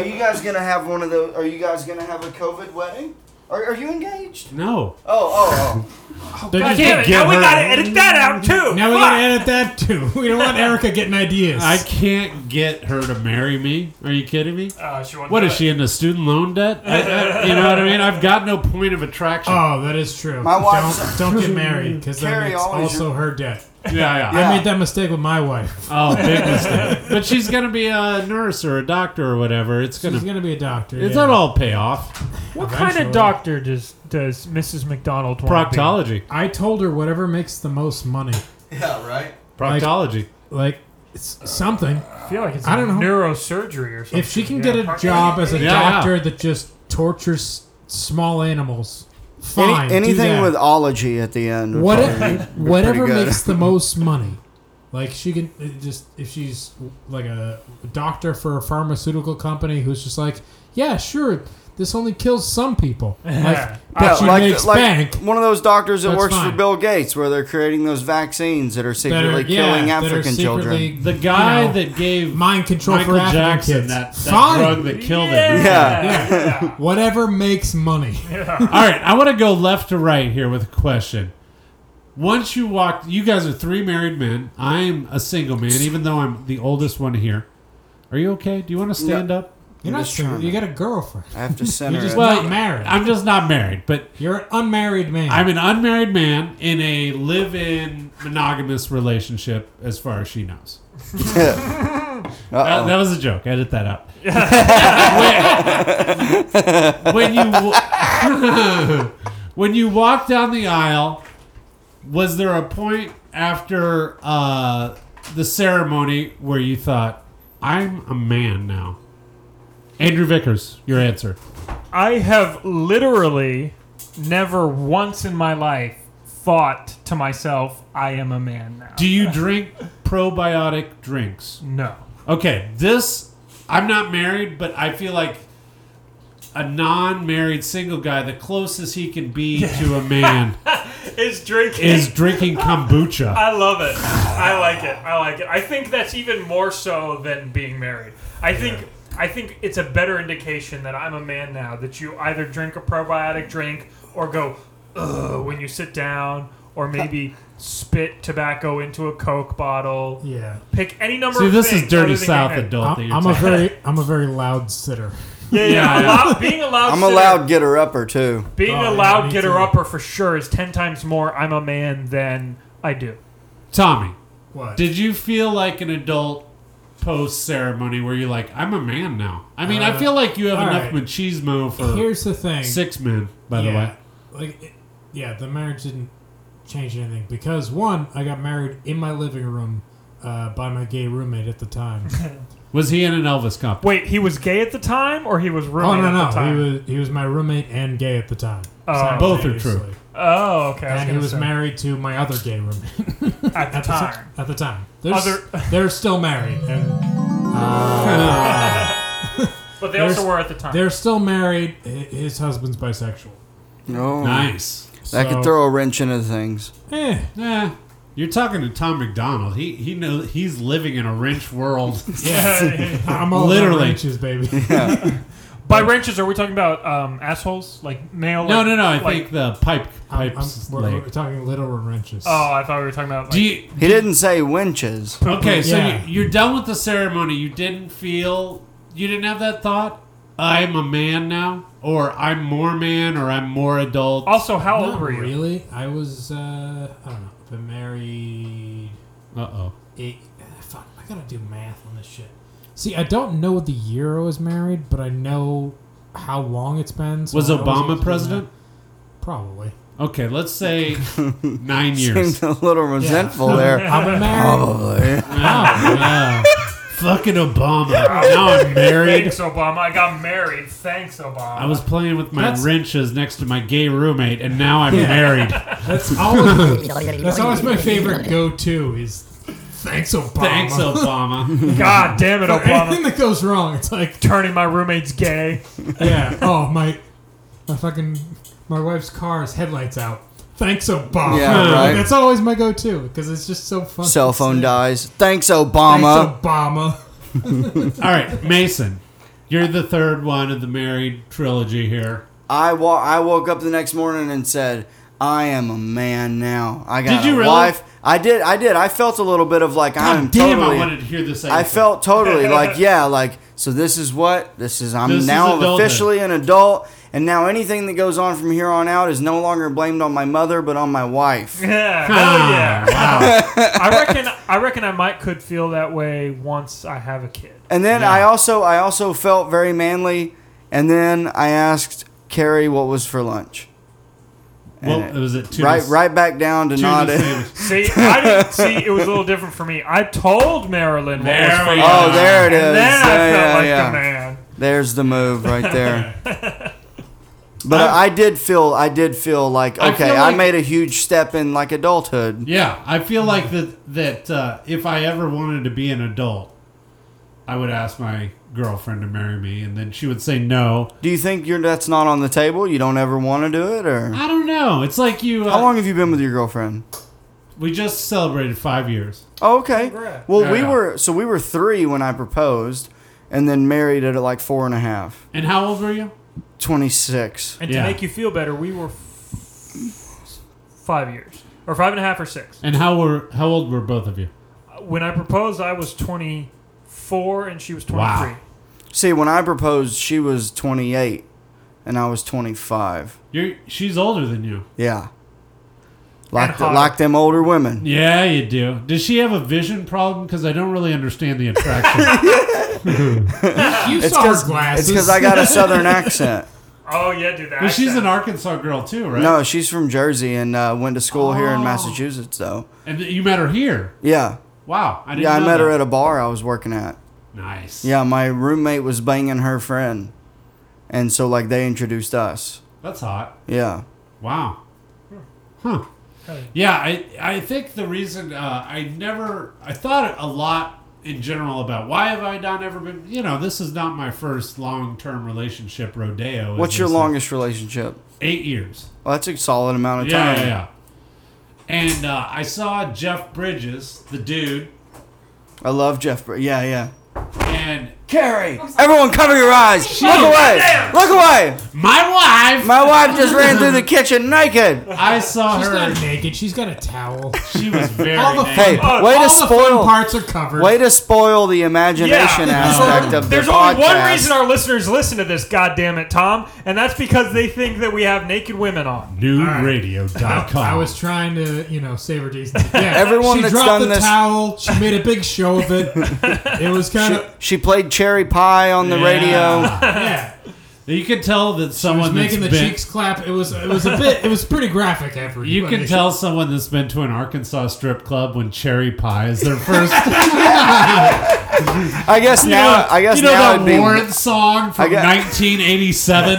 B: you guys gonna have one of those? Are you guys gonna have a COVID wedding? Are, are you engaged?
D: no.
B: Oh, oh,
E: They're
C: God
E: just
C: damn
E: gonna
C: it!
E: give
C: Now we
E: her-
C: gotta edit that out too.
E: Now we
C: Fuck.
E: gotta edit that too. We don't want Erica getting ideas.
D: I can't get her to marry me. Are you kidding me?
C: Uh, she won't
D: What
C: do
D: is
C: it.
D: she in the student loan debt? I- I- you know what I mean? I've got no point of attraction.
E: Oh, that is true.
B: My wife's-
E: don't, don't get married because then
B: Carrie
E: it's
B: always-
E: also her debt.
D: yeah, yeah.
B: Yeah.
E: I made that mistake with my wife.
D: Oh, big mistake. but she's gonna be a nurse or a doctor or whatever. It's gonna.
E: She's gonna be a doctor.
D: it's
E: yeah.
D: not all pay off.
C: What kind
E: Eventually.
C: of doctor does does Mrs. McDonald want to be?
D: Proctology.
E: I told her whatever makes the most money,
B: oh. Yeah, right.
D: Proctology.
E: like it's something.
C: I feel like it's
E: I don't know.
C: neurosurgery or something.
E: If she can
C: Yeah,
E: get a
C: proct-
E: job as a
D: Yeah, yeah.
E: doctor that just tortures small animals,
B: Any-
E: fine. do
B: anything
E: that.
B: with ology at the end. would
E: what
B: probably be
E: whatever
B: pretty good.
E: makes the most money. Like she can it just if she's like a doctor for a pharmaceutical company who's just like, yeah, sure, this only kills some people. Like, but
B: Yeah,
E: she makes bank.
B: one of those doctors that
E: That's
B: works for
E: fine.
B: Bill Gates, where they're creating those vaccines that are
E: that
B: secretly
E: are, yeah,
B: killing
E: that are
B: African
E: secretly,
B: children.
D: The guy
E: you know,
D: that gave
E: mind control
D: Michael
E: for African
D: Jackson
E: kids.
D: that, that
E: fine.
D: drug that killed him.
B: Yeah.
C: yeah.
E: Whatever makes money.
D: All right, I want to go left to right here with a question. Once you walk, you guys are three married men. I'm a single man, even though I'm the oldest one here. Are you okay? Do you want to stand up?
E: You're not
B: just
E: sure.
B: trying
E: You
B: to-
E: got a girlfriend.
B: I have to center
E: You're just
B: it.
E: not married.
D: I'm just not married, but
E: You're an unmarried man.
D: I'm an unmarried man in a live-in monogamous relationship, as far as she knows. That, that
B: Uh-oh.
D: was a joke. Edit that out. when, when you wa- when you walk down the aisle, was there a point after uh, the ceremony where you thought, "I'm a man now"? Andrew Vickers, your answer.
C: I have literally never once in my life thought to myself, "I am a man now."
D: Do you drink probiotic drinks?
C: no.
D: Okay, this I'm not married, but I feel like a non-married single guy, the closest he can be to a man
C: Is drinking
D: is drinking kombucha.
C: I love it. I like it. I like it. I think that's even more so than being married. I think I think it's a better indication that I'm a man now that you either drink a probiotic drink or go Ugh, when you sit down or maybe spit tobacco into a coke bottle.
E: yeah.
C: Pick any number
D: See,
C: of
D: this is
C: things other
D: dirty
C: than
D: South
C: getting married.
D: adult. that
E: I'm,
D: you're
E: I'm a
D: talking-
E: very I'm a very loud sitter.
C: Yeah, yeah.
D: Yeah, yeah.
C: Allow- being allowed
B: I'm
C: to-
B: a loud getter upper too.
C: being
E: Oh, yeah,
C: a loud
E: me
C: getter
E: too.
C: upper for sure is 10 times more I'm a man than I do.
D: Tommy,
E: What?
D: did you feel like an adult post ceremony where you're like, I'm a man now? I mean, I
E: Uh,
D: feel like you have
E: all
D: enough
E: right.
D: machismo for
E: Here's the thing.
D: six men. By the way,
E: yeah, the way. Like, it, yeah, the marriage didn't changed anything because one, I got married in my living room uh, by my gay roommate at the time. Oh,
D: Was he in an Elvis company?
C: Wait, he was gay at the time, or he was
E: oh
C: roommate
E: no,
C: at the
E: no,
C: time?
E: he was he was my roommate and gay at the time.
C: Oh.
D: Both are true.
E: simultaneously.
C: oh, okay. I
E: And he
C: gonna
E: was
C: say,
E: married to my other gay roommate
C: at the
E: at the
C: time.
E: time. At the time, they're, s-
C: Other-
E: they're still married, and
C: But they
E: There's-
C: also were at the time.
E: they're still married. Hi- His husband's bisexual.
B: No,
D: Nice.
B: Oh. that
E: So-
B: could throw a wrench into things.
E: Eh,
D: Nah. You're talking to Tom McDonald. He he know he's living in a wrench world.
E: yeah, I'm all
D: Literally.
E: literally inches, baby.
C: By wrenches, are we talking about um, assholes, like male?
D: no,
C: like-
D: no, no. I
C: like-
D: think the pipe
E: I'm, I'm,
D: pipes
E: we're,
D: leg.
E: we're talking literal wrenches.
C: Oh, I thought we were talking about. Like,
D: Do you
B: He didn't say winches.
D: Okay, so
E: Yeah.
D: you, you're done with the ceremony. You didn't feel, you didn't have that thought. I'm a man now, or I'm more man, or I'm more
E: Oh.
D: adult.
C: also, how old
E: Not
C: were you?
E: Really? I was, uh, I don't know. Been married
D: Uh oh.
E: eight. ah, Fuck, I gotta do math on this shit. See, I don't know the year I was married, but I know how long it's been. so
D: Was
E: I always have to do
D: Obama
E: math.
D: president?
E: Probably.
D: Okay, let's say nine years.
B: Seems a little resentful there.
E: I've been
B: Um,
D: Oh,
E: married.
B: Probably.
D: Wow, wow. Fucking Obama. Now I'm married.
C: Thanks, Obama. I got married. Thanks, Obama.
D: I was playing with my
E: That's-
D: wrenches next to my gay roommate, and now I'm married.
E: That's always, that's always my favorite go-to is, thanks Obama.
D: Thanks, Obama.
C: God damn it,
E: Anything
C: Obama.
E: that goes wrong, it's like,
C: Turning my roommate's gay.
E: yeah. Oh my, my fucking, my wife's car's headlights out. Thanks Obama.
B: Yeah, right.
E: That's always my go-to because it's just so fun.
B: Cell phone dies. Thanks,
E: Thanks
B: Obama.
E: Obama.
D: All right, Mason, you're the third one of the married trilogy here.
B: I wa- I woke up the next morning and said, "I am a man now. I got
D: Did you
B: a
D: really?
B: wife." I did. I did. I felt a little bit of like
D: God
B: I'm
D: damn,
B: totally.
D: I wanted to hear this.
B: I
D: answer.
B: felt totally like yeah, like so. This is what this is. I'm
D: This is
B: now
D: adulthood.
B: officially an adult, and now anything that goes on from here on out is no longer blamed on my mother, but on my wife.
C: Yeah.
D: Ah,
C: Hell yeah.
D: Wow.
C: I reckon. I reckon I might could feel that way once I have a kid.
B: And then I also I also felt very manly, and then I asked Carrie what was for lunch.
D: well,
B: And
D: it was at two.
B: right,
D: to-
B: right back down to
D: two to
B: not.
D: sandwich.
C: See, I didn't see. It was a little different for me. I told Marilyn. What
D: There
C: was
D: we
C: funny.
D: go.
B: Oh, there it is.
C: And then I
B: Yeah,
C: felt
B: yeah,
C: like
B: yeah.
C: the man.
B: There's the move right there. But i did feel, I did feel like
D: I
B: okay,
D: feel
B: I
D: like-
B: made a huge step in like adulthood.
D: Yeah, I feel like that. That uh, if I ever wanted to be an adult, I would ask my girlfriend to marry me, and then she would say no.
B: Do you think you're that's not on the table? You don't ever want to do it, or
D: I don't know. It's like you. Uh,
B: how long have you been with your girlfriend?
D: We just celebrated five years.
B: Oh, okay.
C: Congrats.
B: Well, we
D: Yeah.
B: were so we were three when I proposed, and then married at like four and a half.
D: And how old were you?
B: Twenty six.
C: And
D: Yeah.
C: to make you feel better, we were f- five years, or five and a half, or six. Uh,
D: And how were how old were both of you?
C: When I proposed, I was 24 and she was 23.
D: Wow.
B: See, when I proposed, she was twenty eight, and I was twenty five.
D: You're she's older than you.
B: Yeah. Like,
C: And
B: the,
C: hotter.
B: like them older women.
D: Yeah, you do. Does she have a vision problem? Because I don't really understand the attraction.
E: You
B: It's
E: saw her
B: 'cause-
E: glasses.
B: It's because I got a southern accent.
C: Oh, yeah, dude. that
D: but she's an
C: accent.
D: Arkansas girl too, right?
B: No, she's from Jersey and uh, went to school here in
D: Oh.
B: Massachusetts, though.
D: And you met her here.
B: Yeah.
D: Wow. I didn't
B: Yeah, I
D: know
B: met her
D: that.
B: at a bar I was working at.
D: Nice.
B: Yeah, my roommate was banging her friend. And so, like, they introduced us.
D: That's hot.
B: Yeah.
D: Wow. Huh. Yeah, I, I think the reason uh, I never I thought a lot in general about why have I not ever been you know this is not my first long term relationship rodeo. as
B: What's
D: they
B: your
D: say.
B: longest relationship?
D: Eight years.
B: Well, that's a solid amount of
D: Yeah,
B: time.
D: yeah, yeah. And uh, I saw Jeff Bridges, the dude,
B: I love Jeff. Br- Yeah, yeah.
D: and
B: Carrie, everyone cover your eyes. Look away. Look away.
D: my wife.
B: My wife just ran through the kitchen naked.
D: I saw
E: She's
D: her.
E: not naked. She's got a towel.
D: She was very.
E: All the
D: naked.
B: Hey,
C: Oh,
B: way
E: All
B: to
E: the fun
B: spoil.
E: parts are covered.
B: Way to spoil the imagination
C: Yeah.
B: aspect of
C: There's
B: the
C: only one
B: podcast.
C: reason our listeners listen to this, goddamn it, Tom, and that's because they think that we have naked women on.
D: NewRadio.com.
E: I was trying to, you know, save her decency. Yeah,
B: Everyone
E: she
B: that's
E: dropped
B: done
E: the
B: this-
E: towel. She made a big show of it. it was kind
B: She,
E: of
B: she played cherry pie on the
D: Yeah.
B: radio.
E: yeah.
D: You can tell that
E: I was
D: someone
E: making the
D: that's been,
E: cheeks clap. It was it was a bit it was pretty graphic after
D: You can tell someone that's been to an Arkansas strip club when cherry pie is their first.
B: I guess
D: you
B: now.
D: know,
B: I guess
D: you know
B: now
D: that
B: it'd be.
D: Warrant song from
B: guess-
D: 1987.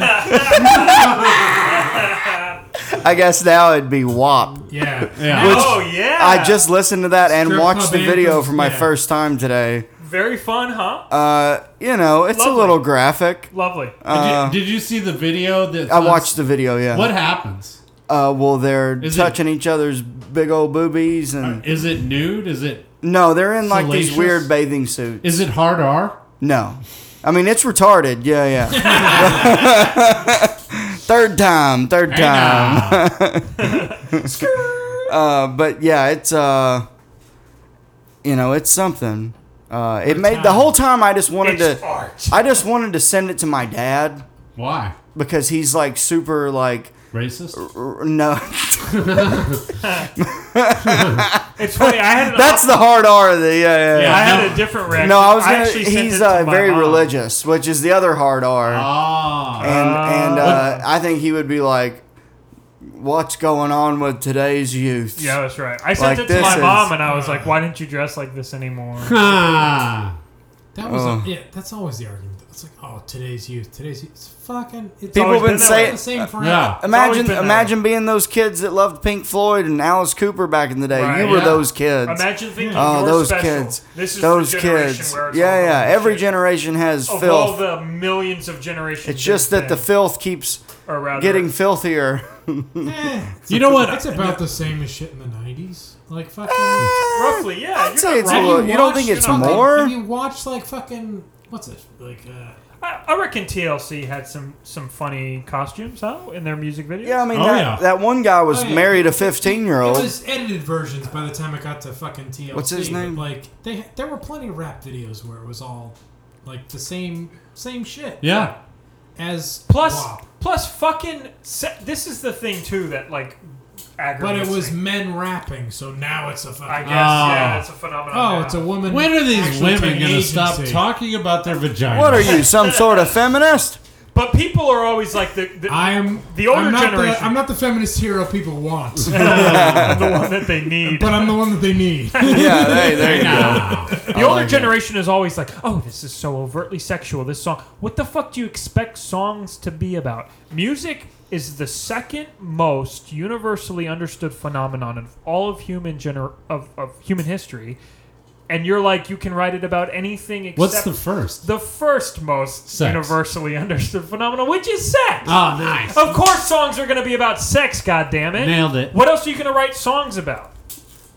B: I guess now it'd be WAP.
E: Yeah.
D: Yeah. Which-
C: oh yeah.
B: I just listened to that and
E: Strip
B: watched
E: club
B: the video
E: anthems,
B: for my
E: yeah.
B: first time today.
C: very fun, huh?
B: Uh, you know, it's a
C: Lovely.
B: little graphic.
C: Lovely.
D: did, you, did you see the video that
B: Uh, I watched the video. Yeah.
D: What happens?
B: Uh, well, they're
D: Is it-
B: touching each other's big old boobies, and
D: Is it nude? Is it
B: no, they're in like these
D: Salacious?
B: weird bathing suits.
D: is it hard R?
B: No. I mean, it's retarded. Yeah, yeah. third time, third
D: Hey,
B: time.
D: nah.
B: Uh, but yeah, it's uh, you know, it's something. Uh, it made the whole time. I just wanted
C: It's
B: to.
C: art.
B: I just wanted to send it to my dad
D: Why?
B: because he's like super like
D: Racist?
B: r- no.
C: It's funny. I had an
B: That's the hard R of the yeah yeah.
C: I
B: yeah.
C: had a different reaction.
B: No, I was gonna.
C: actually sent
B: he's
C: it to
B: uh,
C: my
B: very
C: mom. Oh,
B: religious, which is the other hard R.
D: Ah.
B: and and uh, I think he would be like, "What's going on with today's youth?"
C: Yeah, that's right. I
B: Like,
C: sent it to my
B: this is-
C: mom, and I was like, "Why didn't you dress like this anymore?"
D: Ah.
E: That was
B: Oh.
E: a, yeah. That's always the argument. It's like oh today's youth, today's youth. It's fucking. It's
B: People
E: always
B: been
E: that
B: saying-
E: way. the same forever.
D: Yeah.
C: always
B: Imagine,
C: been that
B: imagine being those kids that loved Pink Floyd and Alice Cooper back in the day.
C: Right,
B: you were
D: yeah.
B: those kids.
C: Imagine thinking
B: oh,
C: you're
B: those
C: special.
B: kids.
C: This is
B: those
C: the generation
B: kids.
C: Where it's all
B: yeah,
C: about
B: yeah.
C: the
B: Every
C: shit.
B: generation has
C: of all
B: filth.
C: the millions of generations.
B: It's just that the
C: been,
B: filth keeps
C: or rather,
B: getting filthier.
E: Eh,
D: You know what?
E: It's about the same as shit in the '90s. Like fucking.
C: roughly, yeah.
B: I'd
C: you're
B: say
C: not
B: it's a
C: wrong.
B: little- you don't think
E: watched
B: it's
E: fucking-
B: more?
E: Have you watched like fucking what's it like? Uh,
C: I, I reckon TLC had some some funny costumes, huh, in their music videos.
B: Yeah, I mean
D: Oh,
B: that,
D: yeah.
B: that one guy was
E: Oh, yeah.
B: married a fifteen year
E: It
B: old.
E: was edited versions by the time I got to fucking TLC.
B: What's his
E: but,
B: name?
E: Like they, there were plenty of rap videos where it was all like the same, same shit.
D: Yeah.
E: As
C: Plus,
E: WAP.
C: plus, fucking. Se- this is the thing too that like
E: but
C: aggravates.
E: it was
C: Me.
E: men rapping, so now it's a
C: I
E: fucking.
C: guess. yeah,
D: Oh.
C: it's a phenomenon.
E: Oh,
C: now.
E: it's a woman.
D: When are these
E: actually
D: women
E: taking
D: going to stop
E: agency.
D: talking about their vagina?
B: What are you, some sort of feminist?
C: But people are always like the. the
E: I am
C: The older
E: I'm not
C: generation.
E: The, I'm not the feminist hero people want,
C: I'm the one that they need.
E: but I'm the one that they need.
B: Yeah, there, there you go.
C: The older generation is always like, "Oh, this is so overtly sexual. This song. What the fuck do you expect songs to be about? Music is the second most universally understood phenomenon of all of human gener- of, of human history, and you're like, you can write it about anything except
D: What's the first?
C: the first most
D: Sex.
C: universally understood phenomenon, which is sex.
D: Oh, nice.
C: of course, songs are going to be about sex. God damn it!
D: Nailed it.
C: What else are you going to write songs about?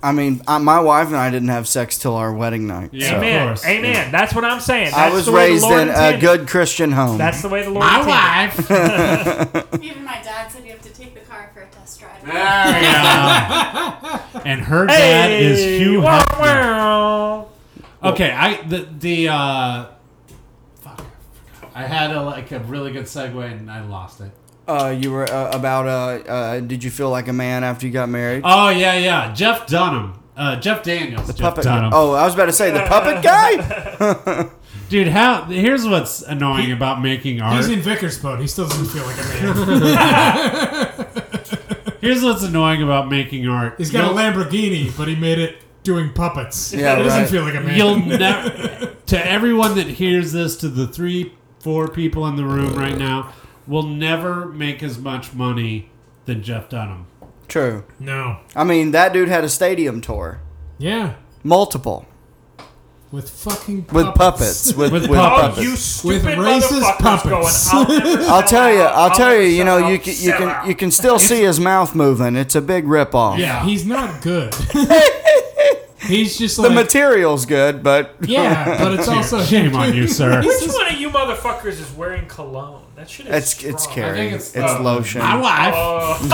B: I mean, I, my wife and I didn't have sex till our wedding night.
D: Yeah.
B: so.
D: Of
C: Amen.
D: course.
C: Amen. That's what I'm saying.
B: I
C: That's
B: was
C: the way the
B: raised
C: Lord
B: in a
C: intended.
B: good Christian home.
C: That's the way the Lord.
D: My
C: intended.
D: wife.
F: Even my dad said you have to take the car for a test drive.
D: There we go. and her dad
C: Hey,
D: is Hugh.
C: wow,
D: Hefner.
C: wow.
D: Okay, I the the uh, fuck, I had a, like a really good segue and I lost it.
B: Uh, you were uh, about uh, uh, did you feel like a man after you got married?
D: Oh yeah, yeah, Jeff Dunham, uh, Jeff Daniels, Jeff
B: puppet.
D: Dunham.
B: Oh, I was about to say the puppet guy.
D: Dude, how? Here's what's annoying about making art.
E: He's in Vickersboat. He still doesn't feel like a man.
D: here's what's annoying about making art.
E: He's got
D: You'll-
E: a Lamborghini, but he made it doing puppets.
B: Yeah,
E: it doesn't
B: right.
E: feel like a man.
D: You'll never. To everyone that hears this, to the three, four people in the room right now, will never make as much money than Jeff Dunham.
B: True.
E: no.
B: I mean, that dude had a stadium tour,
E: Yeah,
B: multiple
E: with fucking puppets.
B: with puppets, with,
D: With
B: with,
D: puppets.
C: Oh,
B: puppets.
C: you stupid
E: With racist
C: motherfuckers
E: puppets.
C: Going, I'll, never
B: I'll
C: sell
B: tell you,
C: out.
B: I'll tell you.
C: never
B: You know, you
C: sell out.
B: can you
C: Sell
B: can
C: out.
B: you can still see his mouth moving. It's a big ripoff.
E: Yeah, he's not good. he's just
B: The
E: like
B: material's good, but
E: yeah, but it's also
D: Shame on you, sir.
C: Which one of you motherfuckers is wearing cologne? That shit is.
B: it's it's
C: strong.
B: Carrie.
D: think
B: It's,
D: it's, uh,
B: lotion.
D: My wife.
C: Oh,
E: We've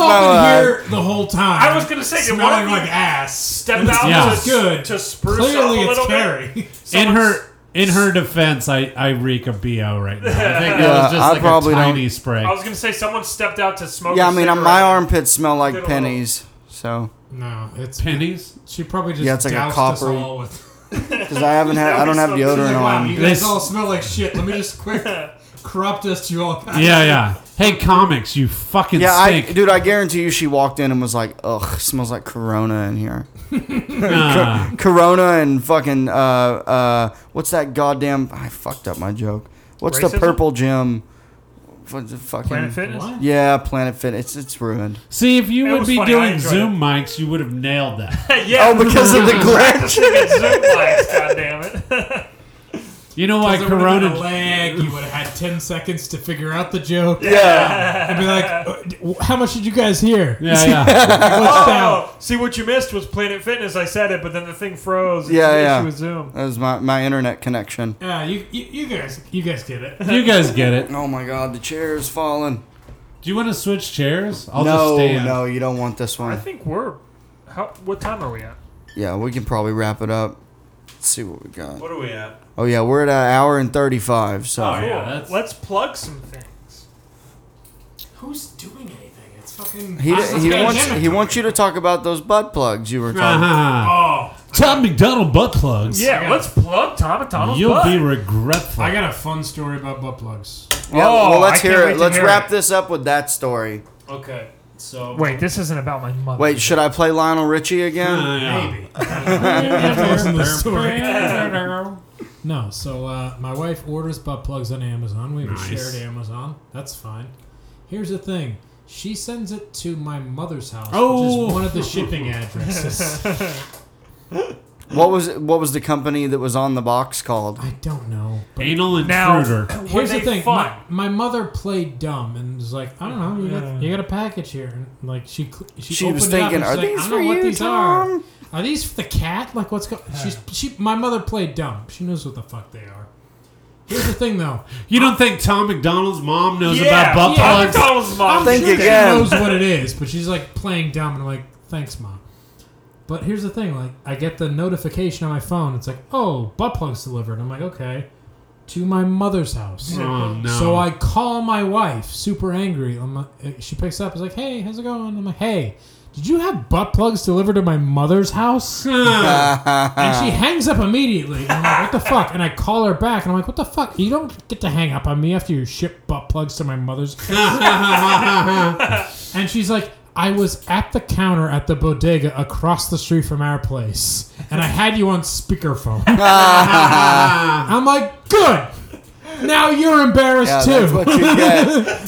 E: all been here the whole time.
C: I was gonna say, did one
E: smelling
C: of you
E: like ass.
C: stepped out
D: Yeah.
C: to,
D: It's
E: good.
C: to spruce
E: Clearly,
C: up a little
E: it's
C: bit.
E: Carrie.
D: in
C: Someone's-
D: her in her defense, I, I reek of bo right now. I think that was
B: Yeah,
D: just
B: I
D: like
B: probably
D: a
B: don't-
D: tiny spray.
C: I was gonna say someone stepped out to smoke.
B: yeah,
C: I
B: I mean, my
C: arm.
B: armpits smell
C: Did
B: like
C: a little-
B: pennies. So,
E: No, it's
D: Pennies.
E: she probably just
B: Yeah, it's like a
E: doused us
B: copper-
E: all with.
B: because I haven't had, I don't have
C: She's like,
B: deodorant
E: wow,
B: on.
E: you guys
D: This-
E: all smell like shit. Let me just quick. corrupt us to all kinds.
D: Yeah, yeah. Hey, comics, you fucking
B: Yeah, I,
D: stink.
B: dude, I guarantee you she walked in and was like, ugh, smells like Corona in here.
D: Nah.
B: Corona and fucking, uh, uh, what's that goddamn, I fucked up my joke. What's the
C: Racism?
B: purple gym? What's the fucking,
C: Planet Fitness.
E: What?
B: Yeah, Planet Fit. It's, it's ruined.
D: See, if you
C: It
D: would
C: was
D: be
C: funny, I
D: doing
C: enjoyed
D: Zoom mics, you would have nailed that.
C: yeah.
B: Oh, because of the glitch?
C: It's Zoom lights, goddammit.
D: You know why
E: Like Corona
D: Corona?
E: lag, you would have had ten seconds to figure out the joke.
B: yeah.
E: and be like, "Uh, d- w- "How much did you guys hear?"
D: Yeah, yeah.
E: Glitched out.
C: Oh, see what you missed was Planet Fitness. I said it, but then the thing froze. It's
B: Yeah,
C: the
B: yeah.
C: Issue with Zoom.
B: That was my, my internet connection.
E: Yeah, you, you you guys you guys get it.
D: you guys get it.
B: Oh my god, the chair is falling.
D: Do you want to switch chairs? I'll just
B: no,
D: stand.
B: no, you don't want this
C: I
B: one.
C: think we're. How? What time are we at?
B: Yeah, we can probably wrap it up. Let's see what we got.
G: What are we at?
B: Oh yeah, we're at an hour and thirty-five. So
D: Oh, yeah, that's-
C: Let's plug some things.
E: Who's doing anything? It's fucking.
B: he,
E: It's
B: he
E: pandemic.
B: wants he wants you to talk about those butt plugs you were talking.
D: Uh-huh.
E: Oh,
D: Tom McDonald butt plugs.
C: Yeah,
E: Yeah.
C: let's plug Tom and Donald's
D: You'll
C: butt.
D: be regretful.
E: I got a fun story about butt plugs.
B: Yeah,
C: Oh,
B: well, let's
C: I can't
B: hear
C: wait
B: it.
C: to
B: Let's
C: hear
B: wrap
C: it.
B: this up with that story.
E: Okay, so
C: Wait, this isn't about my mother.
B: Wait, should I play Lionel Richie
D: Uh-huh.
B: again?
E: maybe. You have to listen to the story. No, so uh, my wife orders butt plugs on Amazon. We have a
D: Nice.
E: shared Amazon. That's fine. Here's the thing. She sends it to my mother's house, which
D: Oh.
E: is one of the shipping addresses.
B: What was what was the company that was on the box called?
E: I don't know. But
D: Anal
C: now,
D: intruder.
C: were
E: here's the
C: they
E: thing.
C: fun?
E: My, my mother played dumb and was like, I don't know, you got, you got a package here. And like she cl- she,
B: She was
E: opened it up
B: thinking,
E: and
B: "Are
E: she's like,
B: these
E: I don't
B: for
E: know what
B: you,
E: these
B: Tom?"
E: Are. are these for the cat? Like what's going? She's she. My mother played dumb. She knows what the fuck they are. Here's the thing though.
D: You don't think Tom McDonald's mom knows
C: yeah,
D: about butt
C: yeah,
D: plugs?
C: Tom McDonald's mom.
B: Oh, Thank
E: sure
B: you
E: she
B: again.
E: knows what it is, but she's like playing dumb and I'm like, thanks, mom. But here's the thing, like I get the notification on my phone. It's like, oh, butt plugs delivered. I'm like, okay, to my mother's house.
D: Oh no.
E: So I call my wife, super angry. I'm like, uh, she picks up. Is like, hey, how's it going? I'm like, hey, did you have butt plugs delivered to my mother's house? And she
B: Ah.
E: hangs up immediately. And I'm like, what the fuck? And I call her back, and I'm like, what the fuck? You don't get to hang up on me after you ship butt plugs to my mother's. and she's like, I was at the counter at the bodega across the street from our place, and I had you on speakerphone.
D: Uh-huh.
E: I'm like, good. Now you're
B: Yeah,
E: embarrassed
B: that's
E: too.
B: what you get.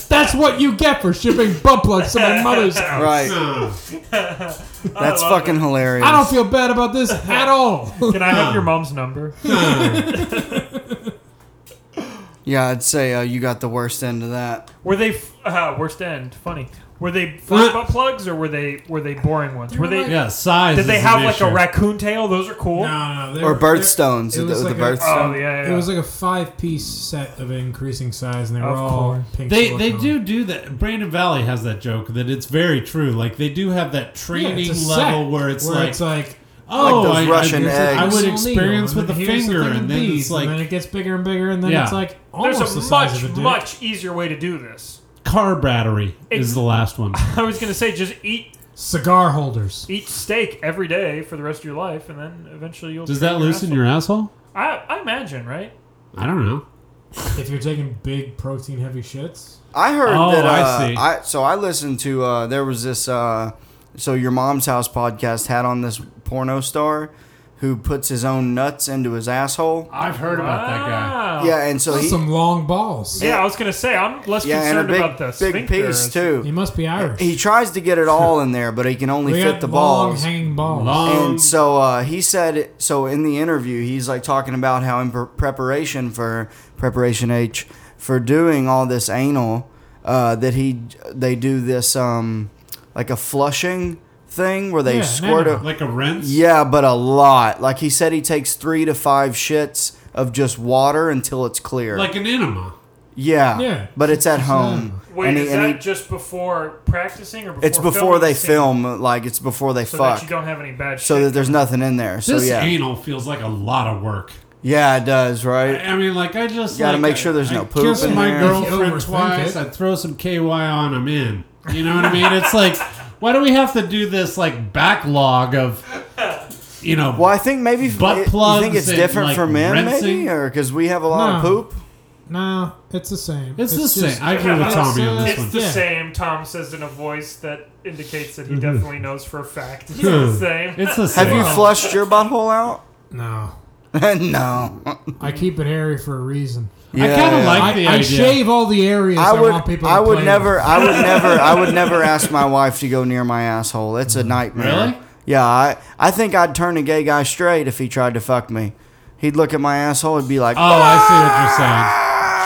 E: That's what you get for shipping butt plugs to my mother's house.
D: Oh,
B: Right. That's fucking hilarious.
E: I don't feel bad about this at all.
C: Can I have your mom's number?
B: Yeah, I'd say uh, you got the worst end of that.
C: Were they f- uh, worst end? Funny. Were they fun butt plugs or were they were they boring ones? Were they?
D: yeah, size.
C: Did they
D: is
C: have
D: an
C: like a
D: issue.
C: raccoon tail? Those are cool.
E: no, no.
B: Or birthstones.
E: it
B: The,
E: was
B: the
E: like a-
B: birthstone.
C: Oh yeah, yeah.
E: It was like a five-piece set of increasing size, and they were
C: Of
E: all
C: course.
E: pink.
D: They
E: silicone.
D: they do do that. Brandon Valley has that joke that it's very true. Like they do have that
E: Yeah,
D: training
E: it's a set
D: level where it's like, oh,
B: Like those
D: I,
B: Russian
D: I,
B: eggs.
D: I
E: it's
D: would
E: only
D: experience
E: one,
D: with the
E: and here's
D: finger,
E: thing
D: and then it's
E: these, and then
D: like
E: it gets bigger and bigger, and then
D: Yeah.
E: it's like almost
C: There's
E: the
C: a
E: size
C: much
E: of a dick.
C: much easier way to do this.
D: car battery
C: Ex-
D: is the last one.
C: I was gonna say just eat
E: Cigar holders.
C: eat steak every day for the rest of your life, and then eventually you'll.
D: Does
C: train
D: that loosen
C: asshole.
D: your asshole?
C: I, I imagine, right?
D: I don't know.
E: If you're taking big protein-heavy shits,
B: I heard
D: Oh,
B: that. Uh,
D: I
B: I
D: see.
B: so I listened to uh, there was this. Uh, so your mom's house podcast had on this porno star who puts his own nuts into his asshole.
D: I've heard
C: Wow.
B: Yeah, and so he
E: some long balls.
C: Yeah, I was gonna say I'm less
B: yeah, and a
C: concerned
B: big
C: about the
B: big
C: sphincter.
B: piece too.
E: He must be Irish.
B: He tries to get it all in there, but he can only
E: We
B: fit
E: got
B: the
E: long
B: balls.
E: hanging balls.
D: Long.
B: And so uh, he said, so in the interview, he's like talking about how in pre- preparation for preparation H for doing all this anal, uh, that he they do this um, like a flushing thing where they
E: Yeah,
B: squirt
E: anal.
B: it.
D: Like a rinse.
B: Yeah, but a lot. Like he said, he takes three to five shits of just water until it's clear.
D: Like an enema.
B: yeah,
E: Yeah.
B: but it's at home.
C: Wait,
B: And he-
C: is
B: and
C: that
B: he-
C: just before practicing or before?
B: it's before
C: filming
B: they
C: the scene?
B: film. Like it's before they
C: so
B: fuck.
C: that you don't have any bad.
B: so
C: shit.
B: that there's nothing in there. So
D: This
B: yeah,
D: anal feels like a lot of work.
B: yeah, it does, right?
D: I mean, like I just
B: You gotta
D: like,
B: make sure there's
D: I,
B: no
D: I
B: poop
D: kiss
B: in
D: my
B: there.
E: If you
D: girlfriend
E: overthink
D: twice.
E: it.
D: I throw some KY on. I'm in. You know what I mean? It's like, why do we have to do this like backlog of, you know,
B: Well, I think maybe
D: Butt
B: it- You
D: plugs
B: think it's
D: and,
B: different
D: like,
B: for men, maybe,
D: rinsing?
B: or because we have a lot of
E: No.
B: poop.
E: Nah, it's the same.
D: It's the same. I agree
C: with
D: Tommy on this
C: It's
D: one.
C: the
E: Yeah.
C: same. Tom says in a voice that indicates that he definitely knows for a fact. It's
D: Hmm.
C: the same.
D: It's the same.
B: Have you flushed your butthole out?
E: No,
B: no.
E: I keep it hairy for a reason.
D: I kind of like the
E: I, I
D: idea.
E: shave all the areas I,
B: I would.
E: want people. To
B: I would
E: play
B: never.
E: With.
B: I would never. I would never ask my wife to go near my asshole. It's a nightmare.
D: Really?
B: Yeah. I. I think I'd turn a gay guy straight if he tried to fuck me. He'd look at my asshole and be like,
D: Oh, I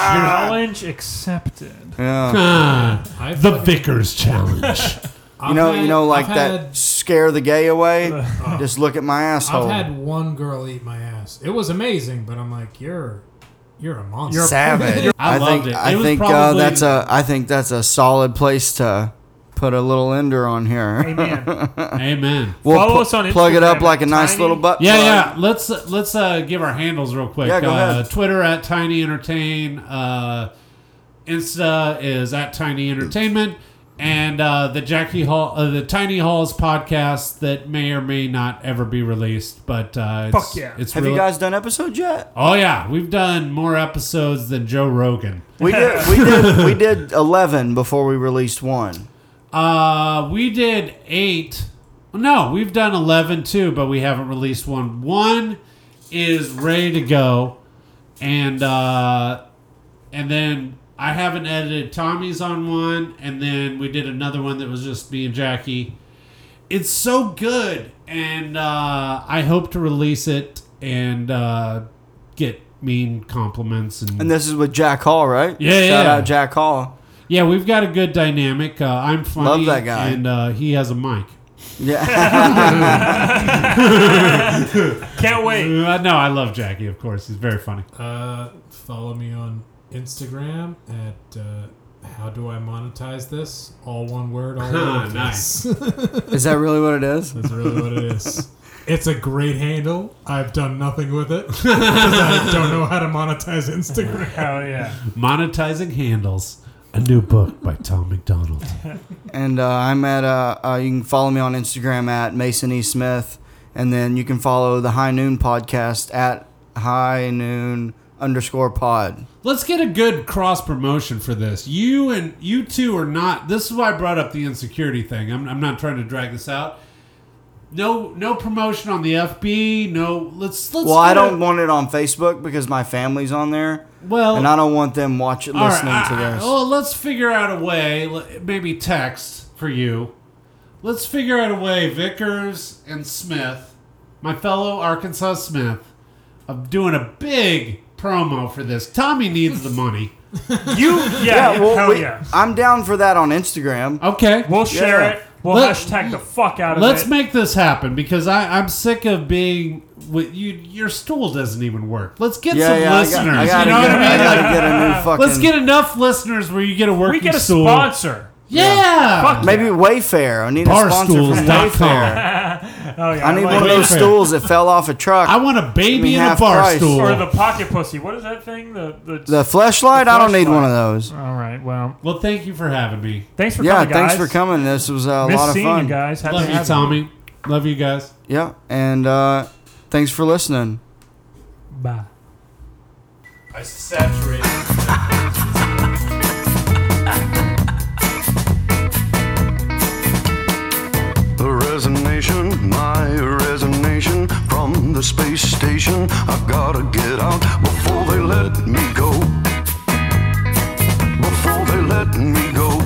B: Uh,
C: Challenge accepted.
B: yeah.
D: see what you're
E: I've
D: saying. Ah, the Vickers challenge.
B: You know, you know, like
E: I've
B: that
E: Had,
B: scare the gay away. Just look at my asshole.
E: I've had one girl eat my ass. It was amazing, but I'm like, you're, you're a monster.
B: Savage.
D: I
B: think.
D: loved it.
B: I
D: It was
B: think uh,
D: probably-
B: that's a. I think that's a solid place to put a little ender on here.
C: Amen.
D: Amen.
B: We'll
C: Follow
B: pl-
C: us on
B: plug it up
C: Instagram,
B: like a nice
C: Tiny-
B: little butt.
D: Yeah,
B: plug.
D: yeah. Let's let's uh, give our handles real quick.
B: Yeah, go
D: uh,
B: ahead.
D: Twitter at Tiny Entertain. Uh, Insta is at Tiny Entertainment, and uh, the Jackie Hall, uh, the Tiny Halls podcast that may or may not ever be released. But uh, it's,
C: Fuck yeah.
D: it's
B: Have
D: really,
B: you guys done episodes yet?
D: Oh yeah, we've done more episodes than Joe Rogan.
B: We did. We did. We did eleven before we released one.
D: Uh, we did eight. No, we've done 11 too, but we haven't released one. One is ready to go. And, uh, and then I haven't edited Tommy's on one. And then we did another one that was just me and Jackie. It's so good. And, uh, I hope to release it and, uh, get mean compliments. And,
B: And this is with Jack Hall, right?
D: Yeah,
B: Shout
D: yeah.
B: out Jack Hall.
D: yeah, we've got a good dynamic. Uh, I'm funny.
B: Love that guy.
D: And, uh, he has a mic.
B: Yeah.
C: Can't wait.
D: Uh, no, I love Jackie, of course. He's very funny.
E: Uh, follow me on Instagram at uh, how do I monetize this? All one word. All
D: Ah,
E: lowercase.
D: nice.
B: is that really what it is?
E: That's really what it is. It's a great handle. I've done nothing with it 'cause I don't know how to monetize Instagram.
C: Hell yeah.
D: Monetizing Handles, a new book by Tom McDonald.
B: And uh, I'm at. Uh, uh, you can follow me on Instagram at Mason E Smith, and then you can follow the High Noon podcast at High Noon underscore Pod.
D: Let's get a good cross promotion for this. You and you two are not. This is why I brought up the insecurity thing. I'm, I'm not trying to drag this out. No, no promotion on the FB. No, let's let's.
B: Well, I
D: get a-
B: don't want it on Facebook because my family's on there,
D: Well,
B: and I don't want them watching
D: All right,
B: listening to
D: I- I-
B: this.
D: Well, let's figure out a way. l- Maybe text for you. Let's figure out a way, Vickers and Smith, my fellow Arkansas Smith, of doing a big promo for this. Tommy needs the money.
C: You yeah.
B: yeah, well,
C: hell
B: we-
C: yeah.
B: I'm down for that on Instagram.
D: Okay.
C: We'll share
B: Yeah.
C: it. We'll
D: Let-
C: hashtag the fuck out of
D: Let's
C: it.
D: make this happen because I, I'm sick of being with you. Your stool doesn't even work. Let's get
B: Yeah,
D: some
B: yeah, I
D: listeners.
B: got- I
D: you
B: gotta
D: know
B: get-
D: what I
B: I
D: mean?
B: gotta
D: Like,
B: get a new fucking.
D: let's get enough listeners where you get a working
C: we get a
D: stool.
C: sponsor.
D: Yeah.
C: Fuck
B: Maybe Wayfair. I need a sponsor from Wayfair.
D: Barstools.com.
C: Oh yeah.
B: I need
C: like
B: one of
C: it.
B: those
D: Wayfair.
B: stools that fell off a truck.
D: I want a
B: Give me
D: baby in a
B: half
D: bar
B: price.
D: stool.
C: or the pocket pussy. What is that thing? The the.
B: the flashlight. I don't need one of those.
C: all right. Well,
D: well, thank you for having me.
C: thanks for
B: Yeah,
C: coming, guys.
B: thanks for coming. This was a
C: Miss
B: lot of
C: seeing
B: fun.
C: you guys. Happy
D: Love
C: to
D: you,
C: have
D: Tommy. Love you guys.
B: Yeah, and uh, thanks for listening.
C: Bye.
D: I saturated.
G: The resignation, my resignation from the space station. I've gotta get out before they let me go. Before they let me go.